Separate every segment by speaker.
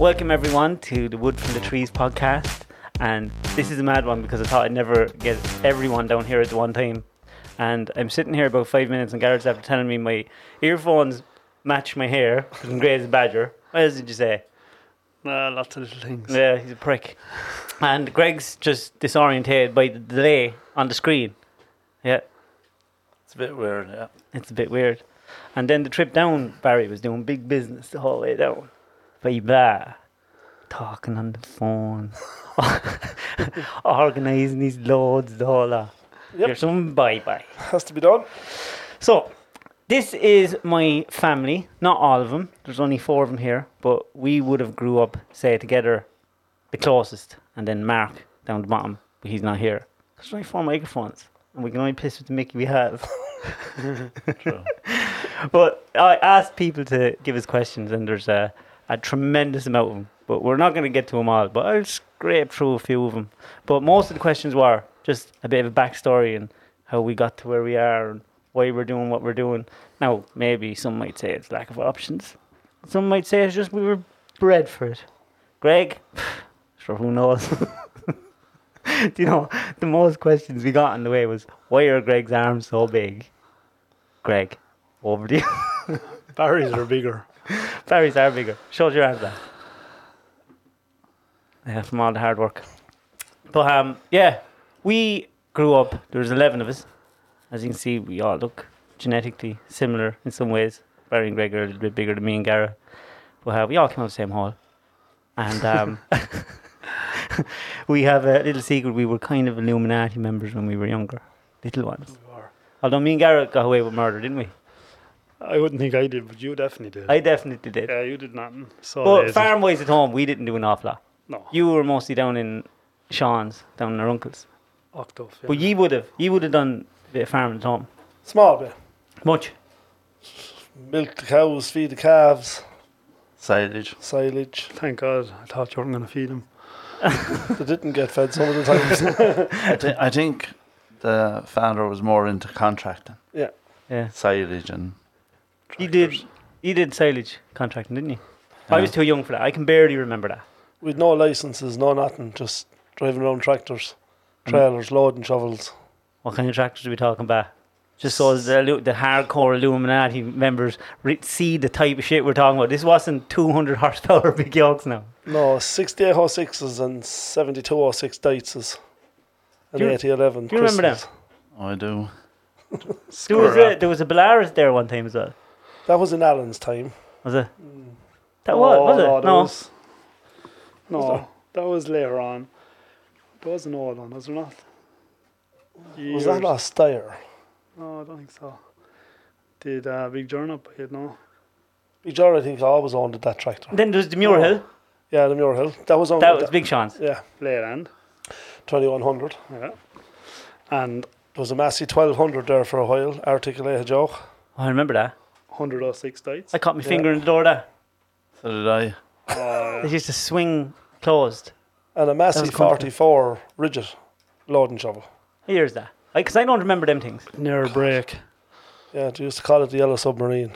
Speaker 1: Welcome everyone to the Wood from the Trees podcast, and this is a mad one because I thought I'd never get everyone down here at the one time. And I'm sitting here about five minutes, and Garrett's after telling me my earphones match my hair. 'cause I'm grey as a badger. What else did you say?
Speaker 2: Uh, lots of little things.
Speaker 1: Yeah, he's a prick. And Greg's just disorientated by the delay on the screen. Yeah,
Speaker 3: It's a bit weird, yeah.
Speaker 1: it's a bit weird. And then the trip down, Barry was doing big business the whole way down. Baby, talking on the phone, organising these loads, the whole lot.
Speaker 3: Yep.
Speaker 1: There's some bye bye.
Speaker 3: Has to be done.
Speaker 1: So, this is my family. Not all of them. There's only four of them here, but we would have grew up, say, together, the closest, and then Mark down the bottom, but he's not here. 'Cause there's only four microphones, and we can only piss with the Mickey we have.
Speaker 3: True.
Speaker 1: but I asked people to give us questions, and there's a, a tremendous amount of them. But we're not going to get to them all. But I'll scrape through a few of them. But most of the questions were just a bit of a backstory and how we got to where we are and why we're doing what we're doing. Now, maybe some might say it's lack of options. Some might say it's just we were bred for it. Greg, sure, who knows? Do you know, the most questions we got on the way was, why are Greg's arms so big? Greg, over to you.
Speaker 2: Barry's are bigger.
Speaker 1: Barry's are bigger. Shows your arms out. Yeah, from all the hard work. But um, yeah, we grew up. There was eleven of us. As you can see, we all look genetically similar in some ways. Barry and Greg are a little bit bigger than me and Gara. But uh, we all came out of the same hall, and um, we have a little secret. We were kind of Illuminati members when we were younger, little ones. Although me and Gara got away with murder, didn't we?
Speaker 2: I wouldn't think I did, but you definitely did.
Speaker 1: I definitely did.
Speaker 2: yeah, you did nothing. So
Speaker 1: But
Speaker 2: lazy.
Speaker 1: farm boys at home, we didn't do an awful lot.
Speaker 2: no,
Speaker 1: You were mostly down in Sean's, down in our uncle's.
Speaker 2: Octave. Yeah.
Speaker 1: But ye would have, ye would have done a bit of farming at home.
Speaker 3: Small bit.
Speaker 1: Much.
Speaker 3: Milk the cows, feed the calves. Silage. Silage.
Speaker 2: Thank God, I thought you weren't going to feed him.
Speaker 3: they didn't get fed some of the times.
Speaker 4: I, thi- I think the founder was more into contracting,
Speaker 1: Yeah.
Speaker 4: silage, and
Speaker 1: You did, you did silage contracting, didn't you? I was too young for that. I can barely remember that.
Speaker 3: With no licenses, no nothing, just driving around tractors, trailers, loading shovels.
Speaker 1: What kind of tractors are we talking about? Just so the, Illu- the hardcore Illuminati members re- see the type of shit we're talking about. This wasn't 200 horsepower big yokes now.
Speaker 3: No, 6806s and 7206 Deitzes and
Speaker 1: Do you-
Speaker 3: 8011.
Speaker 1: do you remember
Speaker 3: Christmas.
Speaker 4: oh, I do.
Speaker 1: There was,
Speaker 4: Screw
Speaker 1: a, there was a Belarus there one time as well.
Speaker 3: That was in Alan's time.
Speaker 1: Was it? That was, was
Speaker 3: No,
Speaker 1: it?
Speaker 3: Mm. Oh, that
Speaker 1: No.
Speaker 3: was-
Speaker 2: No, that was later on. There was an old one, was there not?
Speaker 3: Was
Speaker 2: Years-
Speaker 3: that last Dyer?
Speaker 2: No, I don't think so. Did uh, Big Journal up it, no?
Speaker 3: Bjorn, I think, always owned that tractor.
Speaker 1: Then there's the Muir
Speaker 3: No.
Speaker 1: Hill.
Speaker 3: Yeah, the Muir Hill. That was on.
Speaker 1: That was Big Sean's.
Speaker 3: Yeah,
Speaker 2: Leyland,
Speaker 3: twenty one hundred.
Speaker 2: yeah. And
Speaker 3: There was a Massey twelve hundred there for a while. Articulated yoke.
Speaker 1: Oh, I remember that.
Speaker 2: 106 dates.
Speaker 1: I caught my
Speaker 3: Yeah.
Speaker 1: finger in the door there.
Speaker 4: So did I.
Speaker 1: They used to swing closed.
Speaker 3: and a
Speaker 1: That
Speaker 3: Massey
Speaker 1: was comfortable.
Speaker 3: forty four rigid loading shovel.
Speaker 1: What year is that? Because I, don't remember them things.
Speaker 2: Near a break.
Speaker 3: Yeah, they used to call it the yellow submarine.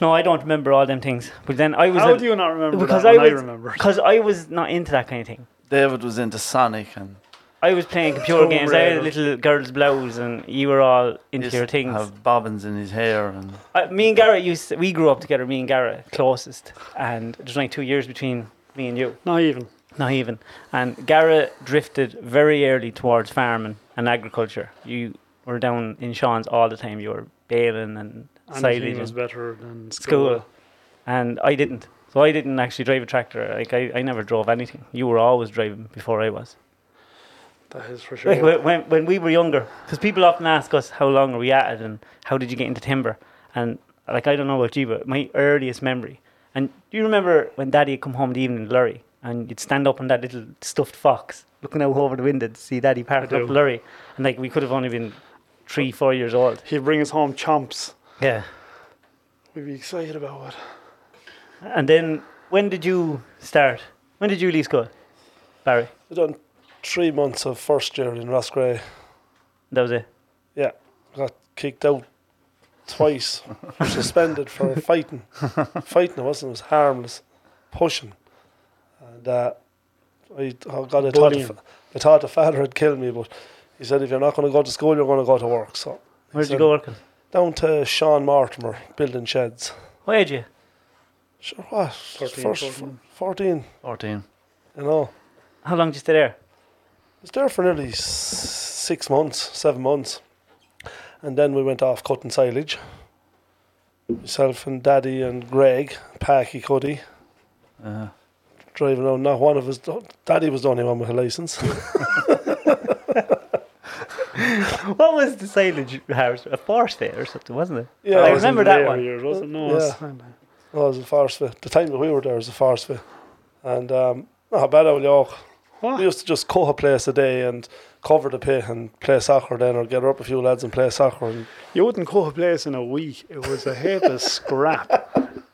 Speaker 1: No, I don't remember all them things. But then I was
Speaker 2: How do you not remember
Speaker 1: because
Speaker 2: that
Speaker 1: I
Speaker 2: when I
Speaker 1: was-
Speaker 2: remember?
Speaker 1: because I was not into that kind of thing.
Speaker 4: David was into Sonic and
Speaker 1: I was playing computer
Speaker 2: Tomb
Speaker 1: games. I had a
Speaker 2: Raider.
Speaker 1: little girl's blouse, and you were all into
Speaker 4: used
Speaker 1: your
Speaker 4: to
Speaker 1: things.
Speaker 4: have bobbins in his hair and
Speaker 1: I, me and Garrett used to- we grew up together. Me and Garrett closest, and there's only two years between me and you.
Speaker 2: Not even.
Speaker 1: Not even. And Gara drifted very early towards farming and agriculture. You were down in Sean's all the time. You were baling and
Speaker 2: Anything
Speaker 1: silage
Speaker 2: was
Speaker 1: and
Speaker 2: better than
Speaker 1: school.
Speaker 2: school.
Speaker 1: And I didn't. So I didn't actually drive a tractor. Like I, I never drove anything. You were always driving before I was.
Speaker 2: That is for
Speaker 1: Like
Speaker 2: sure.
Speaker 1: when, when, when we were younger, because people often ask us how long are we at it and how did you get into timber? And like I don't know about you, but my earliest memory. And do you remember when Daddy would come home the evening in lorry and you'd stand up on that little stuffed fox, looking out over the window to see Daddy parked up
Speaker 2: do.
Speaker 1: lorry, and like we could have only been three, four years old.
Speaker 2: He'd bring us home chomps.
Speaker 1: Yeah.
Speaker 2: We'd be excited about it.
Speaker 1: And then when did you start? When did you leave school, Barry?
Speaker 3: I done three months of first year in Roscrea.
Speaker 1: That was it.
Speaker 3: Got kicked out twice, suspended for fighting. fighting, it wasn't. It was harmless, pushing. that I, oh God, I thought, the,
Speaker 2: Bullying.
Speaker 3: fa- I thought the father had killed me, but he said, if you're not going to go to school, you're going to go to work. So
Speaker 1: Where'd
Speaker 3: said-
Speaker 1: you go working?
Speaker 3: down to Sean Mortimer, building sheds.
Speaker 1: What age you?
Speaker 3: Sure, what?
Speaker 2: 13, 14.
Speaker 3: 14,
Speaker 4: 14.
Speaker 3: you know.
Speaker 1: How long did you stay there?
Speaker 3: was there for nearly s- six months, seven months, and then we went off cutting silage. Myself and Daddy and Greg, Parky Cuddy,
Speaker 4: Uh,
Speaker 3: driving around. Not one of us. Daddy was the only one with a license.
Speaker 1: What was the silage house? A forest there or something, wasn't it?
Speaker 3: yeah,
Speaker 1: I
Speaker 3: it
Speaker 2: That
Speaker 3: was,
Speaker 2: was
Speaker 3: it
Speaker 1: remember
Speaker 2: in
Speaker 1: that
Speaker 2: later
Speaker 1: one.
Speaker 2: Years, was it? No,
Speaker 3: Yeah.
Speaker 2: it's-
Speaker 3: was a Forestfit. The time that we were there was a Forestfit, and um, not a bad old York. We
Speaker 2: What?
Speaker 3: used to just cut a place a day and cover the pit and play soccer then, or gather up a few lads and play soccer. And
Speaker 2: You wouldn't cut a place in a week. It was a heap of scrap.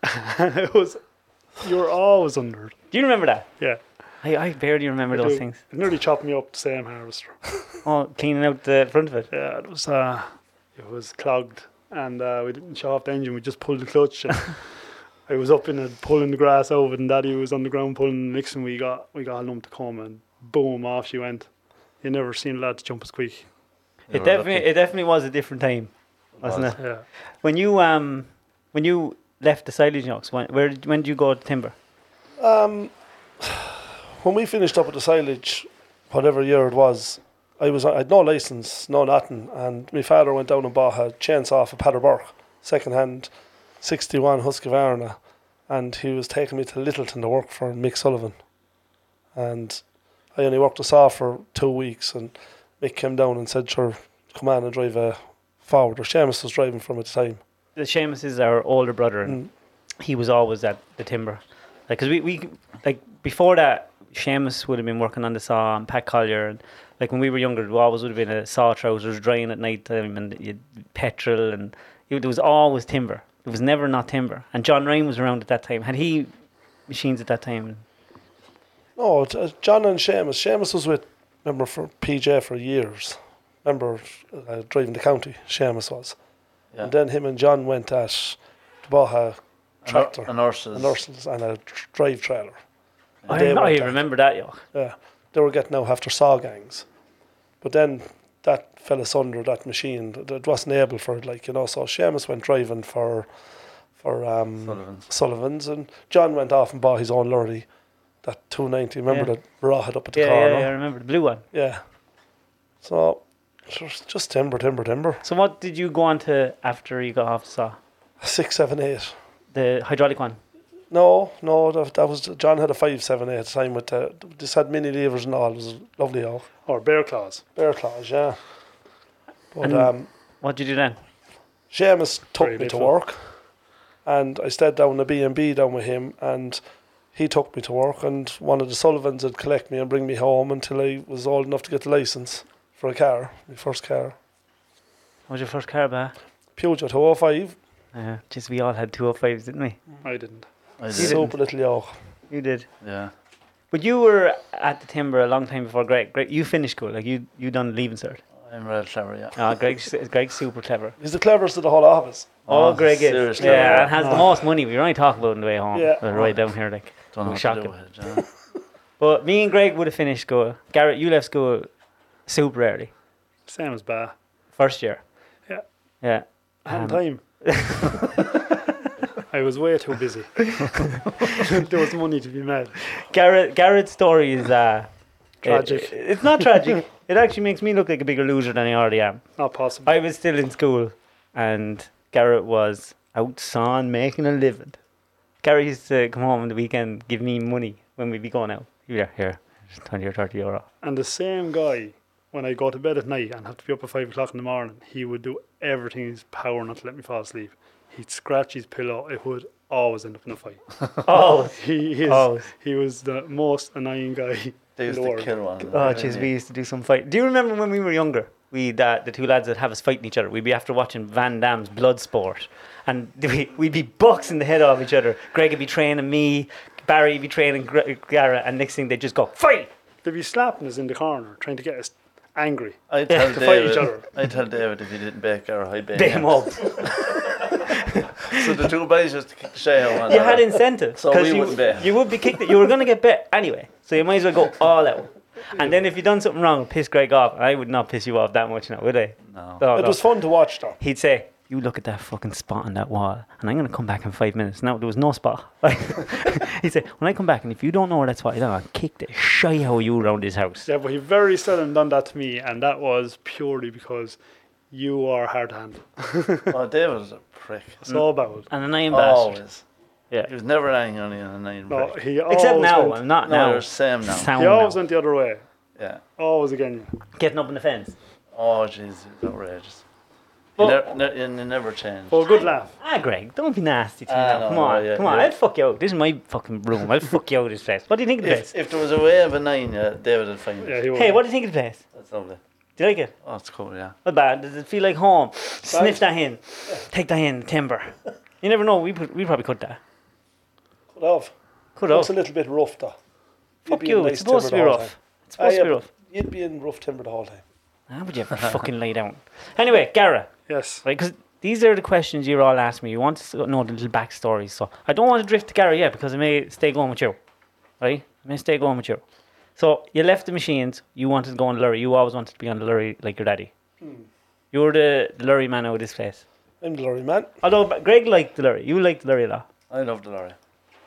Speaker 2: and it was, you were always under it.
Speaker 1: Do you remember that?
Speaker 2: Yeah.
Speaker 1: I, I barely remember
Speaker 2: I
Speaker 1: those
Speaker 2: do.
Speaker 1: things.
Speaker 2: It nearly chopped me up the same harvester.
Speaker 1: Oh, cleaning out the front of it.
Speaker 2: Yeah, it was uh, it was clogged, and uh, we didn't shut off the engine. We just pulled the clutch. And I was up in it pulling the grass over, and Daddy was on the ground pulling. The next thing we got, we got a lump to come, and boom, off she went. You never seen a lad jump as quick.
Speaker 4: they
Speaker 1: It
Speaker 4: were
Speaker 1: definitely,
Speaker 4: lucky.
Speaker 1: it definitely was a different time, wasn't
Speaker 4: was.
Speaker 1: it?
Speaker 2: Yeah,
Speaker 1: When you um, when you left the silage knocks, when where did, when did you go to timber?
Speaker 3: Um, when we finished up at the silage, whatever year it was, I was I had no license, no nothing, and my father went down and bought a chainsaw for Pater Burke, second hand, sixty one Husqvarna, and he was taking me to Littleton to work for Mick Sullivan, and I only worked the saw for two weeks, and Mick came down and said, "Sure, come on and drive a forward." Or Seamus was driving from at the time.
Speaker 1: The Seamus is our older brother, and
Speaker 3: Mm.
Speaker 1: he was always at the timber, like because we, we like before that, Seamus would have been working on the saw and Pat Collier, and like when we were younger, it always would have been a saw trousers drying at night time and you'd, petrol, and it, there was always timber. It was never not timber. And John Ryan was around at that time. Had he machines at that time?
Speaker 3: No, it's, uh, John and Seamus. Seamus was with, remember, for PJ for years. Remember, uh, driving the county, Seamus was.
Speaker 4: Yeah.
Speaker 3: And then him and John went at the Baja
Speaker 4: An or-
Speaker 3: tractor.
Speaker 4: An horses.
Speaker 3: and Ursula's and a tr- drive trailer.
Speaker 1: I,
Speaker 3: They
Speaker 1: rem- I
Speaker 3: went out.
Speaker 1: remember that, yeah.
Speaker 3: Yeah, they were getting out after saw gangs, but then that fell asunder. That machine th- it wasn't able for it, like you know. So Seamus went driving for for um,
Speaker 4: Sullivan's.
Speaker 3: Sullivan's, and John went off and bought his own lorry, that two ninety. Remember
Speaker 1: Yeah.
Speaker 3: that raw had up at the
Speaker 1: Yeah,
Speaker 3: corner.
Speaker 1: yeah, yeah, I remember the blue one.
Speaker 3: Yeah. So just, just timber, timber, timber.
Speaker 1: So what did you go on to after you got off the saw?
Speaker 3: Six, seven, eight.
Speaker 1: The hydraulic one.
Speaker 3: No, no, that, that was John had a five, seven, eight time with the this had mini levers and all. It was lovely, all
Speaker 2: or bear claws.
Speaker 3: bear claws, yeah. But
Speaker 1: And-
Speaker 3: um,
Speaker 1: What did you do then?
Speaker 3: Seamus
Speaker 2: Very
Speaker 3: took me
Speaker 2: big
Speaker 3: to
Speaker 2: fella.
Speaker 3: work, and I stayed down the B and B down with him, and he took me to work, and one of the Sullivans would collect me and bring me home until I was old enough to get the license for a car, my first car,
Speaker 1: What was your first car about?
Speaker 3: Peugeot 205,
Speaker 1: Uh, just we all had 205s, didn't we?
Speaker 2: I didn't.
Speaker 4: I did,
Speaker 1: didn't.
Speaker 3: super little yoke.
Speaker 1: You did.
Speaker 4: Yeah.
Speaker 1: But you were at the timber a long time before Greg. Greg, you finished school, like you you done leaving cert.
Speaker 4: I'm real clever, yeah.
Speaker 1: Ah, Greg's Greg's super clever.
Speaker 3: He's the cleverest of the whole office.
Speaker 1: Oh,
Speaker 4: Oh,
Speaker 1: Greg is.
Speaker 4: seriously.
Speaker 1: Yeah, and has the most money. We were only talking about it on the way home.
Speaker 3: Yeah.
Speaker 1: Uh, right down here, like.
Speaker 4: Don't know what to
Speaker 1: Shocking.
Speaker 4: do with it. Yeah.
Speaker 1: But me and Greg would have finished school. Garrett, you left school super early,
Speaker 2: Same as bar.
Speaker 1: first year.
Speaker 2: Yeah.
Speaker 1: Yeah.
Speaker 2: I had
Speaker 1: Um,
Speaker 2: time. I was way too busy. there was money to be made.
Speaker 1: Garrett Garrett's story is uh,
Speaker 2: Tragic.
Speaker 1: i- i- it's not tragic. it actually makes me look like a bigger loser than I already am.
Speaker 2: Not possible.
Speaker 1: I was still in school, and Garrett was out son making a living. Garrett used to come home on the weekend, give me money when we'd be going out. Here, here, here's twenty or thirty euro.
Speaker 2: And the same guy, when I go to bed at night and have to be up at five o'clock in the morning, he would do everything in his power not to let me fall asleep. He'd scratch his pillow. It would always end up in a fight.
Speaker 1: Oh,
Speaker 2: He is.
Speaker 1: oh,
Speaker 2: He was the most annoying guy.
Speaker 4: They used to
Speaker 2: Lord.
Speaker 4: kill one.
Speaker 1: oh, jeez, we used to do some fight. Do you remember when we were younger? We uh, the two lads that have us fighting each other. We'd be after watching Van Damme's Bloodsport, and we, we'd be boxing the head off each other. Greg would be training me, Barry would be training Gre- Garrett, and next thing they just go fight.
Speaker 2: They'd be slapping us in the corner, trying to get us angry.
Speaker 4: I tell
Speaker 2: to fight each
Speaker 4: David.
Speaker 2: other.
Speaker 4: I tell David if he didn't bake our high bake.
Speaker 1: Beat him up.
Speaker 4: So the two boys just kicked the shit out.
Speaker 1: you had incentives
Speaker 4: So
Speaker 1: because
Speaker 4: we
Speaker 1: you,
Speaker 4: wouldn't bet.
Speaker 1: you would be kicked. You were going to get bit anyway, so you might as well go all out. And then if you done something wrong, piss Greg off. I would not piss you off that much now, would I? Oh,
Speaker 4: No.
Speaker 1: No,
Speaker 3: It
Speaker 1: no.
Speaker 3: was fun to watch, though.
Speaker 1: He'd say, "You look at that fucking spot on that wall, and I'm going to come back in five minutes." Now there was no spot. he'd say, "When I come back, and if you don't know where that spot is, I'll kick the shit out of you around this house."
Speaker 2: Yeah, but he very seldom done that to me, and that was purely because you are hard to handle.
Speaker 4: Oh, David was a prick.
Speaker 2: It's all about it.
Speaker 1: And an iron bastard.
Speaker 4: Always.
Speaker 1: Yeah.
Speaker 4: He was never anything on you and then
Speaker 2: No,
Speaker 4: prick.
Speaker 2: he always
Speaker 1: Except now,
Speaker 2: went,
Speaker 1: I'm not
Speaker 4: No,
Speaker 1: now.
Speaker 4: you're Sam now.
Speaker 1: Sound
Speaker 2: he always
Speaker 1: now.
Speaker 2: went the other way.
Speaker 4: Yeah.
Speaker 2: Always again. you.
Speaker 1: Getting up in the fence.
Speaker 4: Oh, jeez, it's outrageous. You,
Speaker 1: Well-
Speaker 4: never, ne- and you never change.
Speaker 2: Well, good laugh.
Speaker 1: Ah, Greg, don't be nasty to me.
Speaker 4: Ah,
Speaker 1: now.
Speaker 4: no,
Speaker 1: come
Speaker 4: no,
Speaker 1: on,
Speaker 4: yeah,
Speaker 1: come on.
Speaker 4: yeah.
Speaker 1: I'll fuck you out. This is my fucking room. I'll fuck you out of this place. What do you think of this?
Speaker 4: If, if there was a way of annoying you, David would find it.
Speaker 2: Yeah, he was.
Speaker 1: Hey, what do you think of the place?
Speaker 4: That's lovely.
Speaker 1: Do you like it?
Speaker 4: Oh, it's cool, yeah.
Speaker 1: Not bad. Does it feel like home? Sniff that in. Take that in, timber. You never know. We put, we probably could that.
Speaker 3: But I've-
Speaker 1: Could
Speaker 3: It was
Speaker 1: have.
Speaker 3: a little bit rough, though. You'd
Speaker 1: uh, Fuck
Speaker 3: be in
Speaker 1: you.
Speaker 3: nice
Speaker 1: It's supposed to be
Speaker 3: timber the whole
Speaker 1: rough.
Speaker 3: time.
Speaker 1: It's supposed
Speaker 3: Ah,
Speaker 1: to be
Speaker 3: yeah,
Speaker 1: rough.
Speaker 3: but You'd be in rough timber the whole time.
Speaker 1: How would you ever fucking lay down? Anyway, Gara,
Speaker 2: Yes.
Speaker 1: right? Because these are the questions you're all asking me. You want to know the little backstory. So I don't want to drift to Gara yet because I may stay going with you, right? I may stay going with you. So you left the machines. You wanted to go on the lorry. You always wanted to be on the lorry like your daddy. You were the lorry man out of this place.
Speaker 3: I'm the lorry man.
Speaker 1: Although but Greg liked the lorry. You liked the lorry a lot.
Speaker 4: I love the lorry.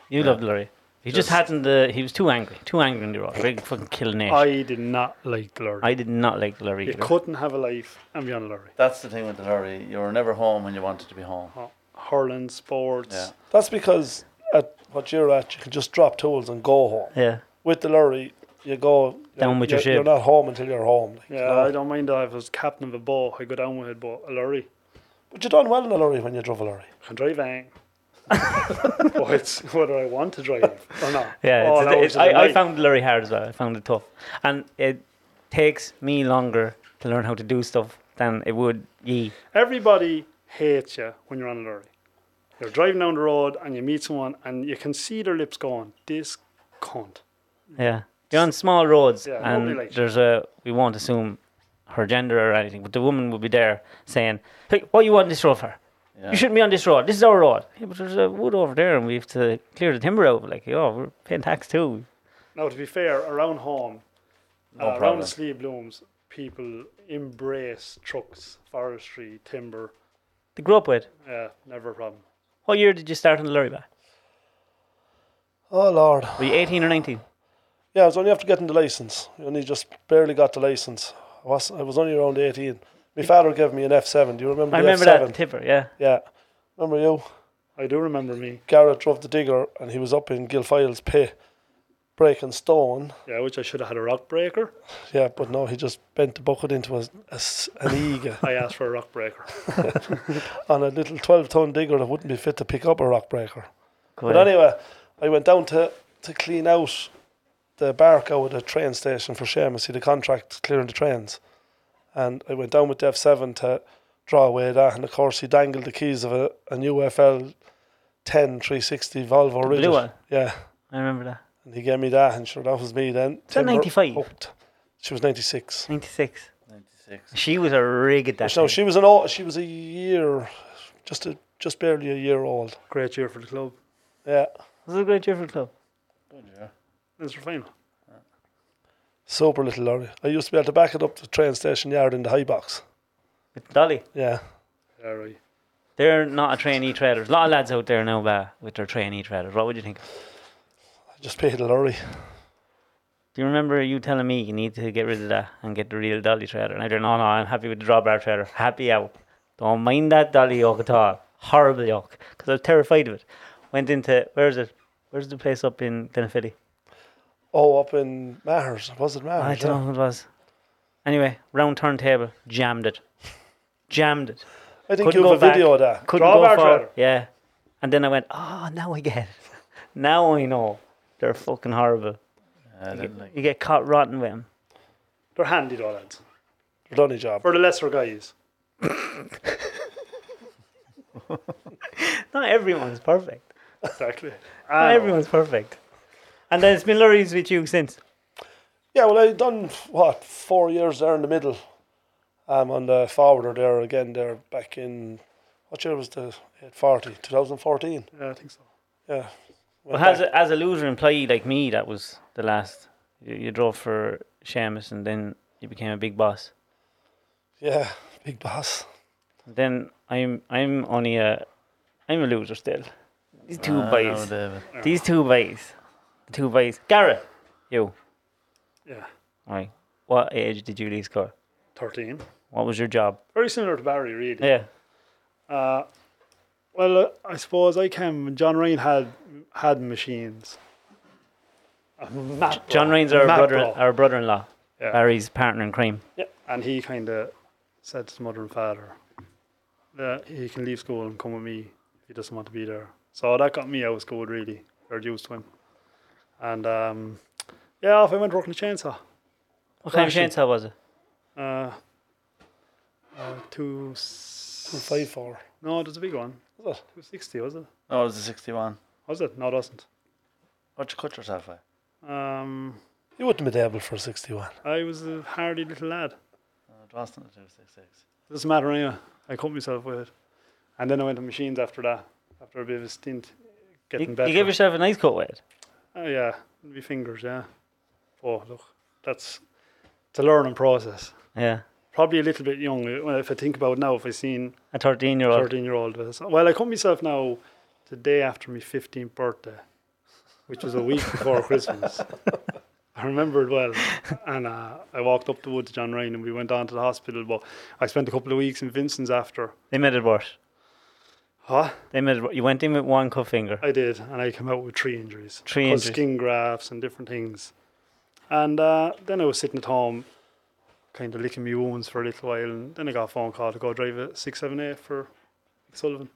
Speaker 1: You
Speaker 4: Yeah.
Speaker 1: loved Larry. He just
Speaker 4: Yes.
Speaker 1: hadn't. Uh, he was too angry. Too angry in the road. Greg fucking killed Nate. I,
Speaker 2: I did not like Lorry.
Speaker 1: did not like Larry.
Speaker 2: you
Speaker 1: either.
Speaker 2: couldn't have a life and be on a lorry.
Speaker 4: That's the thing with the lorry. You were never home when you wanted to be home.
Speaker 2: Hurling, sports.
Speaker 4: Yeah.
Speaker 3: That's because at what you're at, you can just drop tools and go home.
Speaker 1: Yeah.
Speaker 3: With the lorry, you go you're-
Speaker 1: Down with your
Speaker 3: you're-
Speaker 1: ship.
Speaker 3: You're not home until you're home. like, you
Speaker 2: Yeah,
Speaker 3: know.
Speaker 2: I don't mind that if I was captain of a boat, I go down with it, but a lorry,
Speaker 3: But you done well in a lorry when you drove a lorry.
Speaker 2: I can drive anything. but it's whether I want to drive or not.
Speaker 1: Yeah.
Speaker 2: All
Speaker 1: it's- it's-
Speaker 2: hours of the
Speaker 1: I, I
Speaker 2: night.
Speaker 1: found Larry hard as well. I found it tough, and it takes me longer to learn how to do stuff than it would ye.
Speaker 2: Everybody hates you when you're on a lorry. You're driving down the road and you meet someone and you can see their lips going, this cunt.
Speaker 1: Yeah. You're on small roads,
Speaker 2: Yeah, nobody
Speaker 1: and
Speaker 2: likes you.
Speaker 1: there's a. We won't assume her gender or anything, but the woman would be there saying, "Hey, what you on this road for?"
Speaker 4: Yeah.
Speaker 1: You shouldn't be on this road. This is our road. Yeah, but there's a wood over there, and we have to clear the timber out. Like, oh, we're paying tax too.
Speaker 2: Now, to be fair, around home,
Speaker 4: No
Speaker 2: uh, around
Speaker 4: problem.
Speaker 2: the Slee Blooms, people embrace trucks, forestry, timber.
Speaker 1: They grew up with.
Speaker 2: Yeah, never a problem.
Speaker 1: What year did you start on the lorry back?
Speaker 3: Oh Lord.
Speaker 1: Were you 18 or 19?
Speaker 3: Yeah, I was only after getting the license. I only just barely got the license. I was I was only around eighteen. My father gave me an F seven. Do you remember
Speaker 1: I
Speaker 3: the
Speaker 1: remember
Speaker 3: F seven?
Speaker 1: that tipper, yeah.
Speaker 3: Yeah. Remember you?
Speaker 2: I do remember me,
Speaker 3: Garrett drove the digger and he was up in Gilfiles pit breaking stone.
Speaker 2: yeah, which I should have had a rock breaker.
Speaker 3: Yeah, but no, he just bent the bucket into a, a s- an eager
Speaker 2: I asked for a rock breaker.
Speaker 3: on a little 12 ton digger that wouldn't be fit to pick up a rock breaker.
Speaker 1: Good.
Speaker 3: But anyway, I went down to, to clean out the bark out of the train station for Seamus, see the contract clearing the trains. And I went down with the F7 to draw away that. And of course, he dangled the keys of a, an UFL 10 360 Volvo Ridge.
Speaker 1: one?
Speaker 3: Yeah.
Speaker 1: I remember that.
Speaker 3: And he gave me that, and sure, that was me then.
Speaker 1: that
Speaker 3: Timber
Speaker 1: 95?
Speaker 3: hooked. She was 96.
Speaker 1: 96.
Speaker 4: 96.
Speaker 1: She was a rig at that
Speaker 3: No,
Speaker 1: time.
Speaker 3: she was an old, she was a year, just a, just barely a year old.
Speaker 2: Great year for the club.
Speaker 3: Yeah.
Speaker 1: was it a great year for the club?
Speaker 4: Good year.
Speaker 2: It's final.
Speaker 3: Super little lorry. I used to be able to back it up to the train station yard in the high box.
Speaker 1: With Dolly.
Speaker 3: Yeah.
Speaker 2: Yeah, right.
Speaker 1: They're not a trainee traders. A lot of lads out there now bah, with their trainee traders. What would you think?
Speaker 3: I just paid the lorry.
Speaker 1: Do you remember you telling me you need to get rid of that and get the real Dolly trader? And I don't know, no, I'm happy with the drawbar trader. Happy out. Don't mind that Dolly yoke at all. Horrible yoke. Because I was terrified of it. Went into, where is it? Where's the place up in Glenafilly?
Speaker 3: Oh, up in Mahers. Was it Mahers?
Speaker 1: I
Speaker 3: yeah?
Speaker 1: don't know what it was. Anyway, round turntable, jammed it. Jammed it.
Speaker 3: I think
Speaker 1: Couldn't
Speaker 3: you have
Speaker 1: go
Speaker 3: a video of that.
Speaker 1: Couldn't go
Speaker 2: Drawbar
Speaker 1: far.
Speaker 2: trailer.
Speaker 1: Yeah. And then I went, oh, now I get it. Now I know. They're fucking horrible.
Speaker 4: Yeah, I didn't like
Speaker 1: You get caught rotten with them.
Speaker 2: They're handy, though, lads.
Speaker 3: Ronnie job.
Speaker 2: For the lesser guys.
Speaker 1: Not everyone's perfect.
Speaker 2: Exactly.
Speaker 1: Not
Speaker 2: I know.
Speaker 1: everyone's perfect. And then it's been lorries with you since.
Speaker 3: Yeah, well, I done what four years there in the middle. Um, on the forwarder there again there back in What year was the 840? 2014.
Speaker 2: Yeah, I think so.
Speaker 3: Yeah.
Speaker 1: Well,
Speaker 3: Went
Speaker 1: as
Speaker 3: back.
Speaker 1: a, as a loser employee like me, that was the last. You, you drove for Shamus, and then you became a big boss.
Speaker 3: Yeah, big boss.
Speaker 1: Then I'm I'm only a I'm a loser still. These two
Speaker 4: Ah, I know,
Speaker 1: boys.
Speaker 4: David.
Speaker 1: These two boys. The two boys. Garrett, you.
Speaker 2: Yeah,
Speaker 1: Right. What age did you leave score?
Speaker 2: 13.
Speaker 1: What was your job?
Speaker 2: Very similar to Barry, really.
Speaker 1: Yeah.
Speaker 2: Uh, well, uh, I suppose I came. John Ryan had had machines. A mad
Speaker 1: John
Speaker 2: bro,
Speaker 1: Rain's our
Speaker 2: mad
Speaker 1: brother,
Speaker 2: bro.
Speaker 1: our brother-in-law.
Speaker 2: Yeah.
Speaker 1: Barry's partner in crime.
Speaker 2: Yeah, and he kind of said to his mother and father that he can leave school and come with me if he doesn't want to be there. So that got me out of school really, or used to him. And um, yeah, off I went working a chainsaw.
Speaker 1: What kind of
Speaker 2: Flashing.
Speaker 1: chainsaw was it?
Speaker 2: Uh, uh, two s-
Speaker 3: 254.
Speaker 2: No, there's a big one.
Speaker 3: Was it?
Speaker 2: Two sixty was it?
Speaker 4: No, it was a 61.
Speaker 2: Was it? No, it wasn't.
Speaker 4: What you cut yourself at?
Speaker 2: Um,
Speaker 3: You wouldn't have been able for 61.
Speaker 2: I was a hardy little lad.
Speaker 4: No, it wasn't a 266.
Speaker 2: doesn't matter anyway. I cut myself with it, and then I went to machines after that. After a bit of a stint,
Speaker 1: You,
Speaker 2: getting
Speaker 1: you
Speaker 2: better.
Speaker 1: gave yourself a nice cut with it.
Speaker 2: Oh yeah, my fingers. Yeah. Oh look, that's it's a learning process.
Speaker 1: Yeah.
Speaker 2: Probably a little bit young. uh, Well, if I think about it now, if I seen
Speaker 1: A 13-year-old.
Speaker 2: thirteen year old, well, I cut myself now the day after my fifteenth birthday, which was a week before Christmas. I remember it well, and uh, I walked up the wood to John Ryan, and we went down to the hospital. But I spent a couple of weeks in Vincent's after.
Speaker 1: They made it worse.
Speaker 2: Huh?
Speaker 1: They made it, wor- you went in with one cut finger.
Speaker 2: I did, and I came out with three injuries.
Speaker 1: Three
Speaker 2: 'Cause
Speaker 1: injuries.
Speaker 2: Skin grafts and different things. And uh, then I was sitting at home, kind of licking my wounds for a little while, and then I got a phone call to go drive a 678 for Sullivan.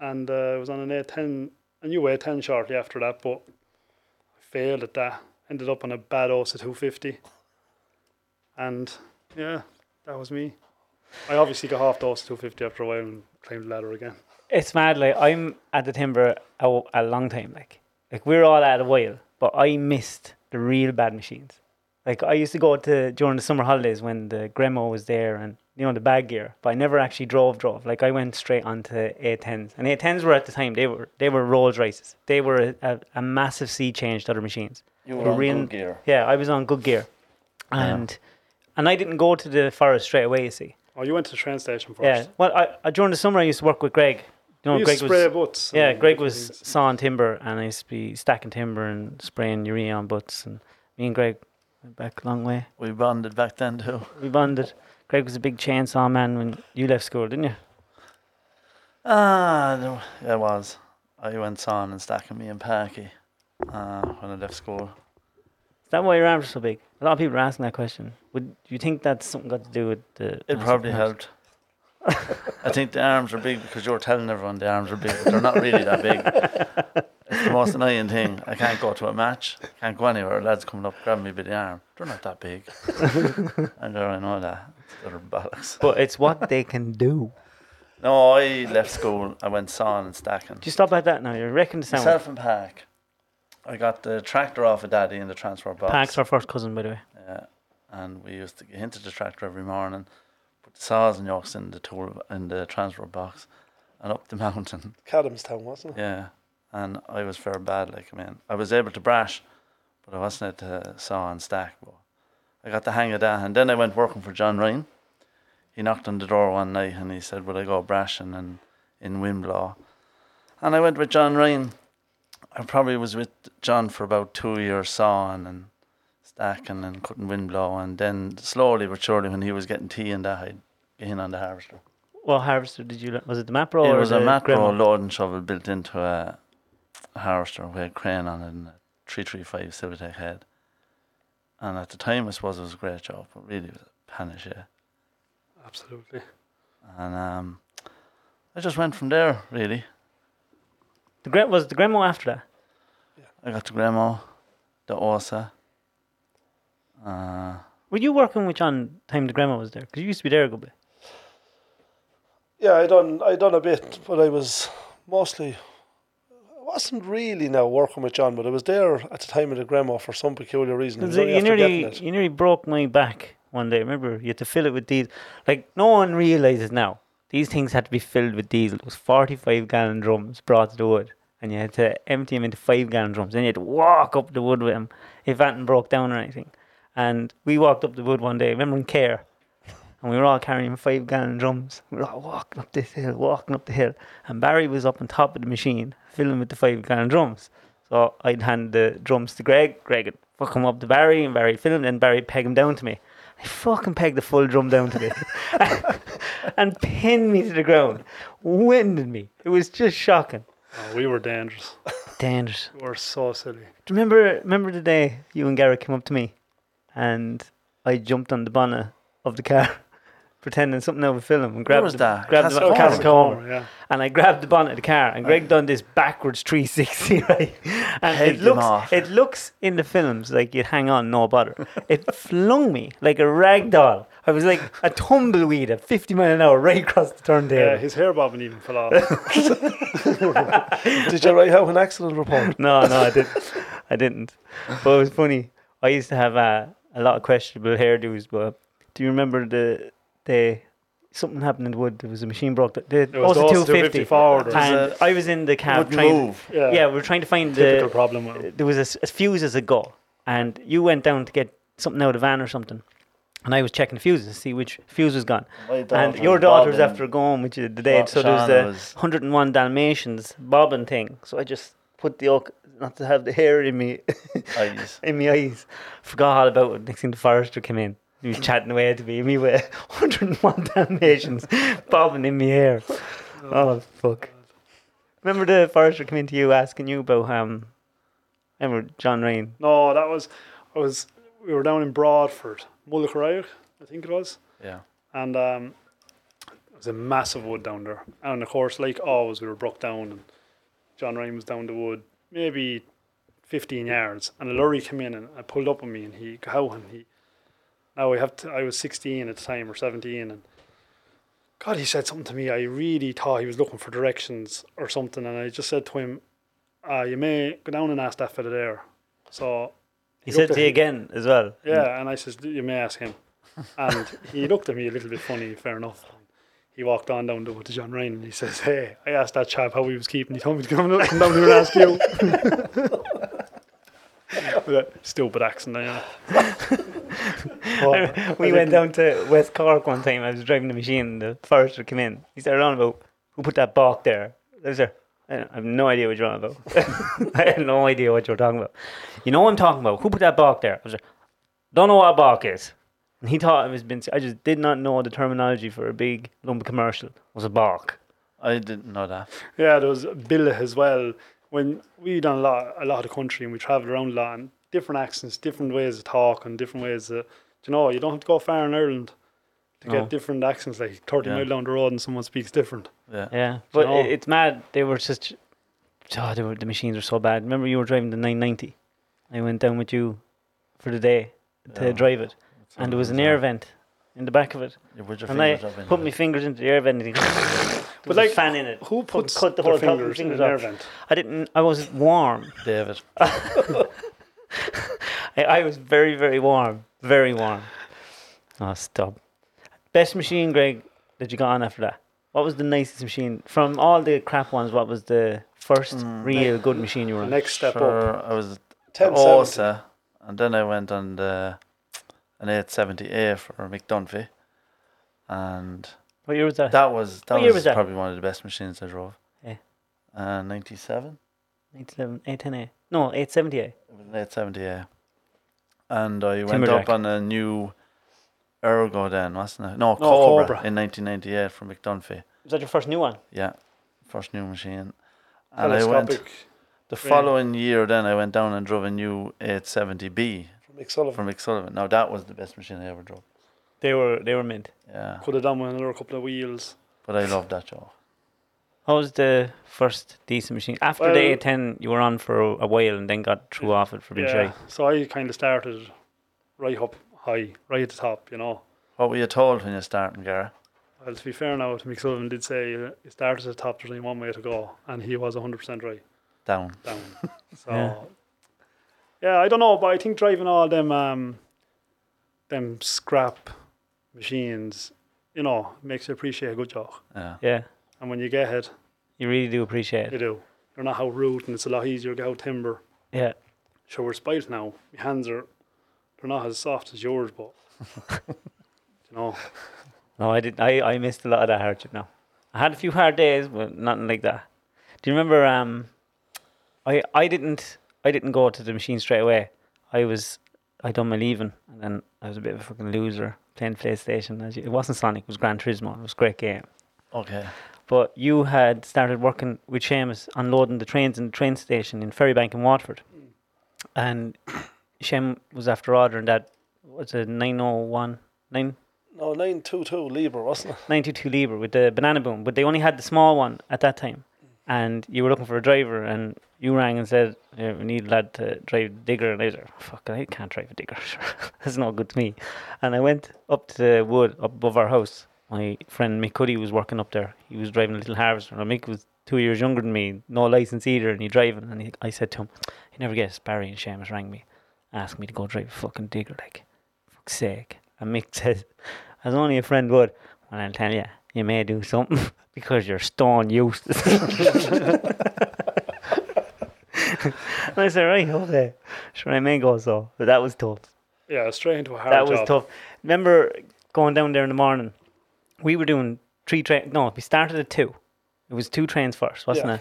Speaker 2: And uh, I was on an A10, a new A10 shortly after that, but I failed at that. Ended up on a bad OSA 250. And yeah, that was me. I obviously got half the OSA 250 after a while and climbed the ladder again.
Speaker 1: It's mad. Like I'm at the timber a, a long time. Like like we're all at a while, but I missed the real bad machines. Like I used to go to during the summer holidays when the Gremo was there and you know the bad gear, but I never actually drove drove. Like I went straight onto A10s, and A10s were at the time they were they were Rolls Royces. They were a, a, a massive sea change to other machines.
Speaker 4: You
Speaker 1: The
Speaker 4: were on
Speaker 1: real-
Speaker 4: good gear.
Speaker 1: Yeah, I was on good gear, and and I didn't go to the forest straight away. You see,
Speaker 2: Oh, you went to the train station first.
Speaker 1: yeah. Well, I, I during the summer I used to work with Greg. You know,
Speaker 2: You
Speaker 1: Oh, Greg was
Speaker 2: spray butts.
Speaker 1: Yeah,
Speaker 2: and
Speaker 1: Greg
Speaker 2: different
Speaker 1: was
Speaker 2: things.
Speaker 1: sawing timber, and I used to be stacking timber and spraying urea on butts. And me and Greg went back a long way.
Speaker 4: We bonded back then too.
Speaker 1: We bonded. Greg was a big chainsaw man when you left school, didn't you?
Speaker 4: Ah, no, yeah, it was. I went on and stacking me and Parky uh, when I left school.
Speaker 1: Is that why your arms are so big? A lot of people are asking that question. Would do you think that's something got to do with the?
Speaker 4: It
Speaker 1: massive
Speaker 4: probably
Speaker 1: arms?
Speaker 4: helped. I think the arms are big because you're telling everyone the arms are big. But they're not really that big. It's the most annoying thing. I can't go to a match. Can't go anywhere. Lads coming up, grabbing me by the arm. They're not that big. and there I know that. They're bollocks.
Speaker 1: But it's what they can do.
Speaker 4: No, I left school. I went sawing and stacking.
Speaker 1: Do you stop at that now? You're wrecking the sound.
Speaker 4: Myself and Park. I got the tractor off of Daddy in the transfer box.
Speaker 1: Pack's our first cousin, by the way.
Speaker 4: Yeah, and we used to get into the tractor every morning, put the saws and yokes in the tool in the transfer box, and up the mountain.
Speaker 3: Cadamstown, wasn't it?
Speaker 4: Yeah, and I was very bad. Like I mean, I was able to brash, but I wasn't able to saw and stack. But I got the hang of that, and then I went working for John Ryan. He knocked on the door one night and he said, "Will I go brashing and in Wimblow?" And I went with John Ryan. I probably was with John for about two years sawing and stacking and cutting windblow, and then slowly but surely, when he was getting tea and that, I'd get in on the harvester.
Speaker 1: What harvester did you? le- Was it the Mapro?
Speaker 4: It
Speaker 1: or
Speaker 4: was a
Speaker 1: the
Speaker 4: macro
Speaker 1: Gremlin?
Speaker 4: loading shovel built into a harvester with a crane on it and a 335 Civitek head. And at the time, I suppose it was a great job, but really it was a panacea.
Speaker 2: Absolutely.
Speaker 4: And um, I just went from there, really.
Speaker 1: The Gre- was the Gremo after that.
Speaker 4: I got the Gremo, the Osa. Uh,
Speaker 1: Were you working with John time the Gremo was there? Because you used to be there a good bit.
Speaker 3: Yeah, I done I done a bit, but I was mostly I wasn't really now working with John, but I was there at the time of the grandma for some peculiar reason. It was
Speaker 1: you,
Speaker 3: only after getting
Speaker 1: nearly,
Speaker 3: it.
Speaker 1: you nearly broke my back one day. Remember, you had to fill it with these. Like, no one realizes now These things had to be filled with diesel. It was 45 gallon drums brought to the wood, and you had to empty them into 5 gallon drums. Then you had to walk up the wood with them if anything broke down or anything. And we walked up the wood one day, remember in Care, and we were all carrying 5 gallon drums. We were all walking up this hill, walking up the hill. And Barry was up on top of the machine, filling with the 5 gallon drums. So I'd hand the drums to Greg. Greg would fuck him up to Barry, and Barry fill him, and Barry would peg him down to me. I fucking pegged the full drum down to me and pinned me to the ground, winded me. It was just shocking.
Speaker 2: Oh, we were dangerous.
Speaker 1: Dangerous.
Speaker 2: We were so silly.
Speaker 1: Do you remember, remember the day you and Garrett came up to me and I jumped on the bonnet of the car pretending something out of a film and grabbed
Speaker 4: was
Speaker 1: the,
Speaker 4: that?
Speaker 1: grabbed the
Speaker 4: Castle
Speaker 1: bonnet- Castle Corner
Speaker 2: yeah.
Speaker 1: and I grabbed the bonnet of the car, and Greg done this backwards 360, right? And
Speaker 4: Pegged
Speaker 1: it
Speaker 4: him
Speaker 1: looks,
Speaker 4: off.
Speaker 1: it looks in the films like you'd hang on, no bother. It flung me like a rag doll. I was like a tumbleweed at 50 mile an hour right across the
Speaker 2: Yeah,
Speaker 1: turntable.
Speaker 2: his hair bobbing even fell off.
Speaker 3: Did you write out an accident report?
Speaker 1: No, no, I didn't. I didn't. But it was funny. I used to have uh, a lot of questionable hairdos, but do you remember the day something happened in the wood? There was a machine broke. The, the,
Speaker 2: It was
Speaker 1: also
Speaker 2: also 250 forward.
Speaker 4: Time.
Speaker 1: And
Speaker 4: There's
Speaker 1: I was in the cab
Speaker 4: Would
Speaker 1: trying.
Speaker 4: move.
Speaker 1: Yeah.
Speaker 2: Yeah.
Speaker 1: we were trying to find
Speaker 2: Typical
Speaker 1: the
Speaker 2: problem with him.
Speaker 1: there was a, s- a fuse as a go, and you went down to get something out of the van or something, and I was checking the fuses to see which fuse was gone.
Speaker 4: My
Speaker 1: and your daughter was after going with you the day,
Speaker 4: Sha-
Speaker 1: so there was
Speaker 4: Shauna
Speaker 1: the
Speaker 4: was-
Speaker 1: 101 Dalmatians bobbing thing. So I just put the oak not to have the hair in me
Speaker 4: eyes.
Speaker 1: in my eyes. Forgot all about it. Next thing the forester came in. He was chatting away to me, and me with 101 Dalmatians bobbing in my hair. Oh, fuck. Remember the forester came in to you asking you about, um, remember John Rain?
Speaker 2: No, that was, I was, we were down in Broadford, Mullaghraig, I think it was.
Speaker 4: Yeah.
Speaker 2: and um, it was a massive wood down there. And of course, like always, we were broke down. And John Ryan was down the wood, maybe fifteen yards, and a lorry came in and I pulled up on me, and he how and he. Now I have to. I was sixteen at the time or seventeen, and God, he said something to me. I really thought he was looking for directions or something, and I just said to him, uh, "You may go down and ask that fella there." So
Speaker 1: He
Speaker 2: looked
Speaker 1: said
Speaker 2: at
Speaker 1: to you
Speaker 2: him.
Speaker 1: again as well.
Speaker 2: yeah, and I says, "You may ask him." And he looked at me a little bit funny. Fair enough. He walked on down to, to John Ryan and he says, "Hey, I asked that chap how he was keeping. He told me to come, come down here and ask you." With that stupid accent, I know. But
Speaker 1: We
Speaker 2: I
Speaker 1: went
Speaker 2: think-
Speaker 1: down to West Cork one time. I was driving the machine, and the forester came in. He started on about who put that bark there. I was there. I don't- I have no idea what you're on about. I had no idea what you were talking about. You know what I'm talking about. Who put that bark there? I was like, don't know what a bark is. And he thought it was been. I just did not know the terminology for a big lump commercial was a bark.
Speaker 4: I didn't know that.
Speaker 2: Yeah, there was Bill as well. When we done a lot, a lot of the country, and we travelled around a lot, and different accents, different ways of talk, and different ways of, you know, you don't have to go far in Ireland to
Speaker 1: No.
Speaker 2: get different accents. Like thirty
Speaker 4: Yeah.
Speaker 2: mile down the road, and someone speaks different.
Speaker 4: Yeah.
Speaker 1: Yeah, but
Speaker 2: No.
Speaker 1: it, it's mad. They were such. Oh, they were, the machines were so bad. Remember, you were driving the 990. I went down with you for the day to
Speaker 4: Yeah.
Speaker 1: drive it, and there was an air vent in the back of it,
Speaker 4: You put your
Speaker 1: and I
Speaker 4: fingers up in
Speaker 1: put
Speaker 4: it.
Speaker 1: my fingers into the air vent. And but
Speaker 2: like,
Speaker 1: like, a fan in it.
Speaker 2: Who
Speaker 1: Cut-
Speaker 2: puts
Speaker 1: cut the
Speaker 2: their
Speaker 1: whole top of the
Speaker 2: fingers in
Speaker 1: fingers
Speaker 2: an air
Speaker 1: off?
Speaker 2: vent?
Speaker 1: I didn't. I was warm.
Speaker 4: David.
Speaker 1: I, I was very, very warm. Very warm. Oh, stop. Best machine, Greg, that you got on after that? What was the nicest machine? From all the crap ones, what was the first real good machine you were
Speaker 2: The
Speaker 1: on?
Speaker 2: next step up.
Speaker 4: Sure, I was
Speaker 3: Ten
Speaker 1: Oh,
Speaker 3: seventy.
Speaker 4: Orsa, and then I went on the an 870A for McDonfie, and
Speaker 1: What year was that?
Speaker 4: that was that
Speaker 1: What
Speaker 4: was,
Speaker 1: year was that?
Speaker 4: probably one of the best machines I drove.
Speaker 1: Yeah.
Speaker 4: Uh, 97.
Speaker 1: 811, 810A. No, 870A.
Speaker 4: It was an 870A, and I went
Speaker 1: Timberjack.
Speaker 4: up on a new Ergo then, wasn't it? No,
Speaker 1: Oh,
Speaker 4: Cobra,
Speaker 2: Cobra.
Speaker 4: in 1998 from McDonfie.
Speaker 1: Was that your first new one?
Speaker 4: Yeah, first new machine, and I went
Speaker 2: Telescopic.
Speaker 4: the following year. Then I went down and drove a new 870B
Speaker 3: From Mick Sullivan.
Speaker 4: from McSullivan. Now that was the best machine I ever drove.
Speaker 1: They were they were mint.
Speaker 4: Yeah,
Speaker 2: Could have done with another couple of wheels.
Speaker 4: but I loved that job.
Speaker 1: What was the first decent machine? After
Speaker 2: Well-
Speaker 1: the 810, you were on for a, a while and then got threw off it for being shy.
Speaker 2: Yeah. So I kind of started right up high, right at the top, you know.
Speaker 4: What were you told when you're starting, Gara?
Speaker 2: Well, to be fair now, to McSullivan did say uh, you start at the top, there's only one way to go, and he was 100% right
Speaker 4: Down.
Speaker 2: down. So, yeah.
Speaker 1: Yeah.
Speaker 2: I don't know, but I think driving all them um, them scrap machines you know, makes you appreciate a good joke.
Speaker 4: Yeah.
Speaker 1: Yeah,
Speaker 2: And when you get it,
Speaker 1: you really do appreciate
Speaker 2: you
Speaker 1: it.
Speaker 2: do. You're not out root and it's a lot easier to get out timber.
Speaker 1: Yeah,
Speaker 2: Sure, we're spiked now. My hands are, they're not as soft as yours, but, you know,
Speaker 1: no, I didn't. I, I missed a lot of that hardship. Now, I had a few hard days, but nothing like that. Do you remember? Um, I I didn't I didn't go to the machine straight away. I was I done my leaving, and then I was a bit of a fucking loser playing PlayStation. As you, it wasn't Sonic, it was Gran Turismo. It was a great game.
Speaker 4: Okay.
Speaker 1: But you had started working with Seamus unloading the trains in the train station in Ferrybank in Watford. And Seamus was after ordering that, what's it, 901, 9,
Speaker 3: No, 922 Libra, wasn't it?
Speaker 1: 922 Libre with the banana boom. But they only had the small one at that time. And you were looking for a driver, and you rang and said, yeah, We need a lad to drive the digger. And I was like, "Oh, Fuck, I can't drive a digger. That's not good to me. And I went up to the wood up above our house. My friend Mick Cuddy was working up there. He was driving a little harvester. And Mick was two years younger than me, no license either, and he driving. And he, I said to him, he never gets Barry and Seamus rang me, asked me to go drive a fucking digger, like, fuck's sake. And Mick says, as only a friend would, well, I'll tell you, you may do something because you're stone useless. and I said, right, okay. Sure, I may go so. But that was tough
Speaker 2: yeah, straight into a hard
Speaker 1: that
Speaker 2: job.
Speaker 1: was tough. Remember going down there in the morning? We were doing three trains. No, we started at two. It was two trains first, wasn't
Speaker 3: Yeah.
Speaker 1: it?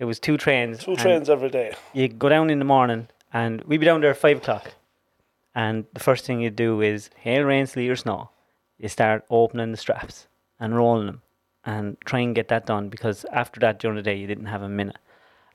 Speaker 1: It was two trains.
Speaker 3: Two
Speaker 1: and
Speaker 3: trains every day.
Speaker 1: You go down in the morning, and we'd be down there at five o'clock. And the first thing you do is hail, rain, sleet, or snow. You start opening the straps and rolling them, and try and get that done because after that during the day you didn't have a minute.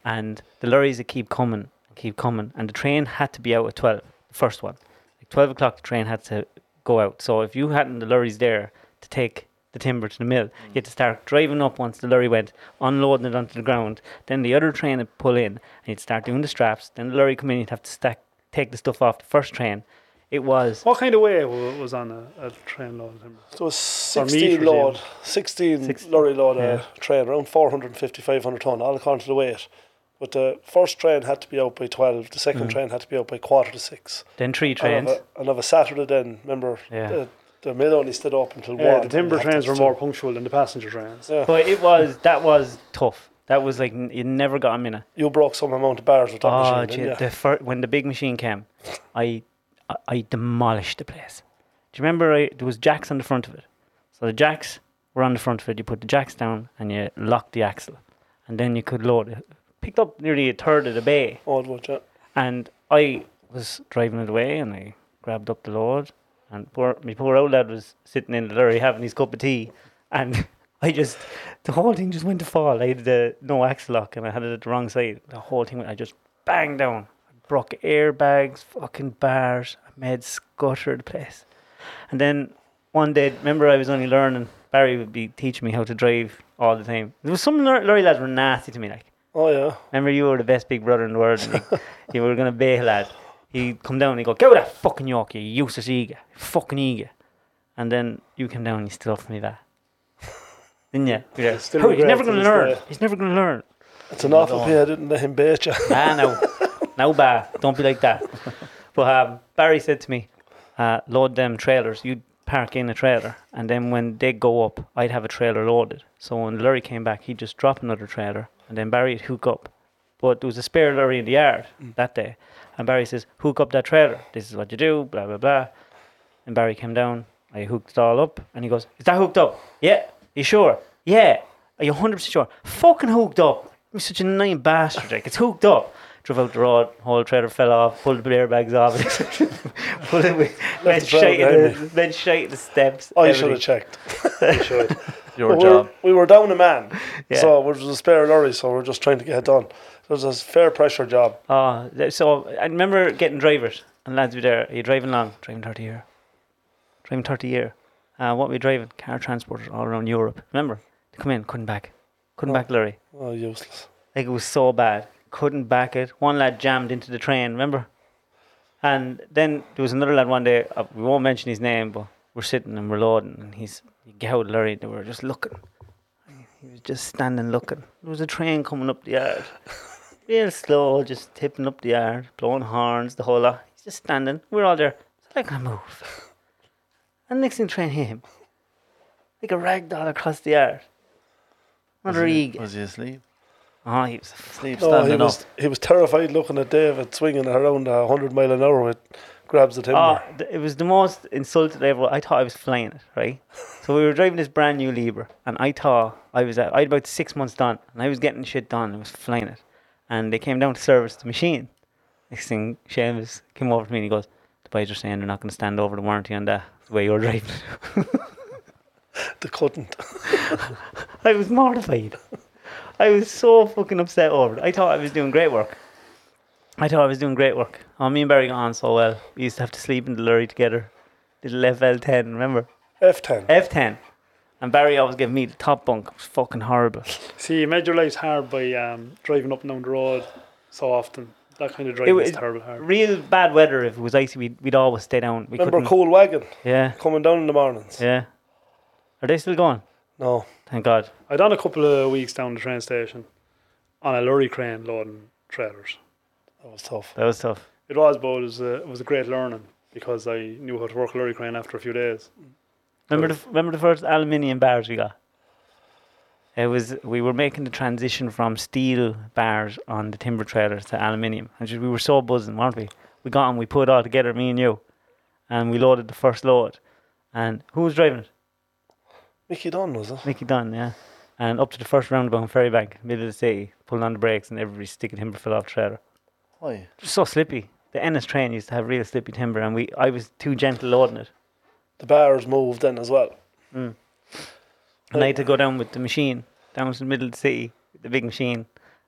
Speaker 1: And the lorries that keep coming, keep coming, and the train had to be out at twelve. The first one like 12 o'clock the train had to go out so if you hadn't the lorries there to take the timber to the mill you had to start driving up once the lorry went unloading it onto the ground then the other train would pull in and you'd start doing the straps then the lorry come in you'd have to stack take the stuff off the first train it was
Speaker 2: What kind of way wa- was on a, a train load of timber?
Speaker 3: So it was
Speaker 2: meters,
Speaker 3: 16
Speaker 2: even.
Speaker 3: load, 16
Speaker 1: Six-
Speaker 3: lorry load
Speaker 1: yeah.
Speaker 3: uh, train, around 450, 500 tonne, all according to the weight. But the first train had to be out by 12, the second
Speaker 1: Mm.
Speaker 3: train had to be out by quarter to 6.
Speaker 1: then three
Speaker 3: And
Speaker 1: trains
Speaker 3: of a, and of a Saturday then, remember,
Speaker 1: Yeah.
Speaker 3: the, the mill only stood up until 1.
Speaker 2: Yeah, the timber
Speaker 3: and they had
Speaker 2: trains
Speaker 3: to-
Speaker 2: were more punctual than the passenger trains.
Speaker 3: Yeah.
Speaker 1: but it was that was tough that was like n- you never got a minute
Speaker 3: You broke some amount of bars with that
Speaker 1: Oh,
Speaker 3: machine, didn't
Speaker 1: gee,
Speaker 3: you?
Speaker 1: the fir- when the big machine came, I, I I demolished the place. Do you remember I, there was jacks on the front of it? So the jacks were on the front of it. You put the jacks down and you locked the axle, and then you could load. it. Picked up nearly a third of the bay,
Speaker 3: Oh, it would, yeah.
Speaker 1: and I was driving it away, and I grabbed up the load, and poor my poor old lad was sitting in the lorry having his cup of tea, and. I just, the whole thing just went to fall. I had the no axle lock and I had it at the wrong side. The whole thing went, I just bang down. I broke airbags, fucking bars. I made scutter the place. And then one day, remember I was only learning. Barry would be teaching me how to drive all the time. There was some lor- lorry lads were nasty to me. Like,
Speaker 3: Oh, yeah.
Speaker 1: remember you were the best big brother in the world. and you- you were gonna bail lad. He'd come down and he'd go, "Get out of fucking York, you useless eager, fucking eager." And then you came down and you still offered me that. Didn't you? Yeah.
Speaker 2: still
Speaker 1: he's
Speaker 2: regret
Speaker 1: never
Speaker 2: to
Speaker 1: gonna
Speaker 2: this
Speaker 1: learn.
Speaker 2: day."
Speaker 1: He's never gonna learn.
Speaker 3: It's an awful
Speaker 4: on.
Speaker 3: pity I didn't let him bait you.
Speaker 1: Ah, no. No, Bar. Don't be like that. But um, Barry said to me, uh, load them trailers. You'd park in a trailer. And then when they go up, I'd have a trailer loaded. So when Larry came back, he'd just drop another trailer. And then Barry'd hook up. But there was a spare lorry in the yard that day. And Barry says, hook up that trailer. This is what you do, blah, blah, blah. And Barry came down. I hooked it all up. And he goes, is that hooked up? Yeah. You sure? Yeah. Are you 100% sure? Fucking hooked up. You're such a annoying bastard. Like, it's hooked up. Drove out the road, whole trailer fell off, pulled the airbags off. pulled it with, went,
Speaker 3: the driver
Speaker 1: straight in the, went straight in the steps.
Speaker 3: I should
Speaker 1: everything.
Speaker 3: have checked.
Speaker 4: Your
Speaker 3: we
Speaker 4: job.
Speaker 3: Were, we were down a man,
Speaker 1: Yeah.
Speaker 3: so we was a spare lorry, so we are just trying to get it done. It was a fair pressure job.
Speaker 1: Oh, th- so I remember getting drivers and lads were there. Are you driving long? Driving 30 year. Driving 30 year. Uh, what were you driving? Car transporters all around Europe. Remember? They come in, couldn't back. Couldn't back lorry.
Speaker 3: Oh, useless.
Speaker 1: Like it was so bad. Couldn't back it. One lad jammed into the train, remember? And then there was another lad one day, uh, we won't mention his name, but we're sitting and we're loading and he's he got out of the lorry and we were just looking. He was just standing looking. There was a train coming up the yard. Real slow, just tipping up the yard, blowing horns, the whole lot. He's just standing. We're all there. It's like gonna move. And next thing the train hit him. like a rag doll across the yard.
Speaker 4: Was
Speaker 1: Another
Speaker 4: he-
Speaker 1: eag.
Speaker 4: Was he asleep?
Speaker 1: Oh, he was
Speaker 4: Sleep
Speaker 3: No, he
Speaker 4: standing up.
Speaker 3: was he was terrified looking at David swinging around a hundred mile an hour with grabs at him.
Speaker 1: Oh, th- it was the most insulted I ever. I thought I was flying it, right? so we were driving this brand new Libra, and I thought I was. at- I had about six months done, and I was getting shit done. I was flying it, and they came down to service the machine. Next thing, Seamus came over to me and he goes, "The boys are saying they're not going to stand over the warranty on that the way you're driving."
Speaker 3: they couldn't.
Speaker 1: I was mortified. I was so fucking upset over it. I thought I was doing great work. I thought I was doing great work. Oh, me and Barry got on so well. We used to have to sleep in the lorry together. Little FL10, remember?
Speaker 3: F ten.
Speaker 1: F10. And Barry always gave me the top bunk. It was fucking horrible.
Speaker 2: See, you made your life hard by um, driving up and down the road so often. That kind
Speaker 1: It
Speaker 2: of driving
Speaker 1: wa-
Speaker 2: is
Speaker 1: it-
Speaker 2: terrible hard.
Speaker 1: Real bad weather if it was icy, we'd, we'd always stay down. We
Speaker 3: Remember
Speaker 1: couldn't-
Speaker 3: Cool Wagon
Speaker 1: Yeah,
Speaker 3: coming down in the mornings?
Speaker 1: yeah. Are they still going?
Speaker 3: No.
Speaker 1: Thank God.
Speaker 2: I done a couple of weeks down the train station on a lorry crane loading trailers.
Speaker 3: That was tough.
Speaker 1: That was tough.
Speaker 2: It was, but it was, a, it was a great learning because I knew how to work a lorry crane after a few days.
Speaker 1: Remember the, remember the first aluminium bars we got? It was we were making the transition from steel bars on the timber trailers to aluminium, and just, we were so buzzing, weren't we? We got them, we put it all together, me and you, and we loaded the first load. And who was driving it?
Speaker 3: Mickey Don was it?
Speaker 1: Mickey Dunn, yeah. And up to the first roundabout in Ferrybank, middle of the city, pulling on the brakes, and every stick of timber fell off the trailer.
Speaker 4: Why?
Speaker 1: It was so slippy. The Ennis train used to have real slippy timber, and we I was too gentle loading it.
Speaker 3: The bars moved then as well.
Speaker 1: And I had to go down with the machine down to the middle of the city, with the big machine,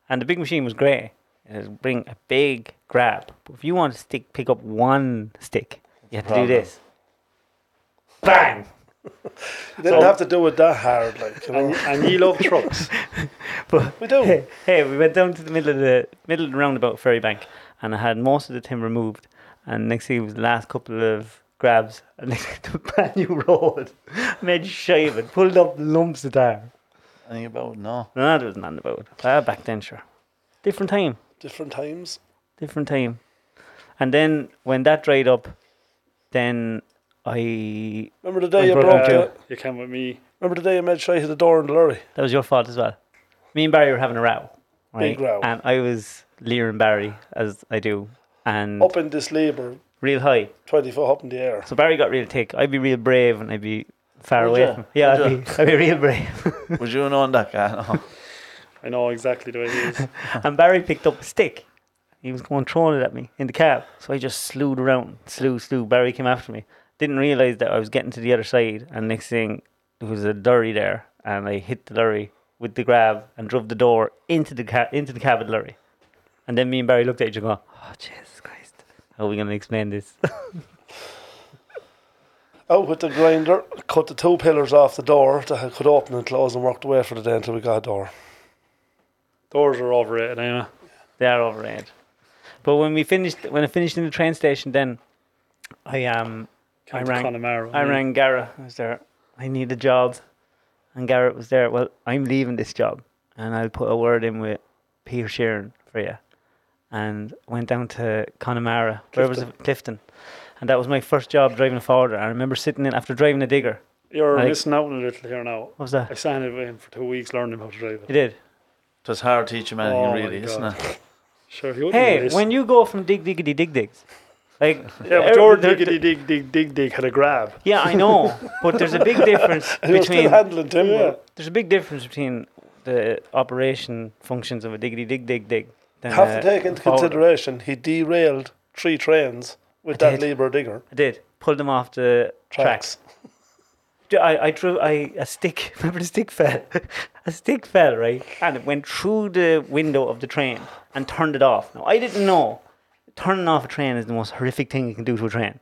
Speaker 1: and the big machine was grey. It would bring a big grab. But if you want to stick, pick up one stick, you have to do
Speaker 4: Problem.
Speaker 1: this. Bang!
Speaker 3: You
Speaker 2: So-
Speaker 3: didn't have to do it that hard, like you
Speaker 1: Oh.
Speaker 2: And,
Speaker 3: know.
Speaker 2: and ye love trucks.
Speaker 1: But
Speaker 3: we do.
Speaker 1: Oh, hey, we went down to the middle of the middle of the roundabout ferry bank, and I had most of the timber moved. And next thing was the last couple of grabs, and next the brand new road, made shave it, pulled up lumps of tar.
Speaker 4: Anything about no?
Speaker 1: No, there was nothing about it. Ah, back then, sure, different time.
Speaker 3: Different times.
Speaker 1: different time. And then when that dried up, then I
Speaker 3: Remember the day
Speaker 1: I
Speaker 3: you
Speaker 1: brought
Speaker 3: broke
Speaker 1: him
Speaker 2: Uh,
Speaker 3: the,
Speaker 2: you came with me.
Speaker 3: Remember the day you made shy of the door in the lorry?
Speaker 1: that was your fault as well. Me and Barry were having a row, right?
Speaker 3: Big row.
Speaker 1: And I was leering Barry as I do, and
Speaker 3: Up in this labour,
Speaker 1: real high.
Speaker 3: twenty foot up in the air.
Speaker 1: So Barry got real thick. I'd be real brave, and I'd be far
Speaker 4: Would
Speaker 1: away
Speaker 4: ya?
Speaker 1: from. Yeah,
Speaker 4: Would
Speaker 1: I'd be, I'd be real brave.
Speaker 4: Would you have known that guy? No.
Speaker 2: I know exactly the way he is.
Speaker 1: and Barry picked up a stick. He was going throwing it at me in the cab. So I just slewed around, slew, slew. Barry came after me. Didn't realise that I was getting to the other side. And next thing, there was a lorry there, and I hit the lorry with the grab and drove the door into the ca- into the cab of the lorry. And then me and Barry looked at each other, and go, "Oh Jesus Christ, how are we gonna explain this?"
Speaker 3: Out with the grinder, cut the two pillars off the door that I could open and close and worked away for the day until we got a door.
Speaker 2: Doors are overrated, anyway.
Speaker 1: They are overrated. But when we finished, when I finished in the train station, then I um
Speaker 2: Came to
Speaker 1: rang-
Speaker 2: Connemara.
Speaker 1: I rang Garrett. I was there. I need a job. And Garrett was there. Well, I'm leaving this job and I'll put a word in with Peter Sheeran for you. And went down to Connemara. Where was it? Clifton. And that was my first job driving a forwarder. I remember sitting in after driving a digger.
Speaker 2: You're
Speaker 1: Like-
Speaker 2: missing out on a little here now.
Speaker 1: What was
Speaker 2: I
Speaker 1: that?
Speaker 2: signed it with him for two weeks learning how to drive
Speaker 1: You
Speaker 2: it.
Speaker 1: did.
Speaker 4: It's hard to teach him anything,
Speaker 2: Oh my
Speaker 4: really, isn't
Speaker 2: God.
Speaker 4: it?
Speaker 2: Sure, he wouldn't
Speaker 1: Hey,
Speaker 2: listen.
Speaker 1: when you go from dig diggity dig digs, like
Speaker 2: Yeah,
Speaker 1: er-
Speaker 2: but your
Speaker 1: there-
Speaker 2: diggity dig dig dig dig had a grab.
Speaker 1: yeah, I know, but there's a big difference
Speaker 3: And You're still
Speaker 1: between
Speaker 3: handling timber.
Speaker 1: there's a big difference between the operation functions of a diggity dig dig dig. than
Speaker 3: Have
Speaker 1: a
Speaker 3: to take into
Speaker 1: forwarder.
Speaker 3: consideration he derailed three trains with
Speaker 1: I
Speaker 3: that
Speaker 1: did.
Speaker 3: Libra digger
Speaker 1: I did. Pulled them off the tracks.
Speaker 3: tracks.
Speaker 1: D- I, I drew I a stick. Remember the stick fell. a stick fell right, and it went through the window of the train and turned it off. Now I didn't know turning off a train is the most horrific thing you can do to a train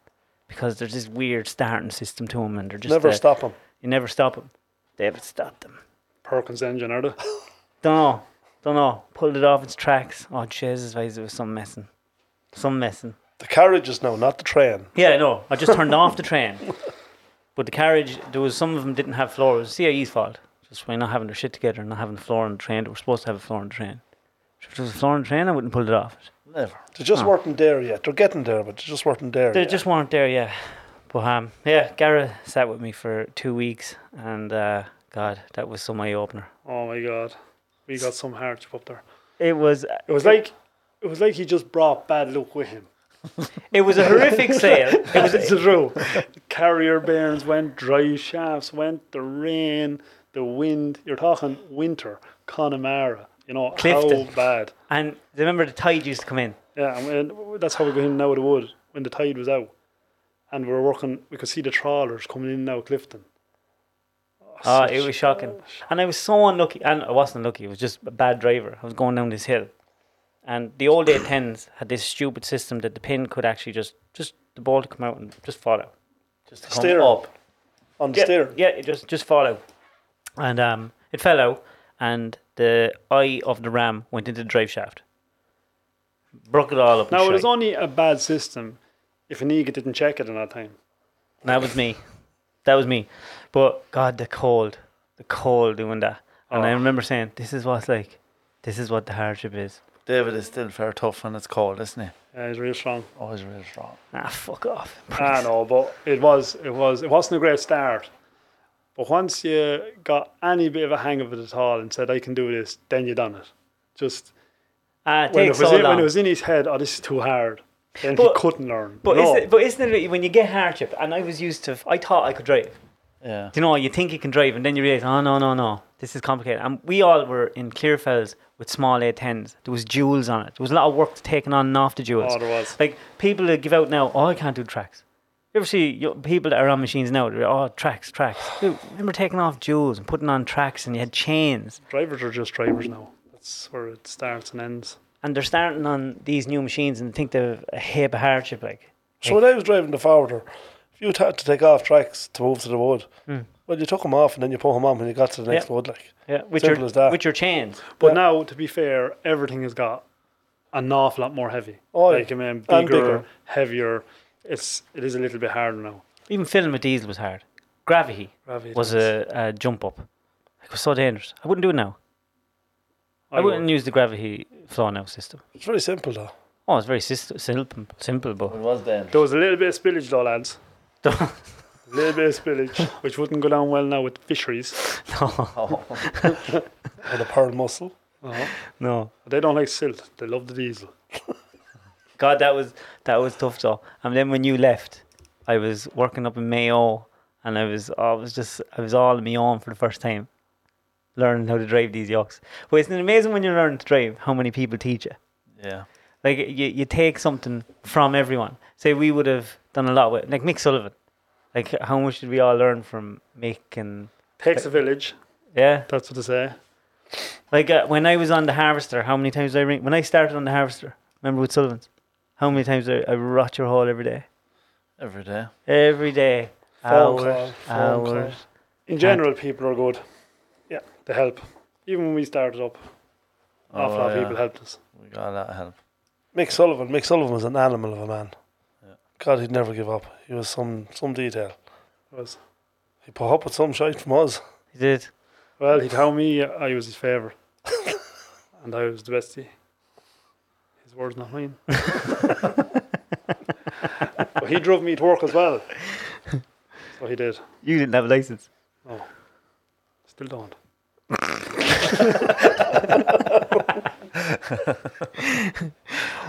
Speaker 1: because there's this weird starting system to them, and they're just
Speaker 3: Never
Speaker 1: uh,
Speaker 3: stop him.
Speaker 1: You never stop them. They haven't stopped them.
Speaker 2: Perkins engine, are they?
Speaker 1: Don't know. Don't know. Pulled it off its tracks. Oh Jesus, guys, it was some messing. Some messing.
Speaker 3: The carriages now, not the train.
Speaker 1: Yeah, I know. I just turned off the train. But the carriage, there was some of them didn't have floor. It was CIE's fault. Just by not having their shit together and not having a floor on the train. They were supposed to have a floor on the train. If there was a floor on the train, I wouldn't have pulled it off.
Speaker 4: Never.
Speaker 3: They just
Speaker 1: Oh.
Speaker 3: weren't there yet. They're getting there, but they just weren't there.
Speaker 1: They
Speaker 3: yet.
Speaker 1: just weren't there, yeah. But um, yeah, Gara sat with me for two weeks, and uh, God, that was some eye opener.
Speaker 2: Oh my god, we got some hardship up there.
Speaker 1: It was
Speaker 2: It was like it was like he just brought bad luck with him.
Speaker 1: it was a horrific sale. It was
Speaker 2: It's true. Carrier bairns went, dry shafts went, the rain, the wind. You're talking winter, Connemara. You know
Speaker 1: Clifton.
Speaker 2: how bad.
Speaker 1: and do you remember the tide used to come in.
Speaker 2: Yeah, and and that's how we got in now of the wood when the tide was out, and we were working. We could see the trawlers coming in now Clifton.
Speaker 1: Oh,
Speaker 2: such-
Speaker 1: it was shocking. And I was so unlucky. And I wasn't lucky. It was just a bad driver. I was going down this hill. And the old A10s had this stupid system that the pin could actually just, just the ball to come out and just fall out. Just to come
Speaker 3: Steer.
Speaker 1: up.
Speaker 3: on the
Speaker 1: Yeah,
Speaker 3: stair.
Speaker 1: yeah, it just, just fall out. And um, it fell out. And the eye of the ram went into the drive shaft. Broke it all up.
Speaker 2: Now
Speaker 1: and
Speaker 2: it was
Speaker 1: shite.
Speaker 2: only a bad system if Aniga didn't check it in that time.
Speaker 1: That was me. That was me. But God, the cold, the cold doing that. And I
Speaker 2: Oh.
Speaker 1: remember saying, "This is what's like. This is what the hardship is."
Speaker 4: David is still fair tough when it's cold, isn't he?
Speaker 2: Yeah, he's real strong.
Speaker 4: Always real strong.
Speaker 1: Ah, fuck off.
Speaker 2: I know, but it was it was it wasn't a great start. But once you got any bit of a hang of it at all and said I can do this, then you done it. Just
Speaker 1: Ah, it
Speaker 2: when it,
Speaker 1: takes
Speaker 2: was
Speaker 1: so
Speaker 2: in, when
Speaker 1: long.
Speaker 2: it was in his head, oh this is too hard. Then
Speaker 1: But-
Speaker 2: he couldn't learn.
Speaker 1: but,
Speaker 2: no.
Speaker 1: isn't it, but isn't it when you get hardship? And I was used to. I thought I could drive.
Speaker 4: Yeah.
Speaker 1: You know, you think you can drive, and then you realize, oh no, no, no, this is complicated. And we all were in Clearfells with small A10s. There was jewels on it. There was a lot of work taken on and off the jewels.
Speaker 2: Oh, there was.
Speaker 1: Like people that give out now, oh, I can't do tracks. You ever see yo- people that are on machines now? They're, oh, tracks, tracks. Dude, remember taking off jewels and putting on tracks, and you had chains.
Speaker 2: Drivers are just drivers now. That's where it starts and ends.
Speaker 1: And they're starting on these new machines and think they've a heap of hardship. Like,
Speaker 3: So when I was driving the forwarder, if you had to take off tracks to move to the wood, well, you took them off and then you put them on when you got to the next
Speaker 1: Hmm. Yeah.
Speaker 3: wood. Like
Speaker 1: yeah, with
Speaker 3: Simple
Speaker 1: your
Speaker 3: as that.
Speaker 1: with your chains.
Speaker 2: But
Speaker 3: Yeah.
Speaker 2: now, to be fair, everything has got an awful lot more heavy.
Speaker 3: Oh, yeah.
Speaker 2: like I mean, bigger,
Speaker 3: And bigger.
Speaker 2: heavier. It's it is a little bit harder now.
Speaker 1: Even filling with diesel was hard. Gravity
Speaker 2: Gravity
Speaker 1: was
Speaker 2: tanks.
Speaker 1: a, a jump up. It was so dangerous. I wouldn't do it now. I,
Speaker 2: I
Speaker 1: wouldn't
Speaker 2: would.
Speaker 1: use the gravity flow now system.
Speaker 3: it's very simple though.
Speaker 1: Oh, it's very sis- simple, simple,
Speaker 4: It
Speaker 1: but
Speaker 4: was dangerous.
Speaker 2: There was a little bit of spillage though, lads. A little bit of spillage, which wouldn't go down well now with fisheries.
Speaker 1: no,
Speaker 4: Oh,
Speaker 3: Or the pearl muscle.
Speaker 1: no.
Speaker 2: They don't like silt. They love the diesel.
Speaker 1: God, that was that was tough though. And then when you left, I was working up in Mayo, and I was I was just I was all on my own for the first time, learning how to drive these yokes. But isn't it amazing when you learn to drive how many people teach you?
Speaker 4: yeah.
Speaker 1: Like you, you take something from everyone. Say we would have done a lot with like Mick Sullivan. Like how much did we all learn from Mick and
Speaker 2: Takes a village.
Speaker 1: yeah?
Speaker 2: That's what they say.
Speaker 1: Like uh, when I was on the Harvester, how many times did I ring? When I started on the Harvester, remember with Sullivan's, how many times I, I rot your hole every day,
Speaker 4: Every day.
Speaker 1: every day,
Speaker 3: Phone
Speaker 1: hours,
Speaker 3: call, phone call.
Speaker 1: hours.
Speaker 2: uh, In general, people are good. Yeah, they help. Even when we started up,
Speaker 4: Oh,
Speaker 2: awful lot of
Speaker 4: yeah.
Speaker 2: people helped us.
Speaker 4: We got a lot of help.
Speaker 3: Mick Sullivan. Mick Sullivan was an animal of a man.
Speaker 4: Yeah.
Speaker 3: God, he'd never give up. He was some some detail.
Speaker 2: It was
Speaker 3: He put up with some shite from us.
Speaker 1: He did.
Speaker 2: well. He told me I was his favourite, and I was the bestie. His words, not mine. but he drove me to work as well. So he did.
Speaker 1: You didn't have a license.
Speaker 2: Still don't.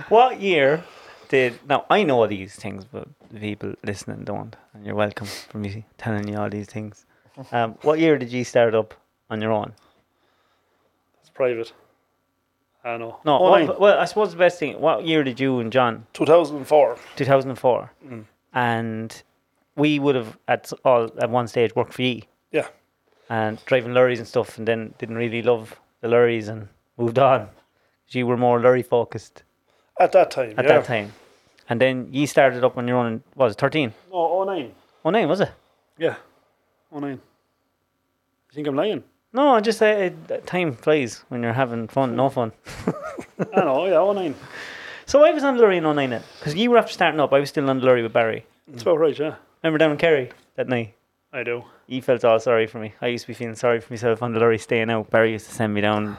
Speaker 1: What year did? Now I know all these things, but the people listening don't. And you're welcome for me telling you all these things. Um, what year did you start up on your own?
Speaker 2: It's private. I know.
Speaker 1: No,
Speaker 2: Oh,
Speaker 1: what-
Speaker 2: nine.
Speaker 1: well, I suppose the best thing. What year did you and John
Speaker 3: 2004.
Speaker 1: 2004,
Speaker 3: Mm.
Speaker 1: and we would have at s- all at one stage worked for ye.
Speaker 3: Yeah.
Speaker 1: And driving lorries and stuff, and then didn't really love the lorries and moved on. 'Cause You were more lorry focused
Speaker 3: At that time.
Speaker 1: at
Speaker 3: yeah.
Speaker 1: that time, and then ye started up on your own. in- what Was it 13?
Speaker 2: No, oh nine.
Speaker 1: Oh nine was it?
Speaker 2: Yeah. Oh nine. You think I'm lying?
Speaker 1: No, I just say uh, time flies when you're having fun, no fun.
Speaker 2: I know, yeah, oh nine.
Speaker 1: So I was on lorry in 09 then, because you were after starting up. I was still on the lorry with Barry.
Speaker 2: That's about right, yeah.
Speaker 1: Remember down in Kerry that night?
Speaker 2: I do.
Speaker 1: he felt all sorry for me. I used to be feeling sorry for myself on the lorry staying out. Barry used to send me down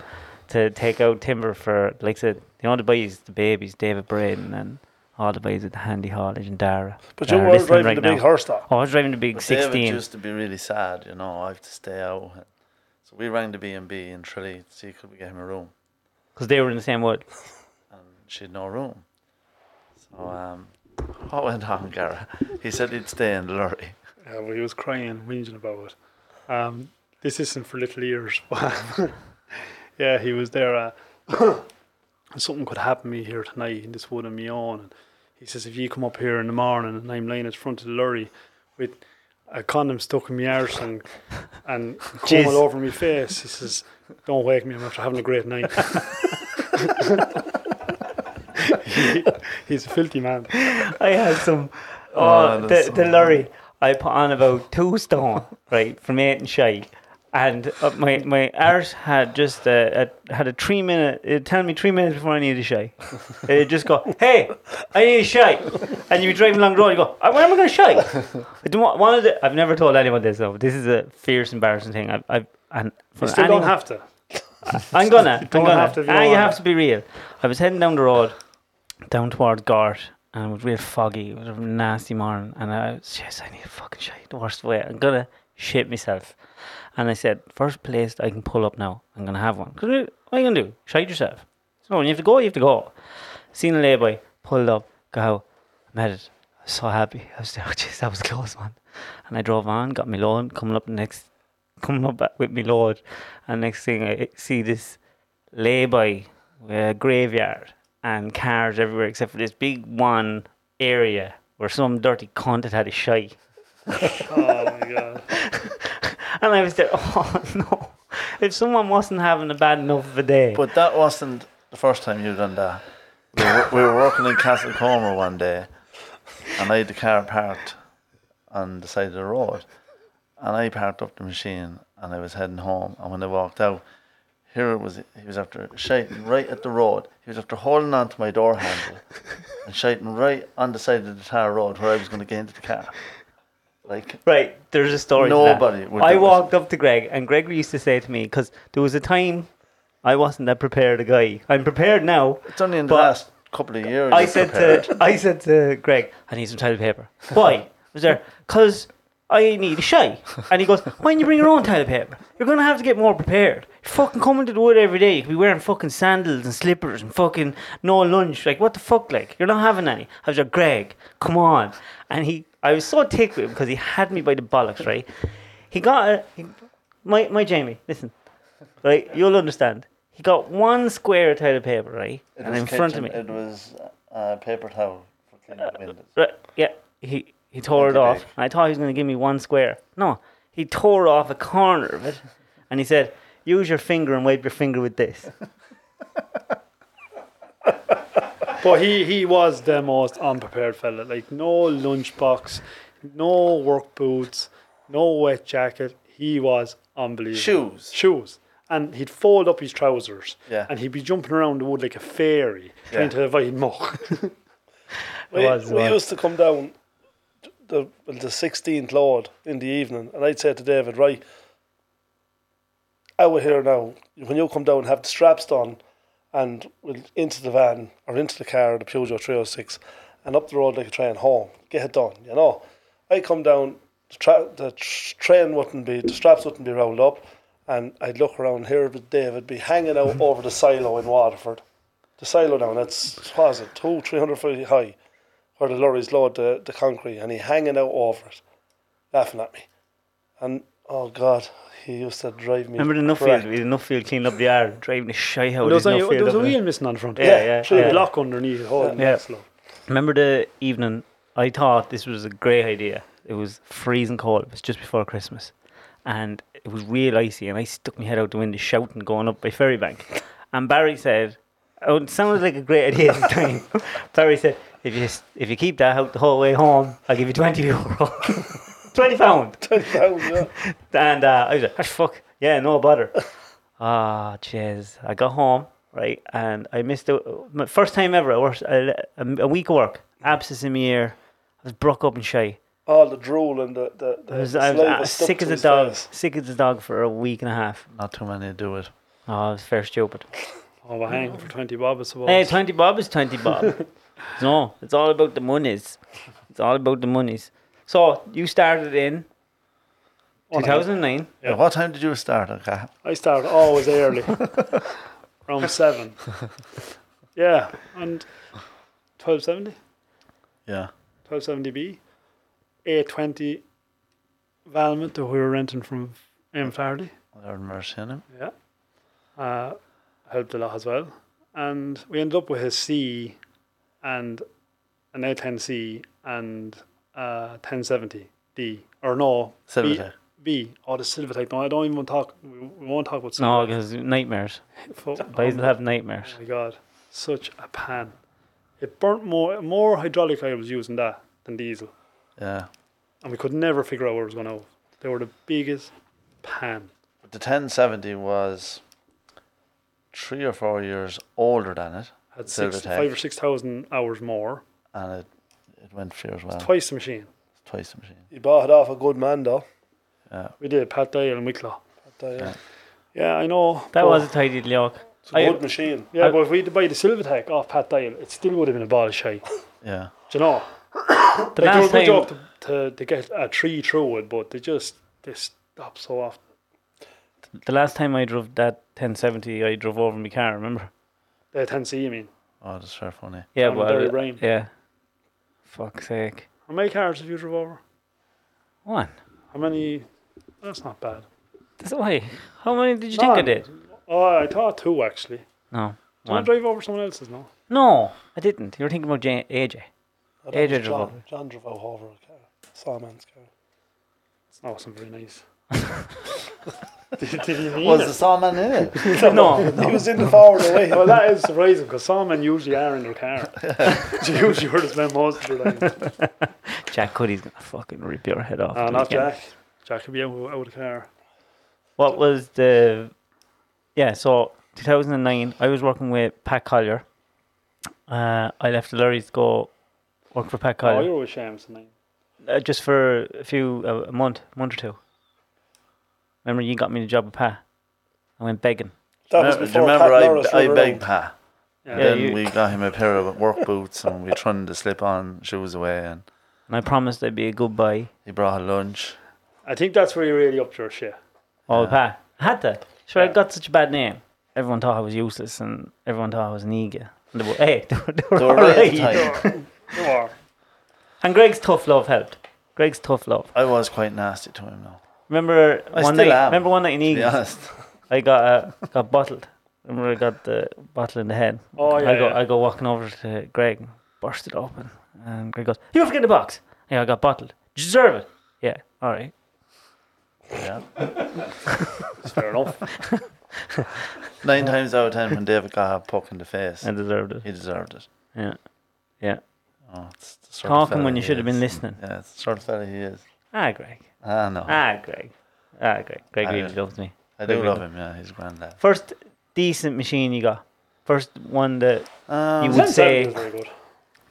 Speaker 1: to take out timber for, like I said, you know, the boys, the babies, David Braden and all the way to the handy haulage in Dara.
Speaker 3: But
Speaker 1: that
Speaker 3: you
Speaker 1: are
Speaker 3: were
Speaker 1: listening
Speaker 3: driving
Speaker 1: right
Speaker 3: the
Speaker 1: now.
Speaker 3: big horse though.
Speaker 1: Oh, I was driving the big
Speaker 4: But David
Speaker 1: 16.
Speaker 4: used to be really sad, you know. I have to stay out. So we rang the B and B in Tralee to see could we get him a room,
Speaker 1: Because they were in the same wood.
Speaker 4: and she had no room. So um, what went on, Gara? He said he'd stay in Lurry.
Speaker 2: Yeah, Uh, well, he was crying, whinging about it. Um, this isn't for little ears. yeah, he was there. Uh, something could happen to me here tonight in this wood on me own. And he says, if you come up here in the morning and I'm lying in front of the lorry with a condom stuck in my arse and, and
Speaker 1: Jeez.
Speaker 2: comb all over my face, he says, don't wake me, I'm after having a great night. He- he's a filthy man.
Speaker 1: I had some. Oh,
Speaker 4: Oh,
Speaker 1: the,
Speaker 4: that's
Speaker 1: the
Speaker 4: so
Speaker 1: lorry. I put on about two stone, right, from eight and shy. And uh, my my arse had just uh a, had a three minute. It tell me three minutes before I needed to shy. It just go, hey, I need to shy, and you be driving along the road. You go, "Uh, when am I going to shy? I don't want, one of the, I've never told anyone this though. This is a fierce, embarrassing thing. I've, I've and
Speaker 2: You
Speaker 1: from
Speaker 2: still
Speaker 1: anyone-
Speaker 2: don't have to.
Speaker 1: I'm gonna.
Speaker 2: Don't
Speaker 1: I'm gonna.
Speaker 2: have to if you
Speaker 1: ah,
Speaker 2: don't
Speaker 1: you
Speaker 2: want
Speaker 1: have
Speaker 2: to.
Speaker 1: to be real. I was heading down the road, down towards Gart, and it was real foggy. It was a nasty morning, and I was, yes, I need a fucking shit. The worst way. I'm gonna shit myself. And I said, first place I can pull up now, I'm gonna have one. 'Cause what are you gonna do? Shite yourself. So when you have to go, you have to go. Seen a lay-by, pulled up, got out, met it. I was so happy. I was like, oh, jeez, that was close, man. And I drove on, got my loan, coming up the next, coming up back with my load. And next thing I see this lay by uh, graveyard and cars everywhere except for this big one area where some dirty cunt had had a shy.
Speaker 2: Oh, my God.
Speaker 1: And I was there, oh no. If someone wasn't having a bad enough of a day.
Speaker 4: But that wasn't the first time you've done that. We were, we were working in Castlecomer one day, and I had the car parked on the side of the road, and I parked up the machine, and I was heading home. And when I walked out, here it was he was after shiting right at the road. He was after holding on to my door handle and shiting right on the side of the tar road where I was going to get into the car. Like
Speaker 1: Right, there's a story. to that.
Speaker 4: Nobody would
Speaker 1: I
Speaker 4: do it.
Speaker 1: walked up to Greg, and Greg used to say to me, because there was a time I wasn't that prepared a guy. I'm prepared now.
Speaker 4: it's only in the
Speaker 1: But
Speaker 4: last couple of years.
Speaker 1: I
Speaker 4: you've
Speaker 1: said
Speaker 4: prepared.
Speaker 1: to I said to Greg, I need some toilet paper. Why? Was there? Because I need a shy. And he goes, Why don't you bring your own toilet paper? You're gonna have to get more prepared. You're fucking coming to the wood every day. You could be wearing fucking sandals and slippers and fucking no lunch. Like what the fuck? Like you're not having any. I was like, Greg, come on. And he, I was so ticked with him because he had me by the bollocks. Right? He got a, he, my my Jamie. Listen, right? You'll understand. He got one square of toilet paper, right?
Speaker 4: It
Speaker 1: and
Speaker 4: was
Speaker 1: in front of
Speaker 4: kitchen-
Speaker 1: me.
Speaker 4: It was uh, paper towel for cleaning the windows.
Speaker 1: Right, yeah, he he tore it
Speaker 4: Thank you,
Speaker 1: off.
Speaker 4: Dave.
Speaker 1: And I thought he was going to give me one square. No, he tore off a corner of it, and he said, "Use your finger and wipe your finger with this."
Speaker 2: But he, he was the most unprepared fella. Like no lunchbox, no work boots, no wet jacket. He was unbelievable.
Speaker 4: Shoes.
Speaker 2: Shoes. And he'd fold up his trousers.
Speaker 4: Yeah.
Speaker 2: And he'd be jumping around the wood like a fairy,
Speaker 4: Yeah.
Speaker 2: trying to avoid muck.
Speaker 1: Oh,
Speaker 3: We,
Speaker 1: was, it
Speaker 3: we
Speaker 1: was.
Speaker 3: used to come down the well, the sixteenth load in the evening, and I'd say to David, right, out of here now. When you come down, have the straps on, and we'll into the van or into the car, the Peugeot three hundred six, and up the road like a train home. Get it done, you know. I come down, the, tra- the tr- train wouldn't be, the straps wouldn't be rolled up, and I'd look around here with David be hanging out over the silo in Waterford. The silo down, that's, what is it, two, three hundred feet high where the lorries load the, the concrete and he hanging out over it, laughing at me. And oh God, he used to drive me.
Speaker 1: Remember the
Speaker 3: crack.
Speaker 1: Nuffield? We had Nuffield cleaned up the yard, driving the shite out
Speaker 2: there
Speaker 1: of his
Speaker 2: was, a, there
Speaker 1: Nuffield.
Speaker 2: was a
Speaker 1: up in
Speaker 2: wheel
Speaker 1: it.
Speaker 2: missing on the front.
Speaker 1: Yeah, yeah,
Speaker 2: Through
Speaker 1: yeah.
Speaker 2: the block underneath it, holding
Speaker 1: Yeah.
Speaker 2: yeah. slow.
Speaker 1: Remember the evening? I thought this was a great idea. It was freezing cold. It was just before Christmas, and it was real icy. And I stuck my head out the window, shouting, going up by Ferrybank. And Barry said, "Oh, it sounded like a great idea at the time." Barry said, "If you s- if you keep that out the whole way home, I'll give you twenty euro, twenty pound."
Speaker 3: Down, Oh, yeah.
Speaker 1: And uh, I was like, "Ah, fuck, yeah, no bother. Ah, jeez. I got home, right, and I missed the my first time ever. I worked a, um, a week of work, abscess in my ear. I was broke up and shy.
Speaker 3: All Oh, the drool and the the, the
Speaker 1: I was,
Speaker 3: the
Speaker 1: I was
Speaker 3: saliva
Speaker 1: uh,
Speaker 3: stuck
Speaker 1: sick
Speaker 3: to
Speaker 1: as a
Speaker 3: his
Speaker 1: dog,
Speaker 3: face.
Speaker 1: sick as a dog for a week and a half.
Speaker 4: Not too many do it.
Speaker 1: Oh, I was fair stupid.
Speaker 2: Oh, we're hanging for 20 bob, I suppose.
Speaker 1: Hey, 20 bob is 20 bob. No, it's all about the monies. It's all about the monies. So you started in
Speaker 2: On-
Speaker 1: 2009.
Speaker 4: Yeah, What time did you start? Okay.
Speaker 2: I start always early, around seven. Yeah, and 1270,
Speaker 4: Yeah.
Speaker 2: 1270B, 820 Valmont that we were renting from M. Flaherty.
Speaker 4: Lord mercy on him.
Speaker 2: Yeah. Uh, helped a lot as well. And we ended up with a C and an A10C and uh, 1070D. Or no,
Speaker 4: Silver
Speaker 2: B-
Speaker 4: tech.
Speaker 2: B. Or the silver tech. No, I don't even want to talk. We, we won't talk about
Speaker 1: No,
Speaker 2: silver.
Speaker 1: because nightmares.
Speaker 2: Fu-
Speaker 1: Boys will
Speaker 2: oh
Speaker 1: have nightmares.
Speaker 2: my god. Such a pan. It burnt more more hydraulic I was using that than diesel.
Speaker 4: Yeah.
Speaker 2: And we could never figure out where it was going to They were the biggest pan.
Speaker 4: But the 1070 was three or four years older than it,
Speaker 2: Had
Speaker 4: Silver
Speaker 2: six,
Speaker 4: tech.
Speaker 2: five or 6,000 hours more.
Speaker 4: and it, it went for as well.
Speaker 2: Twice the machine.
Speaker 4: Twice the machine.
Speaker 3: He bought it off a good man, though.
Speaker 2: We did Pat Dale and Wicklow.
Speaker 3: I'll tell you.
Speaker 4: Yeah.
Speaker 2: Yeah, I know.
Speaker 1: That
Speaker 2: but-
Speaker 1: was a tidy look.
Speaker 3: It's a
Speaker 1: I-
Speaker 3: good machine.
Speaker 2: Yeah,
Speaker 1: I-
Speaker 2: but if we had buy the silver tech off Pat Dale, it still would have been a ball of shite. Do
Speaker 4: Yeah.
Speaker 2: you know?
Speaker 1: The
Speaker 2: they do a
Speaker 1: last
Speaker 2: good job
Speaker 1: time,
Speaker 2: to, to, to get a tree through it, but they just they stop so often.
Speaker 1: the last time I drove that 1070, I drove over my car. Remember?
Speaker 2: The 10C, I mean.
Speaker 4: Oh, that's very funny.
Speaker 1: Yeah,
Speaker 2: Down
Speaker 1: but
Speaker 2: Derry Rain.
Speaker 1: yeah. Fuck's sake.
Speaker 2: How many cars have you drove over?
Speaker 1: One.
Speaker 2: How many? That's not bad.
Speaker 1: That's why. How many did you think I
Speaker 2: None.
Speaker 1: did?
Speaker 2: Oh, I thought two actually.
Speaker 1: No.
Speaker 2: Did I
Speaker 1: One.
Speaker 2: drive over someone else's? No.
Speaker 1: No, I didn't. You were thinking about J- AJ.
Speaker 3: That
Speaker 1: Age
Speaker 3: was
Speaker 1: of
Speaker 3: John,
Speaker 1: Revolt.
Speaker 3: John Drevo over a car. Sawman's car.
Speaker 2: It's not something Oh, very nice. did, did you mean
Speaker 4: Was
Speaker 2: it?
Speaker 4: the sawman in it?
Speaker 1: no.
Speaker 3: He was in the forward away.
Speaker 2: Well, that is surprising because some men usually are in their car. They usually where to spend most of the time.
Speaker 1: Jack Cody's going to fucking rip your head off.
Speaker 2: Uh,
Speaker 1: the
Speaker 2: not
Speaker 1: weekend.
Speaker 2: Jack. Jack could be out, out of the car.
Speaker 1: What was the. Yeah, so 2009, I was working with Pat Collier. Uh, I left the lorries to go work for Pat
Speaker 2: Oh,
Speaker 1: Collier.
Speaker 2: you're with Shams tonight.
Speaker 1: uh, just for a few uh, a month, month or two. Remember, you got me the job with Pat. I went begging.
Speaker 3: That was
Speaker 4: Do you
Speaker 3: before
Speaker 4: remember
Speaker 3: Pat Norris
Speaker 4: I, I
Speaker 3: rode
Speaker 4: begged
Speaker 3: around.
Speaker 4: Pa?
Speaker 2: Yeah.
Speaker 1: Yeah,
Speaker 4: then
Speaker 1: you-
Speaker 4: we got him a pair of work boots and we turned the slip on shoes away and
Speaker 1: and I promised I'd be a good boy.
Speaker 4: he brought a lunch.
Speaker 2: I think that's where you're really up to your shit.
Speaker 1: Oh,
Speaker 4: Yeah.
Speaker 1: Pat. I had to. Sure, I
Speaker 2: Yeah.
Speaker 1: got such a bad name. Everyone thought I was useless and everyone thought I was an eager. And they were, hey, they were, they were
Speaker 4: They were
Speaker 1: all
Speaker 4: right at
Speaker 1: right.
Speaker 4: the time.
Speaker 2: You are.
Speaker 1: And Greg's tough love helped. Greg's tough love.
Speaker 4: I was quite nasty to him now,
Speaker 1: Remember
Speaker 4: I
Speaker 1: one
Speaker 4: still
Speaker 1: night?
Speaker 4: am,
Speaker 1: Remember one night in
Speaker 4: to be
Speaker 1: Eagles,
Speaker 4: honest.
Speaker 1: I got uh, got bottled. Remember I got the bottle in the head.
Speaker 2: Oh, yeah,
Speaker 1: I go
Speaker 2: yeah.
Speaker 1: I go walking over to Greg, burst it open, and Greg goes, "You forget the box." Yeah, I got bottled. "You Deserve it. Yeah, all right.
Speaker 4: Yeah.
Speaker 2: It's fair enough.
Speaker 4: Nine times out of ten, when David got a puck in the face,
Speaker 1: I deserved it.
Speaker 4: he deserved it.
Speaker 1: Yeah, yeah.
Speaker 4: Oh, it's the sort of
Speaker 1: Talking
Speaker 4: fella
Speaker 1: when you
Speaker 4: he
Speaker 1: should have
Speaker 4: is.
Speaker 1: been listening.
Speaker 4: Yeah, it's the sort of fella he is.
Speaker 1: Ah, Greg.
Speaker 4: Ah, no.
Speaker 1: Ah, Greg. Ah, Greg. Greg
Speaker 4: I
Speaker 1: really
Speaker 4: don't-
Speaker 1: loves me.
Speaker 4: I do
Speaker 1: Greg
Speaker 4: love him, yeah, he's a grand lad.
Speaker 1: First decent machine you got. First one that
Speaker 4: Um,
Speaker 1: You would say-
Speaker 2: was very good.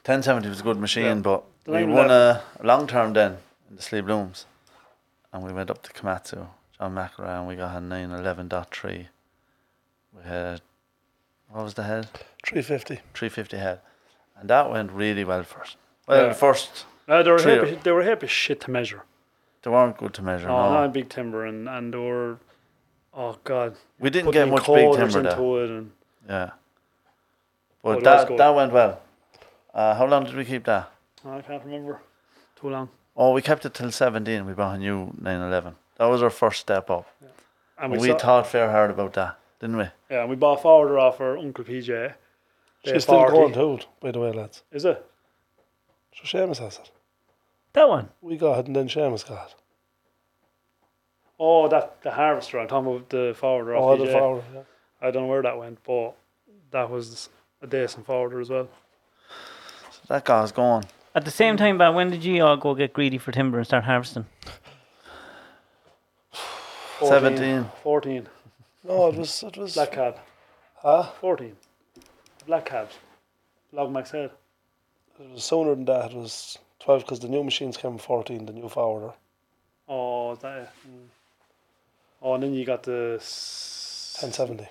Speaker 4: 1070 was a good machine,
Speaker 2: Yeah.
Speaker 4: but
Speaker 2: The
Speaker 4: we
Speaker 2: line
Speaker 4: won a long term then in the Sleeve Looms. And we went up to Komatsu, John McElroy, and we got a 911.3. We had, what was the head?
Speaker 3: 350.
Speaker 4: 350 head. And that went really well first. Well,
Speaker 2: Yeah.
Speaker 4: first,
Speaker 2: Uh, they, were
Speaker 4: Trio.
Speaker 2: happy, they were happy as shit to measure.
Speaker 4: they weren't good to measure.
Speaker 2: Oh,
Speaker 4: no.
Speaker 2: not in big timber and, and they were. Oh, God.
Speaker 4: we didn't
Speaker 2: putting
Speaker 4: get
Speaker 2: in
Speaker 4: much big
Speaker 2: quarters
Speaker 4: timber there.
Speaker 2: into it and
Speaker 4: Yeah.
Speaker 2: it
Speaker 4: But
Speaker 2: Oh, was
Speaker 4: that,
Speaker 2: good.
Speaker 4: that went well. Uh, how long did we keep that?
Speaker 2: oh, I can't remember. Too long.
Speaker 4: Oh, we kept it till 17. We bought a new 911. That was our first step up.
Speaker 2: And
Speaker 4: We,
Speaker 2: we,
Speaker 4: we
Speaker 2: saw-
Speaker 4: thought fair hard about that, didn't we?
Speaker 2: Yeah, and we bought a forwarder off our Uncle PJ. Day
Speaker 3: She's still
Speaker 2: 40.
Speaker 3: going to it, by the way, lads.
Speaker 2: Is it?
Speaker 3: So Seamus has it.
Speaker 1: that one.
Speaker 3: We got it and then Seamus got it.
Speaker 2: Oh, that the harvester. I'm talking about the forwarder
Speaker 3: Oh,
Speaker 2: off
Speaker 3: the
Speaker 2: PJ.
Speaker 3: forward. Yeah.
Speaker 2: I don't know where that went, but that was a decent forwarder as well.
Speaker 4: So that guy's gone.
Speaker 1: At the same time, but when did you all go get greedy for timber and start harvesting?
Speaker 4: 17.
Speaker 2: 14.
Speaker 3: No, it was. It was
Speaker 2: Black cab.
Speaker 3: Huh?
Speaker 2: 14. Black cab. Logmax said.
Speaker 3: It was sooner than that. It was 12 because the new machines came 14, the new forwarder.
Speaker 2: Oh, is that it? Oh, and then you got the. s-
Speaker 3: 1070.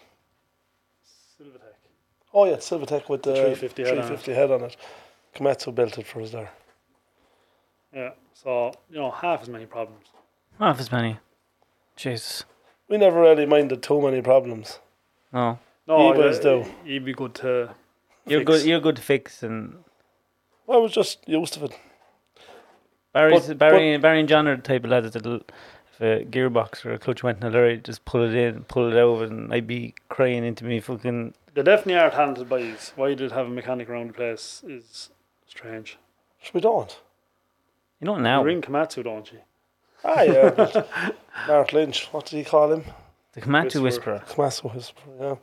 Speaker 2: Silvertech.
Speaker 3: Oh, yeah, it's Silvertech with the
Speaker 2: 350 head on it.
Speaker 3: 350 head on it. Komatsu built it for us there.
Speaker 2: Yeah. So, you know, half as many problems.
Speaker 1: Half as many. Jesus.
Speaker 3: We never really minded too many problems.
Speaker 1: No.
Speaker 2: No,
Speaker 3: Ebers
Speaker 2: yeah,
Speaker 3: do.
Speaker 2: He'd be good to.
Speaker 1: You're
Speaker 2: Fix.
Speaker 1: good you're good to fix and
Speaker 3: I was just used to it.
Speaker 1: Barry's,
Speaker 3: But-
Speaker 1: Barry, Barry and John are the type of lads that if a gearbox or a clutch went in a lorry, just pull it in, pull it over, and I'd be crying into me fucking.
Speaker 2: They definitely are talented boys. Why you did have a mechanic around the place is strange.
Speaker 3: Which we don't.
Speaker 1: You know
Speaker 2: You
Speaker 1: now
Speaker 2: ring Komatsu, don't you?
Speaker 3: Ah, yeah. but Mark Lynch, what did he call him?
Speaker 1: the Komatsu
Speaker 2: Whisperer.
Speaker 1: whisperer.
Speaker 3: Komatsu Whisperer, yeah.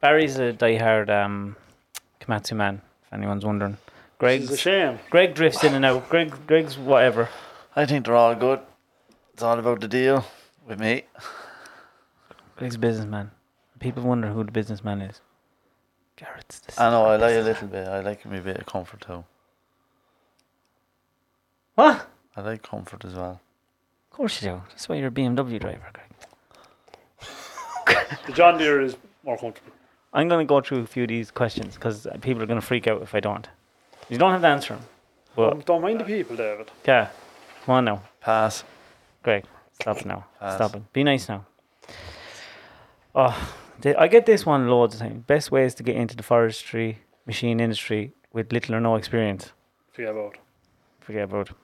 Speaker 1: Barry's a diehard um, Komatsu man. If anyone's wondering,
Speaker 2: It's a
Speaker 1: Greg's
Speaker 2: shame.
Speaker 1: Greg drifts in and out. Greg Greg's whatever.
Speaker 4: I think they're all good. It's all about the deal with me.
Speaker 1: Greg's a businessman. People wonder who the businessman is. Garrett's the
Speaker 4: I know, I like a
Speaker 1: businessman.
Speaker 4: little bit. I like me a bit of comfort too.
Speaker 1: What?
Speaker 4: I like comfort as well.
Speaker 1: Of course you do. That's why you're a BMW driver, Greg.
Speaker 2: The John Deere is more comfortable.
Speaker 1: I'm going to go through a few of these questions because people are going to freak out if I don't. You don't have to answer them. But
Speaker 2: Don't- Don't mind the people, David.
Speaker 1: yeah, come on now,
Speaker 4: Pass.
Speaker 1: Greg. Stop it now.
Speaker 4: Pass.
Speaker 1: Stop it. Be nice now. Oh, th- I get this one loads of times. Best ways to get into the forestry machine industry with little or no experience.
Speaker 2: Forget about it.
Speaker 1: Forget about. it.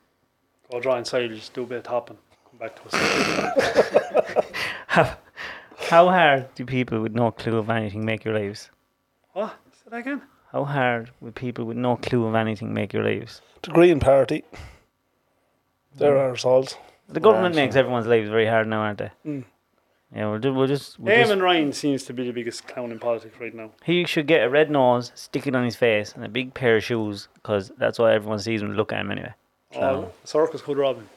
Speaker 2: Go dry and silage, do a bit of topping, come back to us.
Speaker 1: How hard do people with no clue of anything make your lives?
Speaker 2: What? Oh, Say that again?
Speaker 1: How hard would people with no clue of anything make your lives?
Speaker 3: The Green Party. They're
Speaker 2: Mm-hmm.
Speaker 3: our souls.
Speaker 1: The government
Speaker 4: Yeah,
Speaker 1: makes
Speaker 4: so-
Speaker 1: everyone's lives very hard now, aren't they?
Speaker 3: Mm.
Speaker 1: Yeah, we'll, do, we'll just. We'll just
Speaker 2: Eamon Ryan seems to be the biggest clown in politics right now.
Speaker 1: He should get a red nose, stick it on his face, and a big pair of shoes, because that's why everyone sees him look at him anyway.
Speaker 2: Oh, circus could rob him.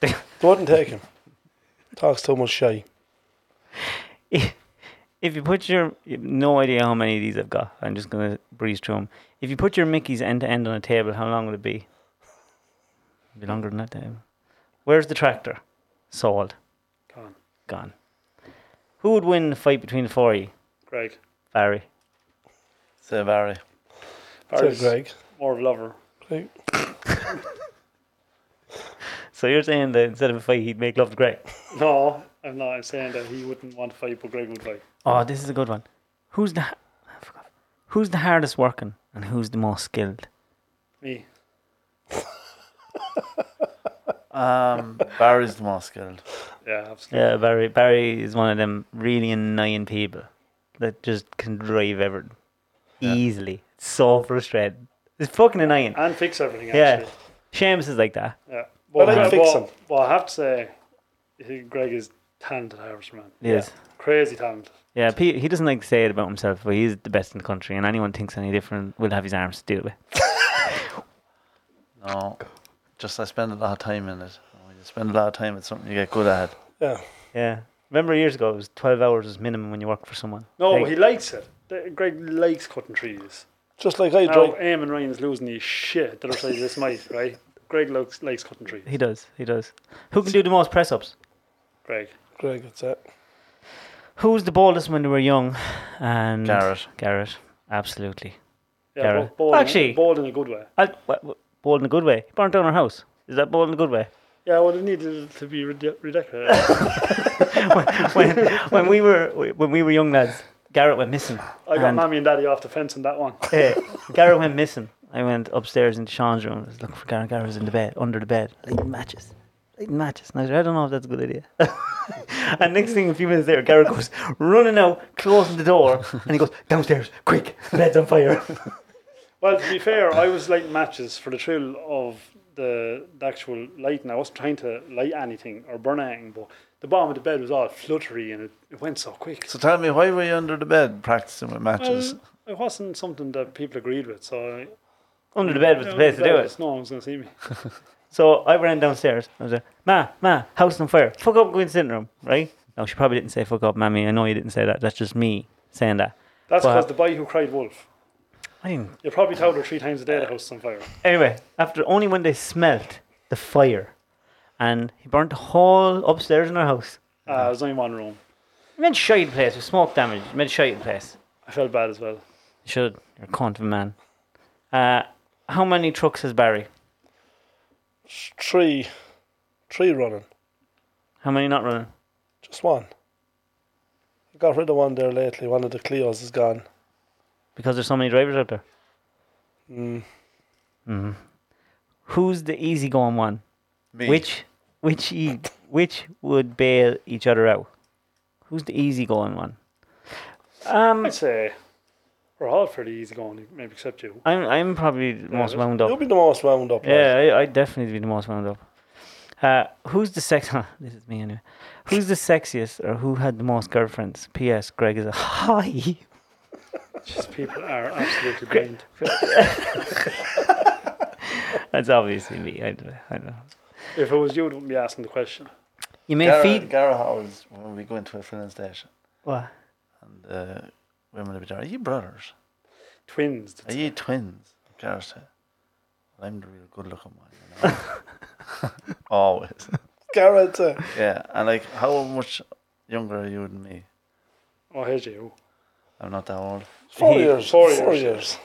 Speaker 3: They wouldn't take him. Talks too much shy.
Speaker 1: If you put your, you have no idea how many of these I've got. I'm just gonna breeze through them. If you put your Mickey's end to end on a table, how long would it be? It'd be longer than that table. Where's the tractor? Sold.
Speaker 2: Come on,
Speaker 1: Gone. Who would win the fight between the four of you?
Speaker 2: Greg.
Speaker 1: Barry.
Speaker 4: Say Barry.
Speaker 3: Said
Speaker 2: Barry's
Speaker 3: Greg.
Speaker 2: more of a lover.
Speaker 3: Greg.
Speaker 1: So you're saying that instead of a fight, he'd make love to Greg?
Speaker 2: No, I'm not. I'm saying that he wouldn't want to fight, but Greg would fight.
Speaker 1: Oh, this is a good one. Who's the, ha- I forgot. Who's the hardest working and who's the most skilled?
Speaker 2: Me.
Speaker 4: Um, Barry's the most skilled.
Speaker 2: Yeah, absolutely.
Speaker 1: Yeah, Barry. Barry is one of them really annoying people that just can drive everything
Speaker 4: Yeah.
Speaker 1: easily. It's so frustrating. It's fucking annoying.
Speaker 2: And fix everything,
Speaker 1: Yeah.
Speaker 2: actually.
Speaker 1: Shamus is like that.
Speaker 2: Yeah.
Speaker 3: Well,
Speaker 2: But-
Speaker 3: I'd
Speaker 2: but-
Speaker 3: fix him.
Speaker 2: Well, I have to say, he- Greg is talented Irish man.
Speaker 1: He is.
Speaker 2: Crazy talented.
Speaker 1: Yeah, P- he doesn't like to say it about himself, but he's the best in the country, and anyone thinks any different will have his arms to deal with.
Speaker 4: No. Just I spend a lot of time in it. When you spend a lot of time at something you get good at.
Speaker 3: Yeah.
Speaker 1: Yeah. Remember years ago, it was 12 hours was minimum when you work for someone.
Speaker 2: No,
Speaker 1: Like,
Speaker 2: he likes it. The- Greg likes cutting trees.
Speaker 3: Just like I
Speaker 2: Now,
Speaker 3: drink.
Speaker 2: Eamon Ryan's losing his shit the other side of this mic, right? Greg likes, likes cutting trees.
Speaker 1: he does. He does. Who can do the most press ups?
Speaker 2: Greg.
Speaker 3: Greg, that's it.
Speaker 1: Who was the boldest when they were young? And
Speaker 4: Garrett.
Speaker 1: Garrett. Absolutely.
Speaker 2: Yeah,
Speaker 1: Gareth.
Speaker 2: bo- bold,
Speaker 1: Actually-
Speaker 2: in, bold in a good way.
Speaker 1: I, w- w- bold in a good way. He burnt down our house. Is that bold in a good way?
Speaker 2: Yeah, well, it needed to be rede- redecorated.
Speaker 1: when, when we were when we were young lads, Garrett went missing.
Speaker 2: I got
Speaker 1: And-
Speaker 2: mommy and daddy off the fence on that one.
Speaker 1: Eh, Garrett went missing. I went upstairs into Sean's room. I was looking for Garrett. Garrett was in the bed, under the bed, lighting matches, lighting matches. And I, said, I don't know if that's a good idea. and next thing, a few minutes later, Garrett goes running out, closing the door, and he goes downstairs, quick, bed's on fire.
Speaker 2: Well, to be fair, I was lighting matches for the thrill of the, the actual lighting. I wasn't trying to light anything or burn anything, but the bottom of the bed was all fluttery and it, it went so quick.
Speaker 4: So tell me, why were you under the bed practicing with matches?
Speaker 1: Um,
Speaker 2: Well, it wasn't something that people agreed with, so I,
Speaker 1: under the bed was the place to do it.
Speaker 2: No one was going to see me.
Speaker 1: So I ran downstairs. I was like, Ma, Ma, house on fire. Fuck up, go in the sitting room, right? No, she probably didn't say fuck up, Mammy. I know you didn't say that. That's just me saying that.
Speaker 2: That's
Speaker 1: Well-
Speaker 2: because the boy who cried wolf.
Speaker 1: I didn't
Speaker 2: You probably told her three times a day the house is on fire.
Speaker 1: Anyway, after only when they smelt the fire, and he burnt the whole upstairs in our house.
Speaker 2: Ah, there's only one room.
Speaker 1: It meant shite the place with smoke damage. It meant shite the place.
Speaker 2: I felt bad as well.
Speaker 1: You should. You're a cunt of a man. Uh, How many trucks has Barry?
Speaker 3: Three, three running,
Speaker 1: How many not running?
Speaker 3: just one. I got rid of one there lately. One of the Clios is gone.
Speaker 1: Because there's so many drivers out there.
Speaker 3: Mm.
Speaker 1: hmm Who's the easygoing one?
Speaker 4: Me.
Speaker 1: Which, which, e- which would bail each other out? Who's the easygoing one? Um,
Speaker 2: I'd say we're all fairly easy going, maybe except you.
Speaker 1: I'm I'm probably the most
Speaker 2: that's-
Speaker 1: wound
Speaker 3: You'll
Speaker 1: up.
Speaker 3: be the most wound up. lad.
Speaker 1: Yeah, I, I'd definitely be the most wound up. Uh, who's the sex? this is me anyway. Who's the sexiest or who had the most girlfriends? P.S. Greg is a hi.
Speaker 2: Just people are absolutely blind.
Speaker 1: That's obviously me. I, I know.
Speaker 2: If it was you, you wouldn't be asking the question.
Speaker 1: You may
Speaker 4: Gara,
Speaker 1: feed.
Speaker 4: Gara Hall's when we go into a filling station
Speaker 1: What?
Speaker 4: and uh, women will be there. Are you brothers?
Speaker 2: Twins.
Speaker 4: Are you twins? Gara said, well, I'm the real good looking one. You know? Always.
Speaker 3: Garrett. Uh,
Speaker 4: Yeah. And like, how much younger are you than me?
Speaker 2: Oh, here's you.
Speaker 4: I'm not that old.
Speaker 3: four,
Speaker 1: He-
Speaker 3: years,
Speaker 2: four
Speaker 3: four years.
Speaker 2: years.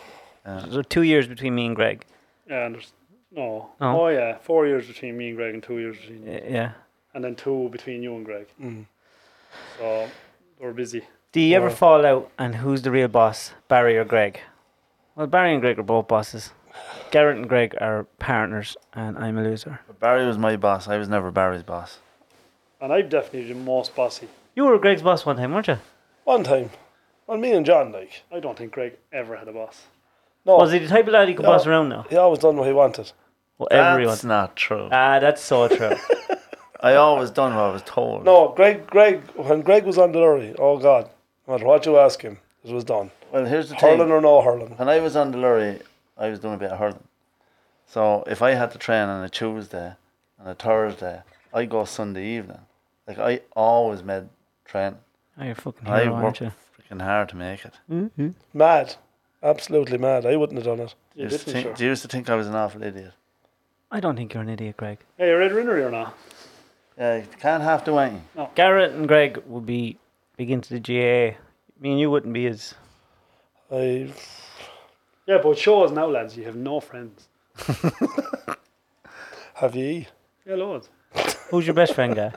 Speaker 4: Yeah.
Speaker 1: There's two years between me and Greg.
Speaker 2: Yeah, and there's no.
Speaker 1: No.
Speaker 2: Oh, yeah. Four years between me and Greg, and two years between you.
Speaker 1: Yeah.
Speaker 2: And then two between you and Greg.
Speaker 3: Mm.
Speaker 2: So we're busy.
Speaker 1: Do you ever
Speaker 3: Or-
Speaker 1: fall out and who's the real boss, Barry or Greg? Well, Barry and Greg are both bosses. Garrett and Greg are partners, and I'm a loser.
Speaker 4: But Barry was my boss. I was never Barry's boss.
Speaker 2: And I'm definitely the most bossy.
Speaker 1: You were Greg's boss one time, weren't you?
Speaker 3: One time, well, me and John like.
Speaker 2: I don't think Greg ever had a boss.
Speaker 3: No,
Speaker 1: Was he the type of lad you could
Speaker 3: Oh. No.
Speaker 1: boss around now?
Speaker 3: he always done what he wanted.
Speaker 1: Well, everyone.
Speaker 4: That's not true.
Speaker 1: Ah, that's so true.
Speaker 4: I always done what I was told.
Speaker 3: No, Greg, Greg, when Greg was on the lorry, oh God, no matter what you ask him, it was done.
Speaker 4: Well, here's the thing.
Speaker 3: Hurling or no hurling.
Speaker 4: When I was on the lorry, I was doing a bit of hurling. So if I had to train on a Tuesday and a Thursday, I go Sunday evening. Like I always made train.
Speaker 1: Oh, you're a fucking
Speaker 4: I
Speaker 1: hero, aren't
Speaker 4: worked
Speaker 1: you?
Speaker 4: freaking hard to make it.
Speaker 1: Mm-hmm.
Speaker 3: Mad. Absolutely mad. I wouldn't have done it.
Speaker 4: You
Speaker 2: You
Speaker 4: used, to
Speaker 2: didn't, sure.
Speaker 4: think, you used to think I was an awful idiot.
Speaker 1: I don't think you're an idiot, Greg.
Speaker 2: Hey, Red Rinnery or not?
Speaker 4: Yeah, you can't have to wait.
Speaker 1: Garrett and Greg would be big into the GA. Me and you wouldn't be as.
Speaker 3: I
Speaker 2: Yeah, but shows now, lads, you have no friends.
Speaker 3: have ye,
Speaker 2: Yeah, loads.
Speaker 1: Who's your best friend, guy?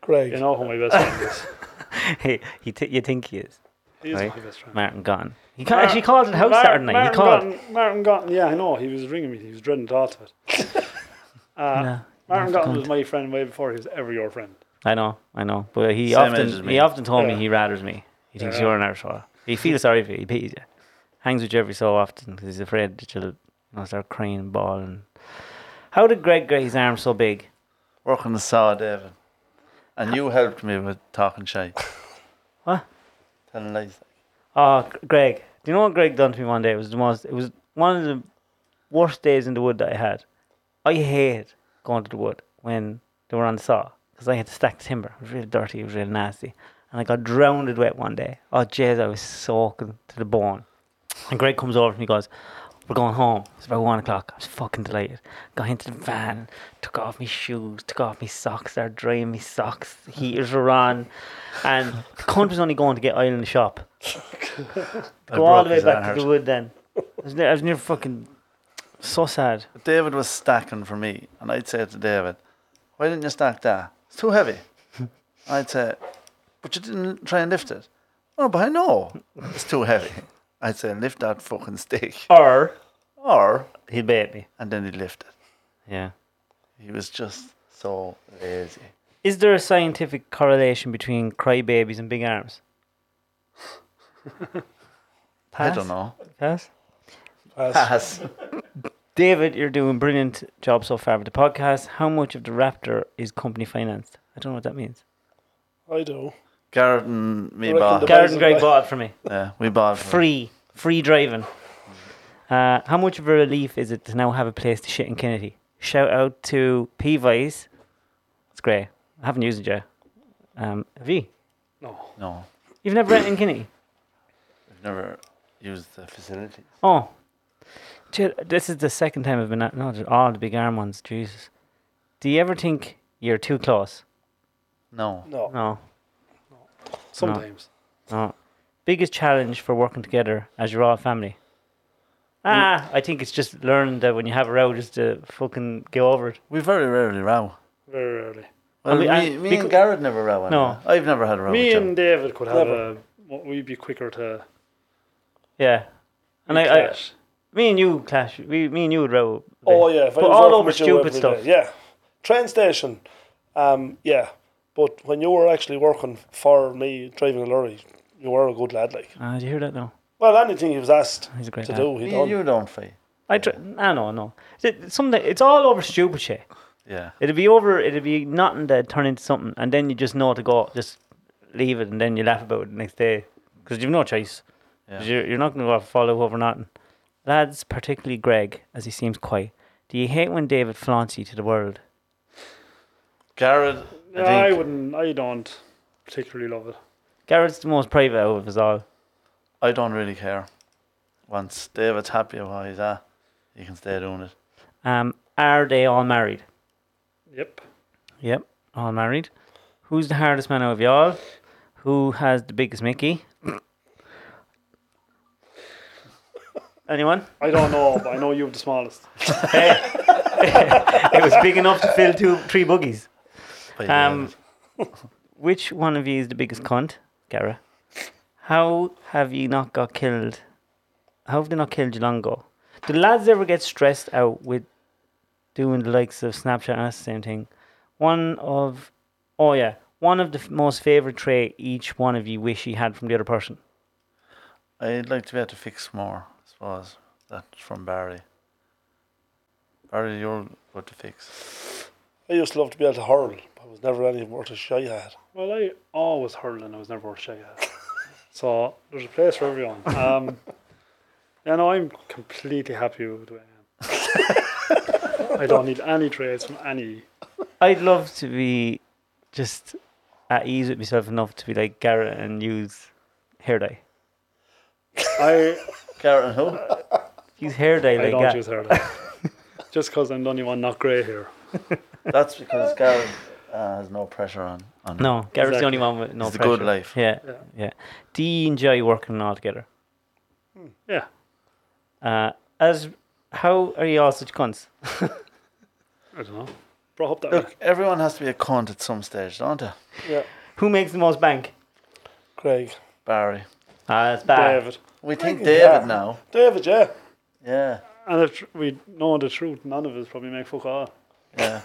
Speaker 3: Greg.
Speaker 2: You know who my best friend is.
Speaker 1: he, he th- you think he is?
Speaker 2: He is
Speaker 1: Right.
Speaker 2: my best friend.
Speaker 1: Martin gone. He ca-
Speaker 2: Mar-
Speaker 1: actually called at the house
Speaker 2: Mar-
Speaker 1: Saturday night.
Speaker 2: Martin
Speaker 1: he called.
Speaker 2: Gotten, Martin Gotten, yeah, I know. He was ringing me. He was dreading the thought of it. Uh,
Speaker 1: No,
Speaker 2: Martin
Speaker 1: no,
Speaker 2: Gotten was
Speaker 1: cunt.
Speaker 2: my friend way before he was ever your friend.
Speaker 1: I know, I know. But he
Speaker 4: Same age as
Speaker 1: often
Speaker 4: me.
Speaker 1: he often told
Speaker 2: Yeah.
Speaker 1: me he rathers me. He thinks
Speaker 2: Yeah.
Speaker 1: you're an arsehole. He feels sorry for you. He pities you. Hangs with you every so often because he's afraid that you'll you know, start crying and bawling. How did Greg get his arm so big?
Speaker 4: Working the saw, David. And you helped me with talking shite.
Speaker 1: What?
Speaker 4: Telling lies.
Speaker 1: Oh, G- Greg. Do you know what Greg done to me one day? It was the most. It was one of the worst days in the wood that I had. I hated going to the wood when they were on the saw because I had to stack timber. It was real dirty. It was real nasty, and I got drowned wet one day. Oh, jeez, I was soaking to the bone. And Greg comes over to me and goes, We're going home. It's about one o'clock. I was fucking delighted. Got into the van, took off my shoes, took off my socks, started drying my socks. Heaters were on. And the cunt was only going to get oil in the shop.
Speaker 4: I
Speaker 1: Go all
Speaker 4: broke
Speaker 1: the way
Speaker 4: his
Speaker 1: back
Speaker 4: heart.
Speaker 1: to the wood then. I was, near, I was near fucking so sad.
Speaker 4: But David was stacking for me, and I'd say to David, "Why didn't you stack that? It's too heavy." I'd say, "But you didn't try and lift it." Oh, but I know it's too heavy. I'd say, "Lift that fucking stick,"
Speaker 1: Or
Speaker 4: or
Speaker 1: he bait me.
Speaker 4: and then he'd lift it.
Speaker 1: Yeah.
Speaker 4: He was just so lazy.
Speaker 1: Is there a scientific correlation between crybabies and big arms?
Speaker 4: I don't know.
Speaker 1: Pass?
Speaker 3: Pass.
Speaker 4: Pass.
Speaker 1: David, you're doing brilliant job so far with the podcast. How much of the Raptor is company financed? I don't know what that means.
Speaker 3: I do.
Speaker 4: Garrett and uh, me
Speaker 3: I reckon
Speaker 4: bought.
Speaker 3: the
Speaker 4: it. Mm.
Speaker 1: Garrett
Speaker 3: Amazing
Speaker 1: and Greg
Speaker 3: guy.
Speaker 1: bought it for me.
Speaker 4: Yeah, we bought it for-
Speaker 1: Free, free driving. Uh, how much of a relief is it to now have a place to shit in Kennedy? Shout out to P Vice. It's great. I haven't used it yet. Um, have you?
Speaker 2: No.
Speaker 4: No,
Speaker 1: You've never rented in Kennedy?
Speaker 4: we've never used the facility.
Speaker 1: Oh. Gee, This is the second time I've been at. No, they're all the big arm ones. Jesus. Do you ever think you're too close?
Speaker 4: No.
Speaker 3: No.
Speaker 1: No.
Speaker 2: Sometimes.
Speaker 1: No. Biggest challenge for working together as you're all family. Ah, I think it's just learning that when you have a row, just to fucking go over it.
Speaker 4: We very rarely row.
Speaker 2: Very rarely.
Speaker 4: Well,
Speaker 1: we-
Speaker 4: me,
Speaker 1: and
Speaker 4: me and
Speaker 1: becau-
Speaker 4: Garrett never row. anyway.
Speaker 1: No.
Speaker 4: I've never had a row.
Speaker 2: Me
Speaker 4: with Joe.
Speaker 2: and David could have
Speaker 3: Clever.
Speaker 2: a. what- We'd be quicker
Speaker 1: Uh,
Speaker 2: to.
Speaker 1: Yeah. And I, I,
Speaker 2: clash.
Speaker 1: me and you clash. We, me and you would row.
Speaker 3: Oh yeah, if I
Speaker 1: But
Speaker 3: was
Speaker 1: all
Speaker 3: working
Speaker 1: over
Speaker 3: with you
Speaker 1: stupid
Speaker 3: every
Speaker 1: stuff.
Speaker 3: day- Yeah, train station. Um, yeah, but when you were actually working for me driving a lorry, you were a good lad. Like,
Speaker 1: Ah, did you hear that? No,
Speaker 3: well, anything he was asked
Speaker 1: he's a great
Speaker 3: to
Speaker 1: lad.
Speaker 3: do, he
Speaker 4: me
Speaker 3: done.
Speaker 4: and you don't fight.
Speaker 1: I tr- nah, no, no. It's something. It's all over stupid shit.
Speaker 4: Yeah.
Speaker 1: It'll be over. It'll be nothing that turn into something, and then you just know to go. Just leave it, and then you laugh about it the next day because you've no choice. 'Cause
Speaker 4: Yeah.
Speaker 1: You're, you're not going to go out and follow over nothing. Lads, particularly Greg, as he seems quiet. Do you hate when David flaunts you to the world?
Speaker 4: Garrett,
Speaker 2: No, I
Speaker 4: I think
Speaker 2: wouldn't. I don't particularly love it.
Speaker 1: Garrett's the most private out of us all.
Speaker 4: I don't really care. Once David's happy with what he's at, he can stay doing it.
Speaker 1: Um, are they all married?
Speaker 2: Yep.
Speaker 1: Yep, all married. Who's the hardest man out of y'all? Who has the biggest Mickey? Anyone?
Speaker 2: I don't know, but I know you have the smallest.
Speaker 1: It was big enough to fill two, three buggies.
Speaker 4: By the end
Speaker 1: Um,
Speaker 4: of it.
Speaker 1: which one of you is the biggest cunt, Gara? How have you not got killed? How have they not killed you long ago? Do lads ever get stressed out with doing the likes of Snapchat and that's the same thing? One of, oh yeah, one of the f- most favorite trait each one of you wish you had from the other person.
Speaker 4: I'd like to be able to fix more, I suppose. That's from Barry. Barry, you're good to fix.
Speaker 3: I used to love to be able to hurl. but I was never any worth a shy at.
Speaker 2: Well, I always hurled and I was never worth shy at. so there's a place for everyone. Um, yeah, no, I'm completely happy with the way I am. I don't need any trades from any.
Speaker 1: I'd love to be just at ease with myself enough to be like Garrett and use hair dye.
Speaker 2: I
Speaker 4: Garrett and who?
Speaker 1: Use hair dye
Speaker 2: I
Speaker 1: like
Speaker 2: don't
Speaker 1: that.
Speaker 2: use hair dye. Just because I'm the only one not grey here.
Speaker 4: That's because Garrett uh, has no pressure on. on him.
Speaker 1: No, Garrett's the
Speaker 2: Exactly.
Speaker 1: only one with no
Speaker 4: It's a
Speaker 1: pressure.
Speaker 4: good life.
Speaker 1: Yeah,
Speaker 2: Yeah.
Speaker 1: yeah, Do you enjoy working all together?
Speaker 2: Yeah.
Speaker 1: Uh, as how are you all such cunts?
Speaker 2: I don't know. Brought up that
Speaker 4: Look, everyone has to be a cunt at some stage, don't they?
Speaker 3: Yeah,
Speaker 1: Who makes the most bank?
Speaker 3: Craig,
Speaker 4: Barry.
Speaker 1: Ah, that's bad.
Speaker 2: David.
Speaker 4: We think
Speaker 3: Yeah.
Speaker 4: David now.
Speaker 3: David, yeah,
Speaker 4: Yeah.
Speaker 2: And if tr- we know the truth, none of us probably make fuck all.
Speaker 4: Yeah.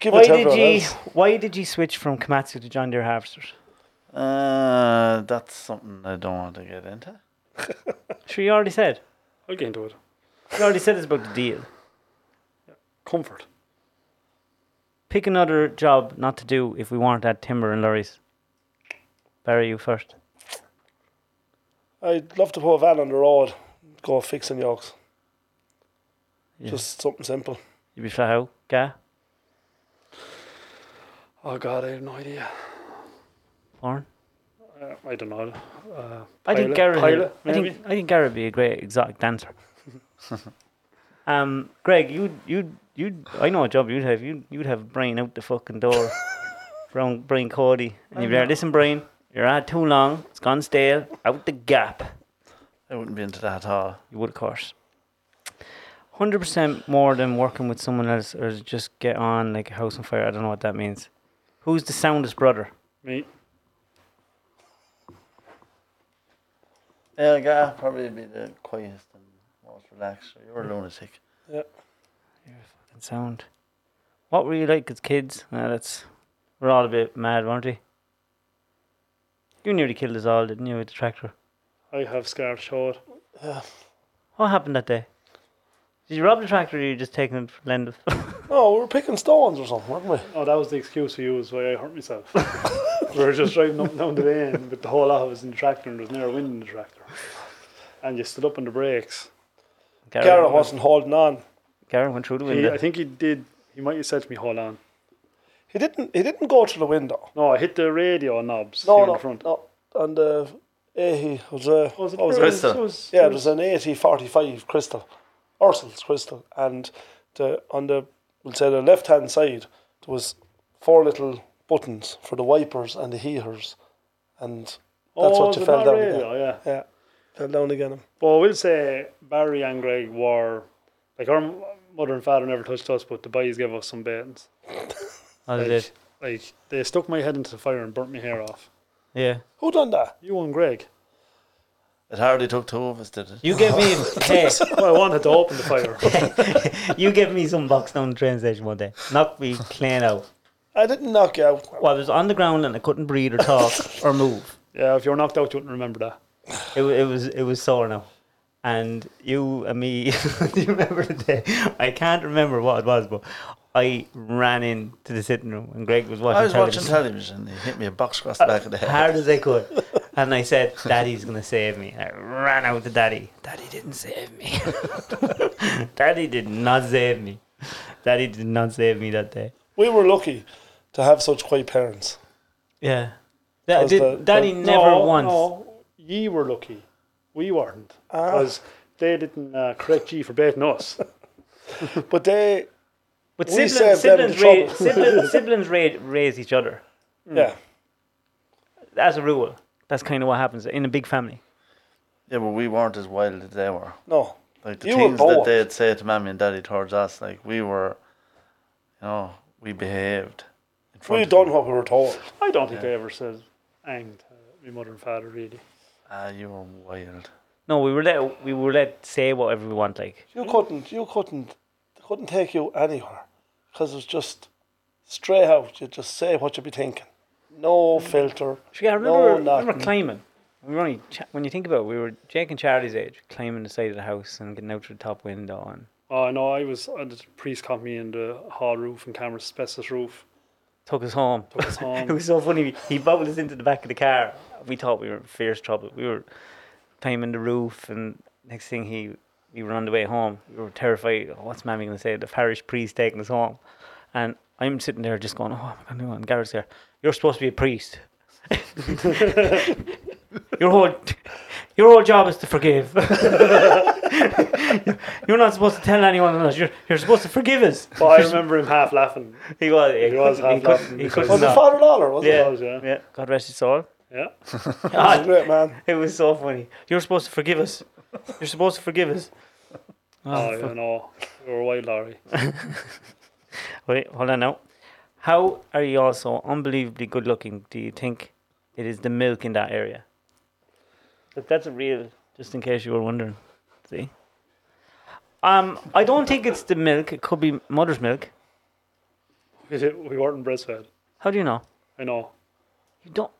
Speaker 3: give
Speaker 1: Why
Speaker 3: it to
Speaker 1: did
Speaker 3: everyone
Speaker 1: you
Speaker 3: else.
Speaker 1: Why did you switch from Komatsu to John Deere Harvesters?
Speaker 4: Uh, that's something I don't want to get into.
Speaker 1: Sure, you already said.
Speaker 2: I'll get into it.
Speaker 1: You already said it's about the deal.
Speaker 2: Comfort.
Speaker 1: Pick another job not to do if we weren't at Timber and Lorries. Barry, you first.
Speaker 3: I'd love to put a van on the road, go fixing yokes.
Speaker 1: Yeah.
Speaker 3: Just something simple.
Speaker 1: You'd be flat out, Ga,
Speaker 2: Oh God, I have no idea.
Speaker 1: Lauren.
Speaker 2: Uh, I don't know. Uh,
Speaker 1: I think
Speaker 2: pilot-
Speaker 1: Garrett.
Speaker 2: Pilot,
Speaker 1: I
Speaker 2: maybe.
Speaker 1: think I think Garrett would be a great exotic dancer. um, Greg, you you you. I know a job you'd have. You you'd have Brian out the fucking door. Brian Brian Cody, and you'd be there. Listen, Brian, you're out too long. It's gone stale. Out the gap.
Speaker 4: I wouldn't be into that at all.
Speaker 1: You would, of course. Hundred percent more than working with someone else, or is it just get on like a house on fire. I don't know what that means. Who's the soundest brother?
Speaker 2: Me.
Speaker 4: Yeah, Gar probably be the quietest and most relaxed. You're a lunatic.
Speaker 1: Fucking sound. What were you like as kids? Uh, that's we're all a bit mad, weren't we? You nearly killed us all, didn't you, with the tractor?
Speaker 2: I have scarred short.
Speaker 1: What happened that day? Did you rob the tractor or you just taking it for lend of?
Speaker 3: No, Oh, we were picking stones or something, weren't we?
Speaker 2: Oh, that was the excuse we used why I hurt myself. we were just driving up and down the lane, but the whole lot of us in the tractor, and there was near a wind in the tractor. And you stood up on the brakes.
Speaker 3: Garrett wasn't holding on.
Speaker 1: Garrett went through the
Speaker 2: He,
Speaker 1: window.
Speaker 2: I think he did. He might have said to me, "Hold on."
Speaker 3: He didn't. He didn't go through the window.
Speaker 2: No, I hit the radio knobs
Speaker 3: No,
Speaker 2: here
Speaker 3: no,
Speaker 2: in front.
Speaker 3: no. And uh, eh, he was a.
Speaker 2: Oh, Was it,
Speaker 3: what was
Speaker 2: it
Speaker 3: it?
Speaker 4: Crystal?
Speaker 2: it was-
Speaker 3: Yeah, it was an eighty forty-five crystal, Ursul's crystal, and the on the we'll say the left-hand side there was four little buttons for the wipers and the heaters, and that's
Speaker 2: oh,
Speaker 3: what you
Speaker 2: was it
Speaker 3: fell
Speaker 2: not
Speaker 3: down.
Speaker 2: Radio, yeah.
Speaker 3: Yeah. Fell down again. him.
Speaker 2: But I will say Barry and Greg were like our mother and father never touched us, but the boys gave us some baitings.
Speaker 1: I
Speaker 2: Like,
Speaker 1: did.
Speaker 2: like they stuck my head into the fire and burnt my hair off.
Speaker 1: Yeah.
Speaker 3: Who done that?
Speaker 2: You and Greg.
Speaker 4: It hardly took two of us, did it?
Speaker 1: You gave me hey,
Speaker 2: Well, I wanted to open the fire.
Speaker 1: you gave me some box down the train station one day. Knocked me clean out.
Speaker 3: I didn't knock you out.
Speaker 1: Well, I was on the ground and I couldn't breathe or talk or move.
Speaker 2: yeah, if you're knocked out, you wouldn't remember that.
Speaker 1: It, wa- it was it was sore now. And you and me, do you remember the day? I can't remember what it was, but I ran into the sitting room and Greg was watching.
Speaker 4: I was watching
Speaker 1: television.
Speaker 4: television. He hit me a box across the back of the head.
Speaker 1: hard as I could. And I said, Daddy's going to save me. I ran out to Daddy. Daddy didn't save me. Daddy did not save me. Daddy did not save me that day.
Speaker 3: We were lucky to have such quiet parents.
Speaker 1: Yeah.
Speaker 3: How's
Speaker 1: did,
Speaker 3: that-
Speaker 1: Daddy
Speaker 3: that-
Speaker 1: never
Speaker 2: no,
Speaker 1: once.
Speaker 2: No, ye were lucky. We weren't.
Speaker 3: Ah,
Speaker 2: Because they didn't uh, correct ye for baiting us.
Speaker 3: but they,
Speaker 1: But
Speaker 3: We
Speaker 1: siblings,
Speaker 3: saved them
Speaker 1: siblings,
Speaker 3: trouble.
Speaker 1: ra- siblings, siblings ra- raise each other.
Speaker 2: Hmm.
Speaker 3: yeah,
Speaker 1: That's a rule. That's kind of what happens in a big family.
Speaker 4: Yeah, but we weren't as wild as they were.
Speaker 3: no,
Speaker 4: Like the
Speaker 3: You were
Speaker 4: things that
Speaker 3: bored.
Speaker 4: they'd say to mommy and daddy towards us, like we were, you know, we behaved. in front
Speaker 3: we
Speaker 4: of
Speaker 3: done
Speaker 4: them.
Speaker 3: what we were told.
Speaker 2: I don't think
Speaker 4: Yeah.
Speaker 2: I ever said ang to my mother and father, really.
Speaker 4: Ah, you were wild.
Speaker 1: No, we were let we were let say whatever we want. Like
Speaker 3: You couldn't, you couldn't, they couldn't take you anywhere because it was just straight out. You just say what you be thinking, no filter.
Speaker 1: Actually, I
Speaker 3: No,
Speaker 1: remember, I remember
Speaker 3: nothing.
Speaker 1: climbing. We were only cha- when you think about it, we were Jake and Charlie's age, climbing the side of the house and getting out through the top window. And
Speaker 2: Oh, no, I was, uh, the priest caught me in the hall roof and camera asbestos roof.
Speaker 1: took us home.
Speaker 2: Took us
Speaker 1: It
Speaker 2: home.
Speaker 1: was so funny. He bobbled us into the back of the car. We thought we were in fierce trouble. We were climbing the roof, and next thing he, we were on the way home. We were terrified. Oh, what's Mammy going to say? The parish priest taking us home, and I'm sitting there just going, "Oh, what am I going to do?" And Garrett's there. You're supposed to be a priest. your whole, your whole job is to forgive. you're not supposed to tell anyone else. You're, you're supposed to forgive us.
Speaker 2: but I remember him half laughing.
Speaker 1: He was. He,
Speaker 2: He was
Speaker 1: couldn't- he couldn't.
Speaker 2: half laughing
Speaker 1: He
Speaker 2: because-
Speaker 1: couldn't.
Speaker 3: Was it
Speaker 1: not.
Speaker 3: Father Lawler? Was
Speaker 1: Yeah.
Speaker 2: It was, yeah.
Speaker 1: Yeah, God rest his soul.
Speaker 2: Yeah.
Speaker 3: it? He was a great man.
Speaker 1: It was so funny. You're supposed to forgive us. You're supposed to forgive us.
Speaker 2: Oh, yeah, no. You were wild, Larry.
Speaker 1: Wait, hold on now. How are you all so unbelievably good looking? Do you think it is the milk in that area? But that's a real, just in case you were wondering. See? Um, I don't think it's the milk. It could be mother's milk.
Speaker 2: we weren't breastfed.
Speaker 1: How do you know?
Speaker 2: I know.
Speaker 1: You don't.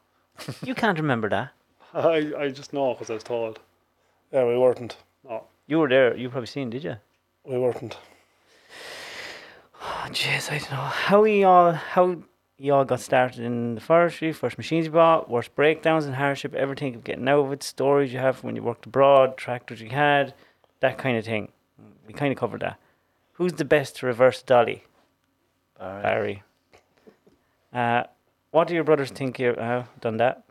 Speaker 1: You can't remember that.
Speaker 2: I, I just know because I was told.
Speaker 3: Yeah, we weren't.
Speaker 2: No.
Speaker 1: You were there. You probably seen, did you?
Speaker 3: We weren't.
Speaker 1: Oh, jeez, I don't know how we all how you all got started in the forestry, first machines you bought, worst breakdowns and hardship, everything of getting out of it, stories you have from when you worked abroad, tractors you had, that kind of thing. We kind of covered that. Who's the best to reverse dolly?
Speaker 4: All right.
Speaker 1: Barry. Uh, what do your brothers think you uh, done that?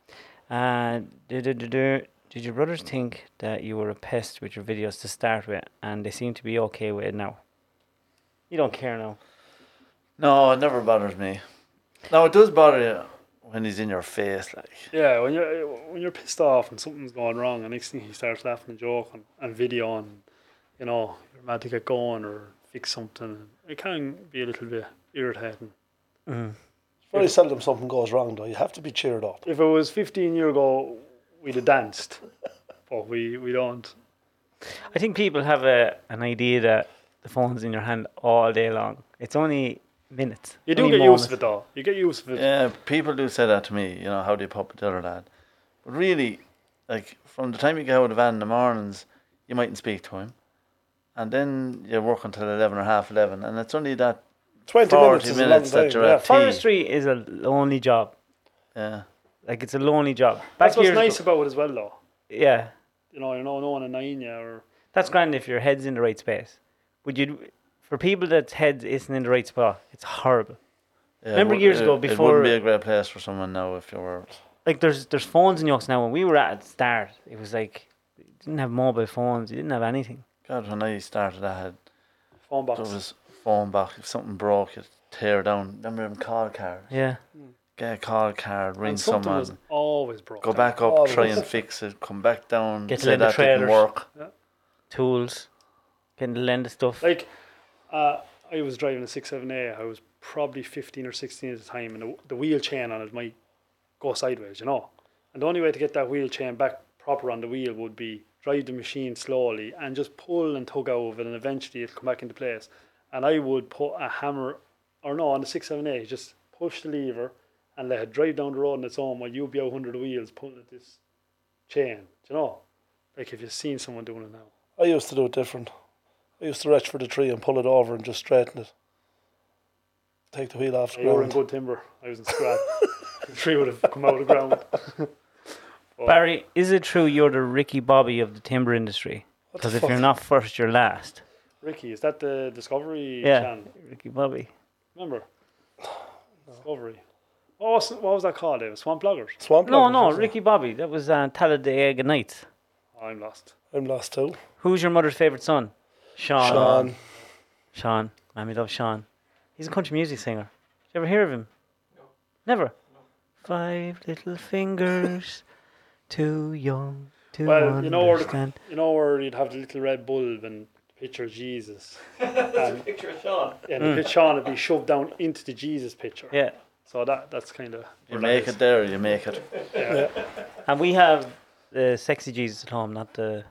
Speaker 1: Uh, do, do, do, do. Did your brothers think that you were a pest with your videos to start with, and they seem to be okay with it now? You don't care now.
Speaker 4: No, it never bothers me. No, it does bother you when he's in your face, like.
Speaker 2: Yeah, when you're when you're pissed off and something's going wrong, and next thing he starts laughing and joking and videoing, you know, you're mad to get going or fix something. It can be a little bit irritating.
Speaker 3: Very seldom something goes wrong though. You have to be cheered up.
Speaker 2: If it was 15 years ago, we'd have danced, but we we don't.
Speaker 1: I think people have a an idea that the phone's in your hand all day long. It's only minutes.
Speaker 2: You do
Speaker 1: only
Speaker 2: get used to it
Speaker 1: moments.
Speaker 2: though. You get used to it.
Speaker 4: Yeah, people do say that to me, you know, how do you pop a or that? But really, like, from the time you get out of the van in the mornings, you mightn't speak to him. And then you work until 11 or half 11, and it's only that
Speaker 3: Twenty
Speaker 4: 40
Speaker 3: minutes is a long
Speaker 4: minutes that
Speaker 3: time.
Speaker 4: you're
Speaker 3: yeah.
Speaker 4: at.
Speaker 1: Forestry is a lonely job.
Speaker 4: Yeah.
Speaker 1: Like it's a lonely job. Back
Speaker 2: That's what's
Speaker 1: years
Speaker 2: nice
Speaker 1: ago-
Speaker 2: about it as well, though.
Speaker 1: yeah,
Speaker 2: You know, you know, no one annoying you or
Speaker 1: that's grand if your head's in the right space. Would you? For people that's head isn't in the right spot, it's horrible.
Speaker 4: yeah, it
Speaker 1: Remember
Speaker 4: wou-
Speaker 1: years
Speaker 4: it-
Speaker 1: ago
Speaker 4: It
Speaker 1: before-
Speaker 4: wouldn't be a great place for someone now if you were.
Speaker 1: Like there's there's phones in Yorks now. When we were at the start, it was like you didn't have mobile phones. You didn't have anything.
Speaker 4: God, when I started, I had
Speaker 2: phone box.
Speaker 4: there was phone back. If something broke, you'd tear down. Remember them call cards?
Speaker 1: Yeah,
Speaker 4: get a call card, ring
Speaker 2: and something
Speaker 4: someone,
Speaker 2: was always broken.
Speaker 4: go back up,
Speaker 3: Always.
Speaker 4: try and fix it, come back down,
Speaker 1: Get
Speaker 4: say
Speaker 1: them the
Speaker 4: that didn't
Speaker 1: trailers.
Speaker 4: work.
Speaker 1: tools, getting the lend of stuff.
Speaker 2: Like, uh, I was driving a 678. I was probably 15 or 16 at the time, and the, the wheel chain on it might go sideways, you know. And the only way to get that wheel chain back proper on the wheel would be drive the machine slowly and just pull and tug out of it, and eventually it'll come back into place. And I would put a hammer, or no, on the 678, just push the lever and let it drive down the road on its own while you'd be out under the wheels pulling at this chain, do you know. Like, if you've seen someone doing it now.
Speaker 3: I used to do it different. I used to reach for the tree and pull it over and just straighten it. Take the wheel off the
Speaker 2: You were in
Speaker 3: ground.
Speaker 2: good timber. I was in scrap. the tree would have come out of the ground.
Speaker 1: Barry, is it true you're the Ricky Bobby of the timber industry? Because if you're not first, you're last.
Speaker 2: Ricky, is that the Discovery
Speaker 1: Yeah.
Speaker 2: channel?
Speaker 1: Ricky Bobby.
Speaker 2: Remember? Discovery. What was, what was that called, David? Swamp Bloggers?
Speaker 3: Swamp
Speaker 1: No,
Speaker 3: loggers,
Speaker 1: no,
Speaker 3: isn't it?
Speaker 1: Ricky Bobby. That was uh, Talladega Nights.
Speaker 2: I'm lost.
Speaker 3: I'm lost too.
Speaker 1: Who's your mother's favorite son? Sean.
Speaker 3: Sean.
Speaker 1: Sean. Mammy loves Sean. He's a country music singer. Did you ever hear of him? No. Never. Five little fingers, too young to
Speaker 2: Well, you know where the-
Speaker 1: understand.
Speaker 2: You know where you'd have the little red bulb and the picture of Jesus? and,
Speaker 5: Picture of Sean.
Speaker 2: and the picture on it be shoved down into the Jesus picture.
Speaker 1: Hmm. yeah,
Speaker 2: So that that's kind of.
Speaker 4: You make it there, you make it.
Speaker 1: and we have the sexy Jesus at home, not the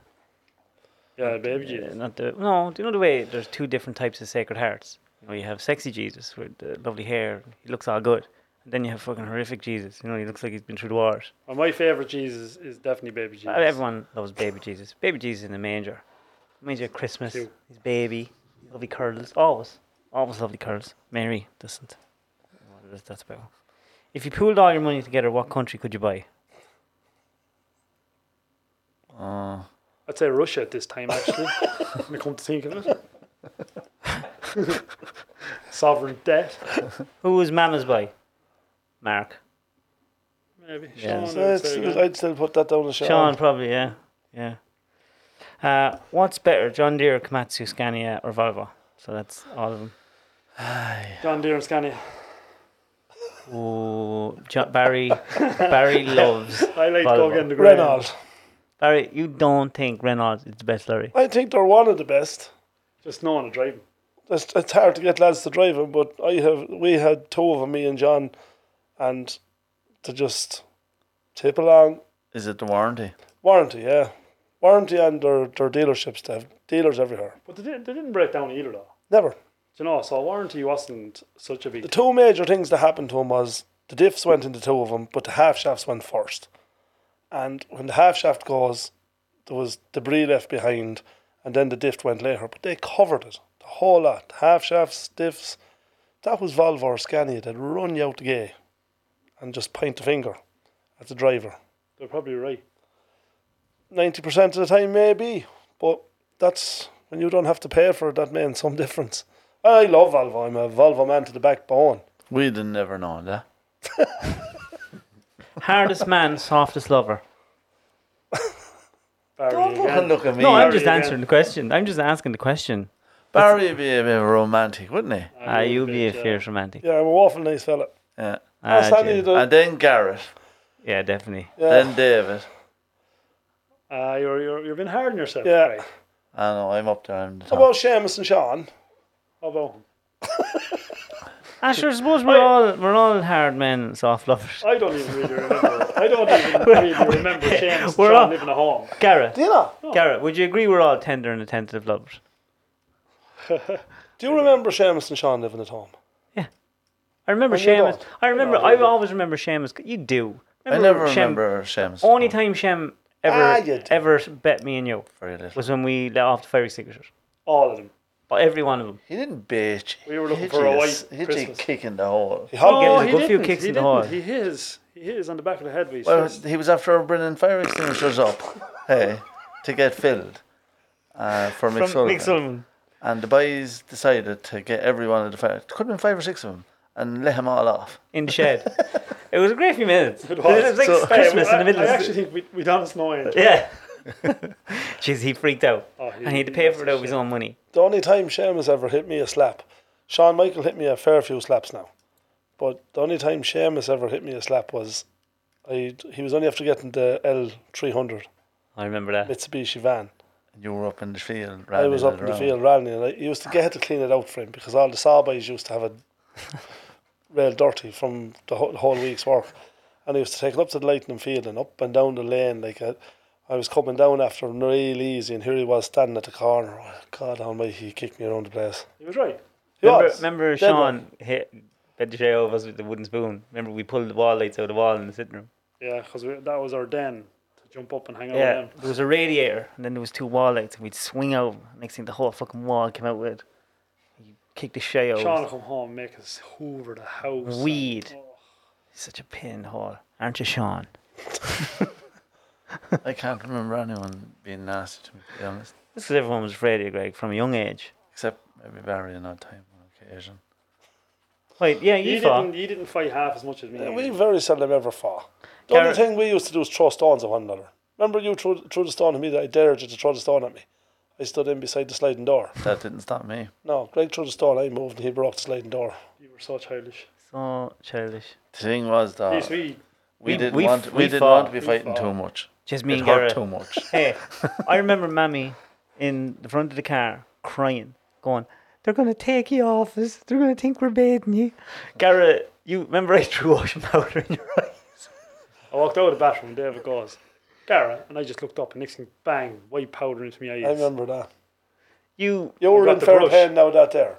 Speaker 2: Yeah, baby
Speaker 1: Uh,
Speaker 2: Jesus.
Speaker 1: not the no. Do you know the way? There's two different types of sacred hearts. You know, you have sexy Jesus with the lovely hair. He looks all good. And then you have fucking horrific Jesus. You know, he looks like he's been through the wars.
Speaker 2: Well, my favourite Jesus is definitely baby Jesus.
Speaker 1: Uh, Everyone loves baby Jesus. Baby Jesus in the manger. Manger at Christmas.
Speaker 2: Cute.
Speaker 1: His baby. Lovely curls. Always. Always lovely curls. Mary doesn't. I don't know what it is That's about. If you pooled all your money together, what country could you buy?
Speaker 4: Oh,
Speaker 2: I'd say Russia at this time, actually. when I come to think of it. Sovereign debt,
Speaker 1: Who was Mama's by? Mark.
Speaker 2: maybe.
Speaker 1: Yeah.
Speaker 2: Sean, I
Speaker 3: So
Speaker 2: would
Speaker 3: it's-
Speaker 2: say,
Speaker 3: I'd,
Speaker 2: yeah.
Speaker 3: still put that down as Sean.
Speaker 1: Sean, probably, yeah. Yeah. Uh, what's better, John Deere, Komatsu, Scania, or Volvo? So that's all of them.
Speaker 2: John Deere and Scania.
Speaker 1: Ooh, John, Barry, Barry loves.
Speaker 2: I like
Speaker 1: Volvo.
Speaker 2: going in the ground.
Speaker 3: Reynolds.
Speaker 1: Barry, you don't think Renault is the best lorry?
Speaker 3: I think they're one of the best.
Speaker 2: Just knowing to drive 'em.
Speaker 3: It's, it's hard to get lads to drive them, but I have we had two of 'em, me and John, and to just tip along
Speaker 4: is it the warranty?
Speaker 3: warranty, yeah, warranty and their their dealerships. They have dealers everywhere.
Speaker 2: But they didn't, they didn't break down either, though.
Speaker 3: Never.
Speaker 2: Do you know, so warranty wasn't such a big
Speaker 3: The two major things that happened to him was the diffs went into two of them, but the half shafts went first. And when the half shaft goes, there was debris left behind, and then the diff went later. But they covered it, the whole lot, half shafts, diffs. That was Volvo or Scania. They'd run you out the gate, and just point the finger at the driver.
Speaker 2: They're probably right.
Speaker 3: Ninety percent of the time, maybe, but that's when you don't have to pay for it. That made some difference. I love Volvo. I'm a Volvo man to the backbone.
Speaker 4: We didn't never know that.
Speaker 1: Hardest man, softest lover.
Speaker 2: Barry
Speaker 4: Don't
Speaker 2: again.
Speaker 4: look at me.
Speaker 1: No, I'm
Speaker 2: Barry
Speaker 1: just
Speaker 2: again.
Speaker 1: answering the question. I'm just asking the question.
Speaker 4: Barry would be a bit romantic, wouldn't he?
Speaker 1: Ah,
Speaker 2: would
Speaker 1: you'll be a
Speaker 2: bit, uh,
Speaker 1: fierce romantic.
Speaker 3: Yeah, I'm a waffle nice fella.
Speaker 4: Yeah.
Speaker 1: Ah,
Speaker 3: That's handy
Speaker 1: Jim.
Speaker 3: though.
Speaker 4: And then Garrett,
Speaker 1: yeah, definitely.
Speaker 3: Yeah.
Speaker 4: then David.
Speaker 2: Uh, you're, you're, you've been hard on yourself,
Speaker 3: Yeah.
Speaker 2: Craig.
Speaker 4: I know, I'm up there. I'm the
Speaker 3: How
Speaker 4: top.
Speaker 3: about Seamus and Sean?
Speaker 2: How about 'em?
Speaker 1: Ah, sure, I suppose we're all, we're all hard men and soft lovers.
Speaker 2: I don't even really remember. I don't even really remember James
Speaker 1: We're
Speaker 2: John
Speaker 1: all-
Speaker 2: living at home.
Speaker 1: Garrett,
Speaker 3: Do you know?
Speaker 1: Garrett, would you agree we're all tender and attentive lovers?
Speaker 3: Do you remember Seamus and Sean living at home?
Speaker 1: I remember
Speaker 3: Well, you
Speaker 1: Seamus.
Speaker 3: don't.
Speaker 1: I remember. I always remember Seamus. You do.
Speaker 4: I never
Speaker 1: Shem-
Speaker 4: remember Seamus.
Speaker 1: Only time Shem ever
Speaker 3: Ah, you do.
Speaker 1: ever bet me and you
Speaker 4: Very little.
Speaker 1: was when we let off the fire extinguishers.
Speaker 2: All of them.
Speaker 1: But every one of them.
Speaker 4: He didn't bitch.
Speaker 2: We were looking for a white
Speaker 4: Hit you
Speaker 2: Christmas.
Speaker 4: kick in the hole.
Speaker 3: He hogged
Speaker 1: No,
Speaker 3: it.
Speaker 1: a good few kicks
Speaker 2: he
Speaker 1: in the
Speaker 2: didn't.
Speaker 1: hole.
Speaker 2: He is. He is on the back of the head. We
Speaker 4: Well, he was after bringing fire extinguishers up, hey, to get filled uh, for Mick Sullivan. And the boys decided to get every one of the fire. Could have been five or six of them, and let them all off.
Speaker 1: in the shed. it was a great few minutes. It
Speaker 2: was.
Speaker 1: was like
Speaker 4: So-
Speaker 1: Christmas in the middle.
Speaker 2: I, I
Speaker 1: of
Speaker 2: actually think we we don't know him.
Speaker 1: yeah. Jeez, he freaked out.
Speaker 2: Oh,
Speaker 1: and he had to pay for it out of his own money.
Speaker 3: The only time Seamus ever hit me a slap, Sean Michael hit me a fair few slaps now. But the only time Seamus ever hit me a slap was I he was only after getting the L three hundred
Speaker 1: I remember that.
Speaker 3: Mitsubishi van.
Speaker 4: You were up in the field.
Speaker 3: I was
Speaker 4: rallying
Speaker 3: up
Speaker 4: it
Speaker 3: in the
Speaker 4: around.
Speaker 3: field rallying and I used to get to clean it out for him because all the sawboys used to have it real dirty from the whole, whole week's work. And I used to take it up to the lightning field and up and down the lane like I, I was coming down after him real easy and here he was standing at the corner. Oh, God almighty, he kicked me around the place.
Speaker 2: He was right.
Speaker 3: He
Speaker 1: remember,
Speaker 3: was.
Speaker 1: remember
Speaker 3: Dead
Speaker 1: Sean hit bent the chair over us with the wooden spoon. Remember we pulled the wall lights out of the wall in the sitting room.
Speaker 2: Yeah, because that was our den to jump up and hang out
Speaker 1: Yeah,
Speaker 2: with them.
Speaker 1: there was a radiator, and then there was two wall lights, and we'd swing over. Next thing, the whole fucking wall came out with. You kicked the shay
Speaker 2: Sean
Speaker 1: over.
Speaker 2: will come home and make us hoover the house. and-
Speaker 1: Weed.
Speaker 2: Oh,
Speaker 1: Such a pinhole, aren't you, Sean?
Speaker 4: I can't remember anyone being nasty to me, to be honest.
Speaker 1: This is everyone was afraid of you, Greg, from a young age.
Speaker 4: Except maybe Barry and odd time on occasion.
Speaker 1: Wait, yeah,
Speaker 2: you,
Speaker 1: you
Speaker 2: didn't,
Speaker 1: fought.
Speaker 2: you didn't fight half as much as me.
Speaker 3: Yeah, we very seldom ever fought. The
Speaker 1: Gar-
Speaker 3: only thing we used to do was throw stones at one another. Remember you threw, threw the stone at me that I dared you to throw the stone at me? I stood in beside the sliding door.
Speaker 4: That didn't stop me.
Speaker 3: No, Greg threw the stone, I moved and he broke the sliding door.
Speaker 2: you were so childish.
Speaker 1: So childish.
Speaker 4: The thing was though,
Speaker 2: Yes, we,
Speaker 4: we,
Speaker 1: we-
Speaker 4: didn't
Speaker 1: we
Speaker 4: want
Speaker 1: f-
Speaker 4: we,
Speaker 1: we
Speaker 4: didn't
Speaker 1: fought.
Speaker 4: want to be
Speaker 2: We
Speaker 4: fighting
Speaker 2: fought.
Speaker 4: too much.
Speaker 1: Just me
Speaker 4: it
Speaker 1: and
Speaker 4: hurt
Speaker 1: Garrett.
Speaker 4: too much.
Speaker 1: Hey, I remember Mammy in the front of the car crying, going, "They're gonna take you off us. They're gonna think we're baiting you." Garrett, you remember I threw washing powder in your eye?
Speaker 2: I walked out of the bathroom, David goes, Gara, and I just looked up and next thing, bang, white powder into my eyes.
Speaker 3: I remember that.
Speaker 1: You
Speaker 3: You were
Speaker 2: got
Speaker 3: in
Speaker 2: the
Speaker 3: fair
Speaker 2: brush.
Speaker 3: pain now that there.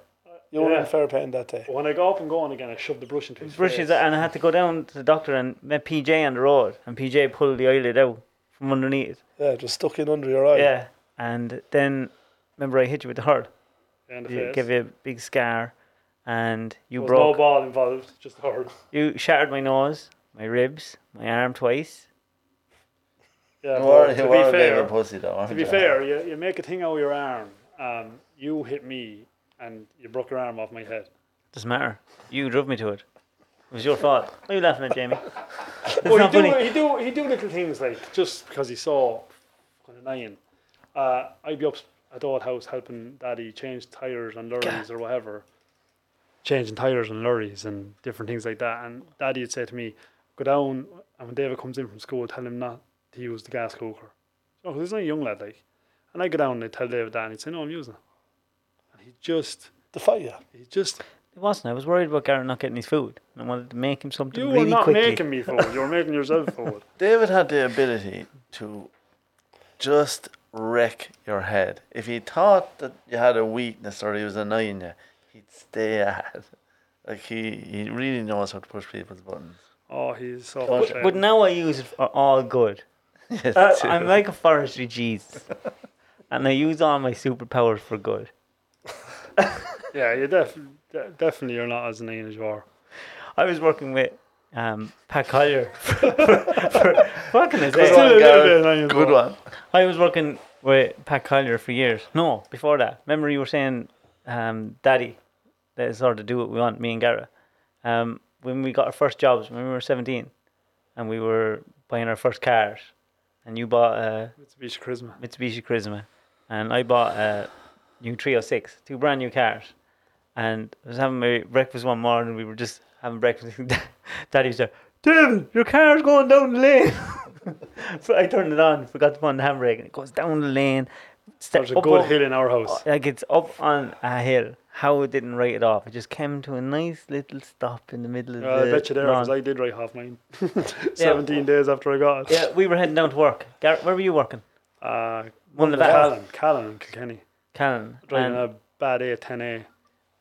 Speaker 3: You were
Speaker 2: yeah.
Speaker 3: in fair pain that day.
Speaker 2: When I got up and going again, I shoved the brush into his
Speaker 1: brushes,
Speaker 2: face.
Speaker 1: and I had to go down to the doctor and met PJ on the road, and PJ pulled the eyelid out from underneath.
Speaker 3: Yeah, just stuck in under your eye.
Speaker 1: Yeah, and then remember I hit you with the heart.
Speaker 2: And the
Speaker 1: You
Speaker 2: face.
Speaker 1: gave you a big scar, and you
Speaker 2: There was
Speaker 1: broke.
Speaker 2: no ball involved, just hard.
Speaker 1: You shattered my nose, my ribs, my arm twice.
Speaker 2: Yeah,
Speaker 4: You
Speaker 2: but
Speaker 4: were,
Speaker 2: to
Speaker 4: you
Speaker 2: be
Speaker 4: were a bit
Speaker 2: fair,
Speaker 4: of a pussy though,
Speaker 2: to be fair, you, you make a thing out of your arm. Um, you hit me, and you broke your arm off my head.
Speaker 1: Doesn't matter. You drove me to it. It was your fault. What are you laughing at, Jamie? It's
Speaker 2: Well,
Speaker 1: not
Speaker 2: he do,
Speaker 1: funny.
Speaker 2: he do, he do little things like just because he saw fucking annoying. Uh, I'd be up at old house helping daddy change tires on lorries or whatever, changing tires on lorries and different things like that. And daddy would say to me, "Go down." And when David comes in from school, tell him not to use the gas cooker. Oh, 'cause he's not a young lad, like. And I go down and I tell David that, and he'd say, "No, I'm using it." And he just,
Speaker 3: Defy you.
Speaker 2: he just,
Speaker 1: It wasn't. I was worried about Garrett not getting his food. And I wanted to make him something
Speaker 2: you
Speaker 1: really
Speaker 2: were not
Speaker 1: quickly.
Speaker 2: making me forward. You were making yourself forward.
Speaker 4: David had the ability to just wreck your head. If he thought that you had a weakness or he was annoying you, he'd stay at it. Like he, he really knows how to push people's buttons.
Speaker 2: Oh, he's so.
Speaker 4: But-
Speaker 1: But
Speaker 2: frustrating.
Speaker 1: now I use it for all good.
Speaker 4: Yes,
Speaker 1: Uh,
Speaker 4: too.
Speaker 1: I'm like a forestry Jesus. and I use all my superpowers for good.
Speaker 2: Yeah, you def- de- definitely you're not as mean as you are.
Speaker 1: I was working with um, Pat Collier. for, for, what can I
Speaker 4: Good
Speaker 1: say?
Speaker 4: one, Gareth.
Speaker 2: annoying,
Speaker 4: Good
Speaker 2: but-
Speaker 4: one.
Speaker 1: I was working with Pat Collier for years. No, before that. Remember you were saying, um, Daddy, let us sort of do what we want, me and Gara. Um, when we got our first jobs, when we were 17, and we were buying our first cars, and you bought a
Speaker 2: Mitsubishi Charisma.
Speaker 1: Mitsubishi Charisma, and I bought a new 306, two brand new cars. And I was having my breakfast one morning, we were just having breakfast. Daddy was there, Tim, your car's going down the lane. so I turned it on, forgot to put on the handbrake, and it goes down the lane. Step
Speaker 2: There's a
Speaker 1: up
Speaker 2: good
Speaker 1: on-
Speaker 2: hill in our house.
Speaker 1: like it's up on a hill. How it didn't write it off. It just came to a nice little stop in the middle of
Speaker 2: Uh,
Speaker 1: the
Speaker 2: I bet you there, because
Speaker 1: lawn.
Speaker 2: I did write half mine. 17 days after I got it.
Speaker 1: Yeah, we were heading down to work. Garrett, where were you working?
Speaker 2: Uh,
Speaker 1: One of the Um, vans.
Speaker 2: Callan, Callan and Kilkenny.
Speaker 1: Callan. And,
Speaker 2: Driving a bad A10A.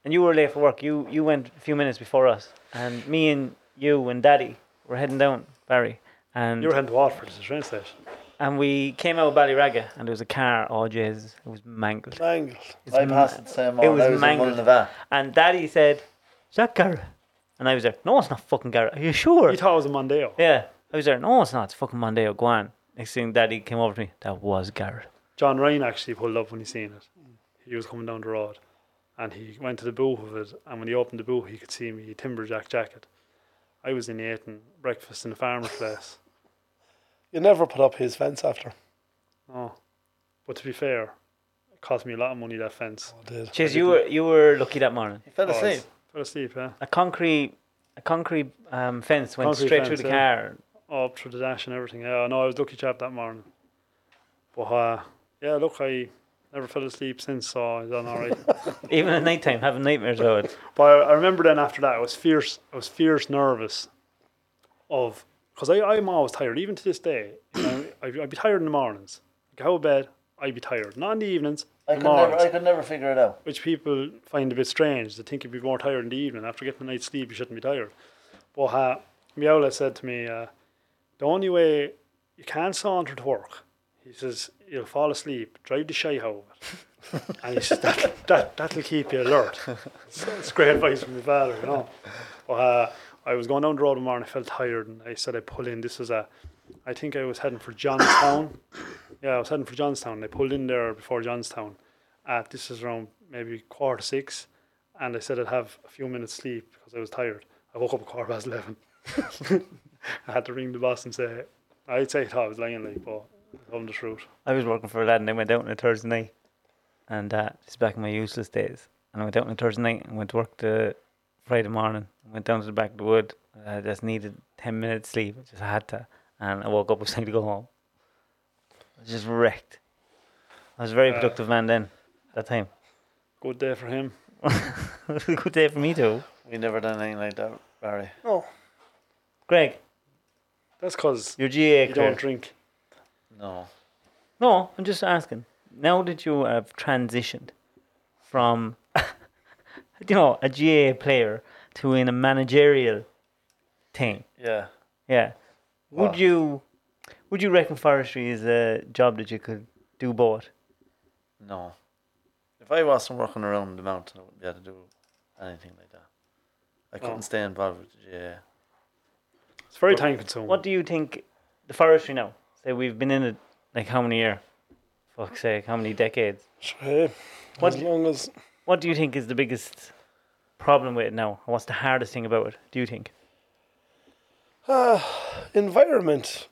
Speaker 1: and you were late for work. You you went a few minutes before us. And me and you and Daddy were heading down, Barry. And
Speaker 2: You were heading to Watford to the train station.
Speaker 1: and we came out of Ballyragga and there was a car, oh Jesus, it was mangled.
Speaker 3: Mangled.
Speaker 1: It's
Speaker 4: I
Speaker 1: m-
Speaker 4: passed the same
Speaker 1: it
Speaker 4: one.
Speaker 1: was
Speaker 4: I was in
Speaker 1: mangled.
Speaker 4: Mullinavah.
Speaker 1: And Daddy said, Is that Garrett? And I was there, No, it's not fucking Garrett. Are you sure?
Speaker 2: You thought it was a Mondeo.
Speaker 1: Yeah. I was there. No, it's not. It's fucking Mondeo Guan. Next thing, Daddy came over to me. That was Garrett.
Speaker 2: John Ryan actually pulled up when he seen it. He was coming down the road and he went to the booth of it. And when he opened the booth, he could see me Timberjack jacket. I was in Aiton, breakfast in a farmer's place.
Speaker 3: You never put up his fence after.
Speaker 2: Oh. But to be fair, it cost me a lot of money that fence.
Speaker 3: Oh, did.
Speaker 1: Cheers. You were you were lucky that morning.
Speaker 4: He fell asleep.
Speaker 2: Fell asleep, yeah.
Speaker 1: A concrete a concrete um, fence went
Speaker 2: Concrete
Speaker 1: straight
Speaker 2: fence,
Speaker 1: through the
Speaker 2: yeah.
Speaker 1: car.
Speaker 2: Oh, up through the dash and everything. Yeah, I know I was lucky chap that morning. But uh, yeah, look, I never fell asleep since, so I done all right.
Speaker 1: Even at night time, having nightmares about it.
Speaker 2: but I, I remember then after that, I was fierce. I was fierce nervous of because I I'm always tired, even to this day. You know, I, I'd be tired in the mornings. Go to bed, I'd be tired. Not in the evenings.
Speaker 4: I
Speaker 2: the
Speaker 4: could, never,
Speaker 2: mornings.
Speaker 4: I could never figure it out.
Speaker 2: which people find a bit strange. They think you'd be more tired in the evening after getting a night's sleep. You shouldn't be tired. But uh, Miola said to me, uh, "The only way you can't saunter to work," he says, "you'll fall asleep. Drive the shy out of it." and he says that that that'll keep you alert. So It's great advice from my father, you know. But uh, I was going down the road one morning. I felt tired, and I said I pull in. This was a, I think I was heading for Johnstown. yeah, I was heading for Johnstown. and I pulled in there before Johnstown at this is around maybe quarter six, and I said I'd have a few minutes sleep because I was tired. I woke up at quarter past eleven. I had to ring the boss and say, I'd say I was lying, like, but I'm the truth.
Speaker 1: I was working for a lad and I went out on a Thursday night, and uh, this is back in my useless days. And I went out on a Thursday night and went to work the Friday morning. went down to the back of the wood. I just needed ten minutes sleep. I just had to, and I woke up. I was trying to go home. I was just wrecked. I was a very
Speaker 2: Uh,
Speaker 1: productive man then. That time,
Speaker 2: Good day for him.
Speaker 1: it was a good day for me too.
Speaker 4: We never done anything like that, Barry.
Speaker 1: Greg,
Speaker 2: That's because
Speaker 1: your GA
Speaker 2: you don't
Speaker 1: career.
Speaker 2: drink.
Speaker 4: No.
Speaker 1: No, I'm just asking. Now that you have transitioned from, you know, a GA player to in a managerial thing,
Speaker 4: Yeah.
Speaker 1: yeah, would
Speaker 4: Wow.
Speaker 1: you would you reckon forestry is a job that you could do both?
Speaker 4: No. If I wasn't working around the mountain, I wouldn't be able to do anything like that. I couldn't
Speaker 2: Oh.
Speaker 4: stay involved with the GAA.
Speaker 2: It's very time consuming.
Speaker 1: What do you think the forestry now? Say we've been in it like how many year? Fuck's sake, how many decades?
Speaker 3: Sure.
Speaker 1: What-
Speaker 3: As long as
Speaker 1: What do you think is the biggest problem with it now? What's the hardest thing about it? Do you think?
Speaker 3: environment,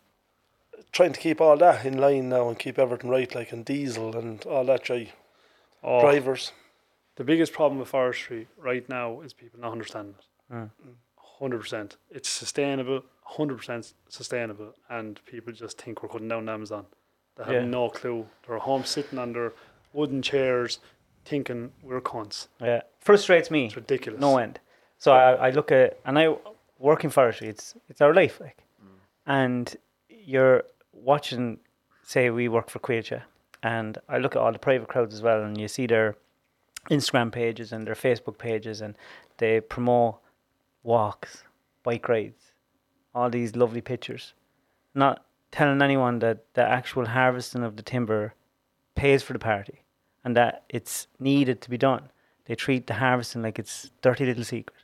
Speaker 3: trying to keep all that in line now and keep everything right, like in diesel and all that. Jay.
Speaker 2: Oh,
Speaker 3: Drivers.
Speaker 2: The biggest problem with forestry right now is people not understanding it.
Speaker 1: Mm.
Speaker 2: Hundred percent. It's sustainable. Hundred percent sustainable, and people just think we're cutting down the Amazon. They have
Speaker 1: Yeah.
Speaker 2: no clue. They're home sitting on their wooden chairs, thinking we're cons.
Speaker 1: Yeah, frustrates me.
Speaker 2: It's ridiculous.
Speaker 1: no end. So I, I look at and I work in forestry. It's it's our life, like, and you're watching. Say we work for Quailcha, and I look at all the private crowds as well, and you see their Instagram pages and their Facebook pages, and they promote walks, bike rides, all these lovely pictures. Not telling anyone that the actual harvesting of the timber pays for the party and that it's needed to be done. They treat the harvesting like it's dirty little secret.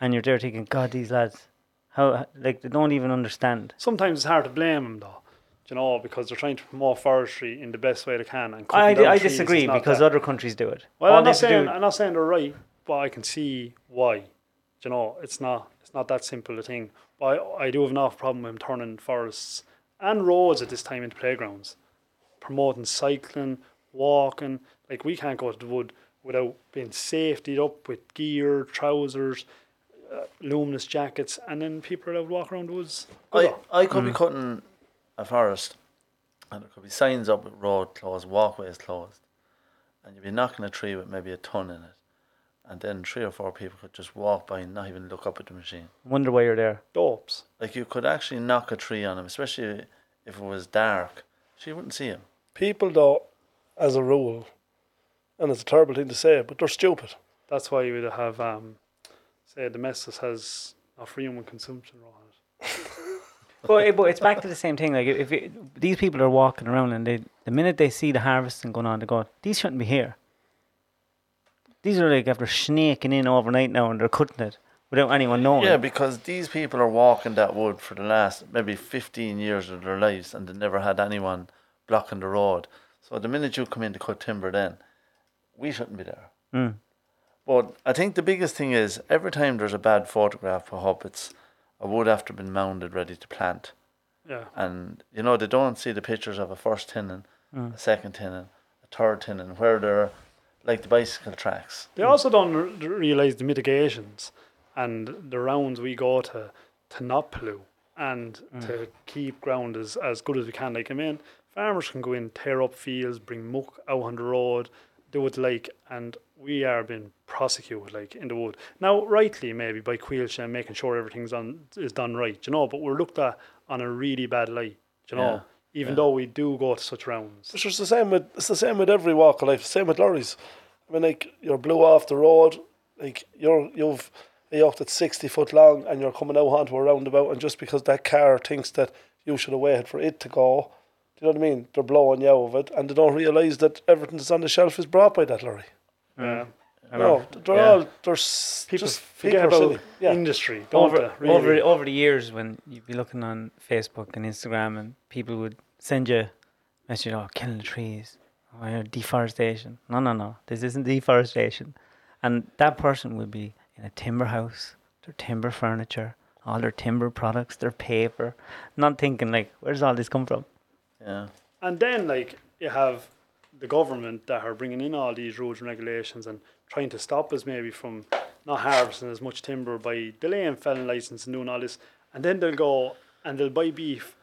Speaker 1: And you're there thinking, God, these lads, how, like, they don't even understand.
Speaker 2: Sometimes it's hard to blame them though. do You know, because they're trying to promote forestry in the best way they can. And cutting
Speaker 1: I,
Speaker 2: down
Speaker 1: I
Speaker 2: trees is
Speaker 1: disagree
Speaker 2: not
Speaker 1: because
Speaker 2: that.
Speaker 1: other countries do it.
Speaker 2: well,
Speaker 1: All
Speaker 2: I'm
Speaker 1: they have
Speaker 2: not
Speaker 1: to do-
Speaker 2: saying I'm not saying they're right, but I can see why. Do You know, it's not it's not that simple a thing. But I, I do have an off problem with them turning forests and roads at this time into playgrounds, promoting cycling, walking. Like we can't go to the wood without being safetied up with gear, trousers, uh, luminous jackets, and then people are allowed to walk around the woods. Good
Speaker 4: I,
Speaker 2: luck.
Speaker 4: I could be cutting a forest and there could be signs up with road closed, walkways closed, and you'd be knocking a tree with maybe a ton in it. And then three or four people could just walk by and not even look up at the machine.
Speaker 1: Wonder why you're there.
Speaker 2: Dopes.
Speaker 4: Like you could actually knock a tree on him, especially if it was dark. She wouldn't see him.
Speaker 3: People, though, as a rule, and it's a terrible thing to say, but they're stupid.
Speaker 2: That's why you would have, um, say, Domestos has a free human consumption law on it.
Speaker 1: but, it- but it's back to the same thing. Like, if it, these people are walking around and they, the minute they see the harvesting going on, they go, these shouldn't be here. These are like after snaking in overnight now and they're cutting it without anyone knowing.
Speaker 4: Yeah, because these people are walking that wood for the last maybe 15 years of their lives and they never had anyone blocking the road. So the minute you come in to cut timber, then we shouldn't be there.
Speaker 1: Mm.
Speaker 4: But I think the biggest thing is every time there's a bad photograph for up, it's a wood after been mounded, ready to plant.
Speaker 2: Yeah.
Speaker 4: And, you know, they don't see the pictures of a first tinning, a second tinning, a third tinning, where they're like the bicycle tracks.
Speaker 2: They also don't r- realise the mitigations. and the rounds we go to to not pollute and
Speaker 3: Mm.
Speaker 2: to keep ground as, as good as we can. Like I mean, farmers can go in, tear up fields, bring muck out on the road, do what they like, and we are being prosecuted like in the wood. Now, rightly maybe by Quilsh and making sure everything's on is done right, you know, but we're looked at on a really bad light, you know.
Speaker 4: Yeah,
Speaker 2: Even
Speaker 4: yeah.
Speaker 2: though we do go to such rounds.
Speaker 3: It's just the same with it's the same with every walk of life. Same with lorries. I mean, like you're blew off the road, like you're you've a yoke that's sixty foot long, and you're coming out onto a roundabout, and just because that car thinks that you should have waited for it to go, do you know what I mean? They're blowing you out of it, and they don't realise that everything that's on the shelf is brought by that lorry.
Speaker 2: Yeah.
Speaker 3: No, they're
Speaker 4: yeah.
Speaker 3: all they're s-
Speaker 2: uh, People
Speaker 3: Mm. just
Speaker 2: forget
Speaker 3: people are
Speaker 2: about
Speaker 3: silly. Yeah.
Speaker 2: industry, don't
Speaker 1: over,
Speaker 2: they? Really?
Speaker 1: over over the years when you'd be looking on Facebook and Instagram and people would send you messages, oh, killing the trees, oh, yeah, deforestation. No, no, no, this isn't deforestation. And that person would be in a timber house, their timber furniture, all their timber products, their paper, not thinking like, where's all this come from?
Speaker 4: Yeah.
Speaker 2: And then, like, you have the government that are bringing in all these rules and regulations and trying to stop us maybe from not harvesting as much timber by delaying felling license and doing all this. And then they'll go and they'll buy beef,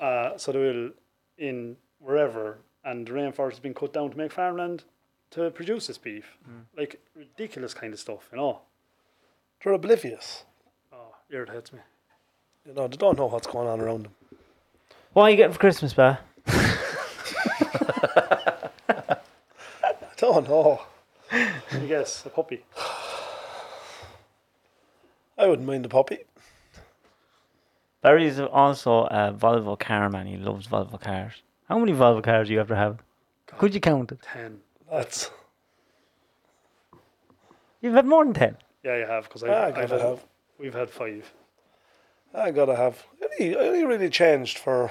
Speaker 2: uh, so they will in wherever, and the rainforest has been cut down to make farmland to produce this beef.
Speaker 3: Mm.
Speaker 2: Like, ridiculous kind of stuff, you know.
Speaker 3: They're oblivious.
Speaker 2: Oh, irritates me.
Speaker 3: You know, they don't know what's going on around them.
Speaker 1: What are you getting for Christmas, Pa?
Speaker 3: I don't know.
Speaker 2: I guess, a puppy.
Speaker 3: I wouldn't mind a puppy.
Speaker 1: Barry's also a Volvo car man. He loves Volvo cars. How many Volvo cars do you ever have? Could you count it?
Speaker 2: 10.
Speaker 3: That's
Speaker 1: You've had more than 10.
Speaker 2: Yeah, you have, because
Speaker 3: Ah, I
Speaker 2: I've, I've
Speaker 3: gotta
Speaker 2: had,
Speaker 3: have.
Speaker 2: we've had five.
Speaker 3: I gotta have. I only, I only really changed for.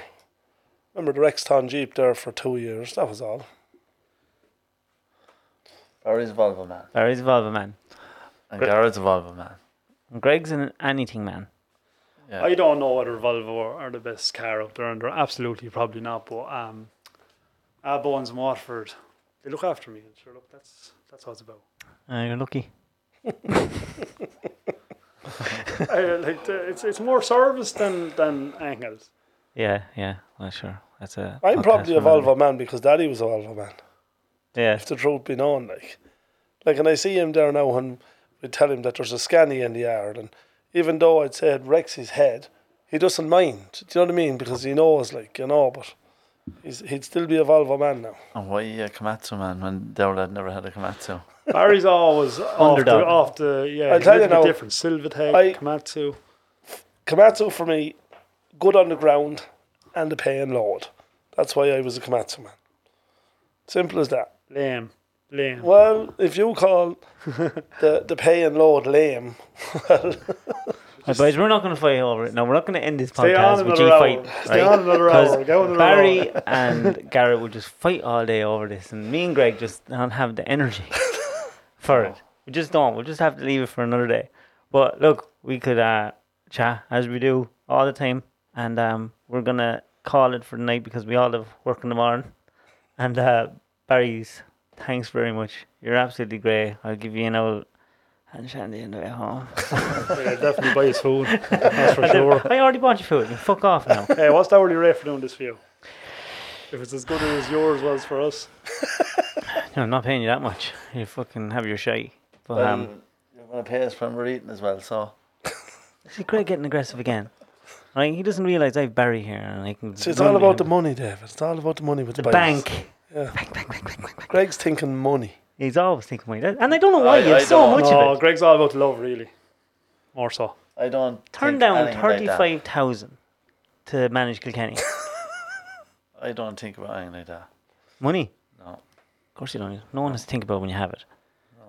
Speaker 3: Remember the Rexton Jeep there for two years. That was all.
Speaker 4: Barry's a Volvo man.
Speaker 1: Barry's a Volvo man.
Speaker 4: And Garrett's a Volvo man.
Speaker 1: And Greg's an anything man.
Speaker 4: Yeah.
Speaker 2: I don't know whether Volvo are the best car out there, and they're absolutely probably not. But um, our Bones and Watford, they look after me, and sure, look, that's that's what it's about.
Speaker 1: Uh, you're lucky.
Speaker 2: I, like, the- it's it's more service than than anything else.
Speaker 1: Yeah, yeah. Well, sure. That's a.
Speaker 3: I'm
Speaker 1: podcast
Speaker 3: probably a
Speaker 1: for another
Speaker 3: Volvo man because Daddy was a Volvo man.
Speaker 1: day. Yeah.
Speaker 3: If the truth be known, like, like, and I see him there now when we tell him that there's a Scanny in the yard, and even though I'd say it wrecks his head, he doesn't mind. Do you know what I mean? Because he knows, like, you know, but he's, he'd still be a Volvo man now.
Speaker 4: And Oh, why a Komatsu man when Dowlad never had a Komatsu?
Speaker 2: Barry's always off the,
Speaker 1: Underdog.
Speaker 2: off the yeah.
Speaker 3: I'll tell you
Speaker 2: little bit
Speaker 3: now,
Speaker 2: different
Speaker 3: I-
Speaker 2: Silvatech, Komatsu.
Speaker 3: Komatsu for me, good on the ground and a paying load. That's why I was a Komatsu man. Simple as that.
Speaker 2: Lame, lame.
Speaker 3: Well, if you call the, the pay and load lame,
Speaker 1: Right, boys, we're not going to fight over it. No, we're not going to end this
Speaker 2: Stay on
Speaker 1: podcast with you
Speaker 2: another hour.
Speaker 1: fight.
Speaker 2: Stay
Speaker 1: right?
Speaker 2: on another
Speaker 1: 'Cause
Speaker 2: hour. Go another hour.
Speaker 1: Barry and Garrett would just fight all day over this, and me and Greg just don't have the energy for it. We just don't. We'll just have to leave it for another day. But look, we could uh, chat as we do all the time, and um, we're gonna call it for the night because we all have work in the morning. And uh, Barry's, thanks very much. You're absolutely great. I'll give you an old hand shandy on the way home.
Speaker 2: Yeah, definitely buy his food. That's for sure.
Speaker 1: I already bought you food. You fuck off now.
Speaker 2: Hey, what's the hourly rate for doing this for you? If it's as good as yours was for us,
Speaker 1: No, I'm not paying you that much. You fucking have your shite. But
Speaker 4: Well,
Speaker 1: um,
Speaker 4: you're going to pay us when we're eating as well, so.
Speaker 1: see, Greg getting aggressive again. Like he doesn't realize I've Barry here, and I can.
Speaker 3: see, it's
Speaker 1: run
Speaker 3: all about the
Speaker 1: him.
Speaker 3: money, David. It's all about the money with
Speaker 1: the
Speaker 3: the, bikes.
Speaker 1: bank.
Speaker 3: Yeah.
Speaker 1: Bank, bank, bank, bank, bank, bank.
Speaker 3: Greg's thinking money.
Speaker 1: He's always thinking about that, and I don't know why.
Speaker 4: I-
Speaker 1: you have
Speaker 4: I
Speaker 1: so
Speaker 4: don't
Speaker 1: much
Speaker 2: no,
Speaker 1: of it.
Speaker 2: Greg's all about love, really. More so.
Speaker 4: I don't.
Speaker 1: Turn
Speaker 4: think
Speaker 1: down
Speaker 4: anything about that.
Speaker 1: thirty-five thousand to manage Kilkenny.
Speaker 4: I don't think about anything like that.
Speaker 1: Money.
Speaker 4: No.
Speaker 1: Of course you don't. No one has to think about when you have it.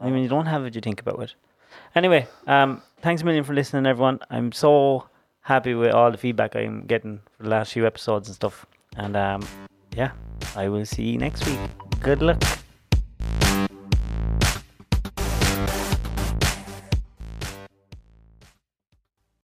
Speaker 1: I mean, you don't have it, you think about it. Anyway, um, thanks a million for listening, everyone. I'm so happy with all the feedback I'm getting for the last few episodes and stuff. And um, yeah, I will see you next week. Good luck.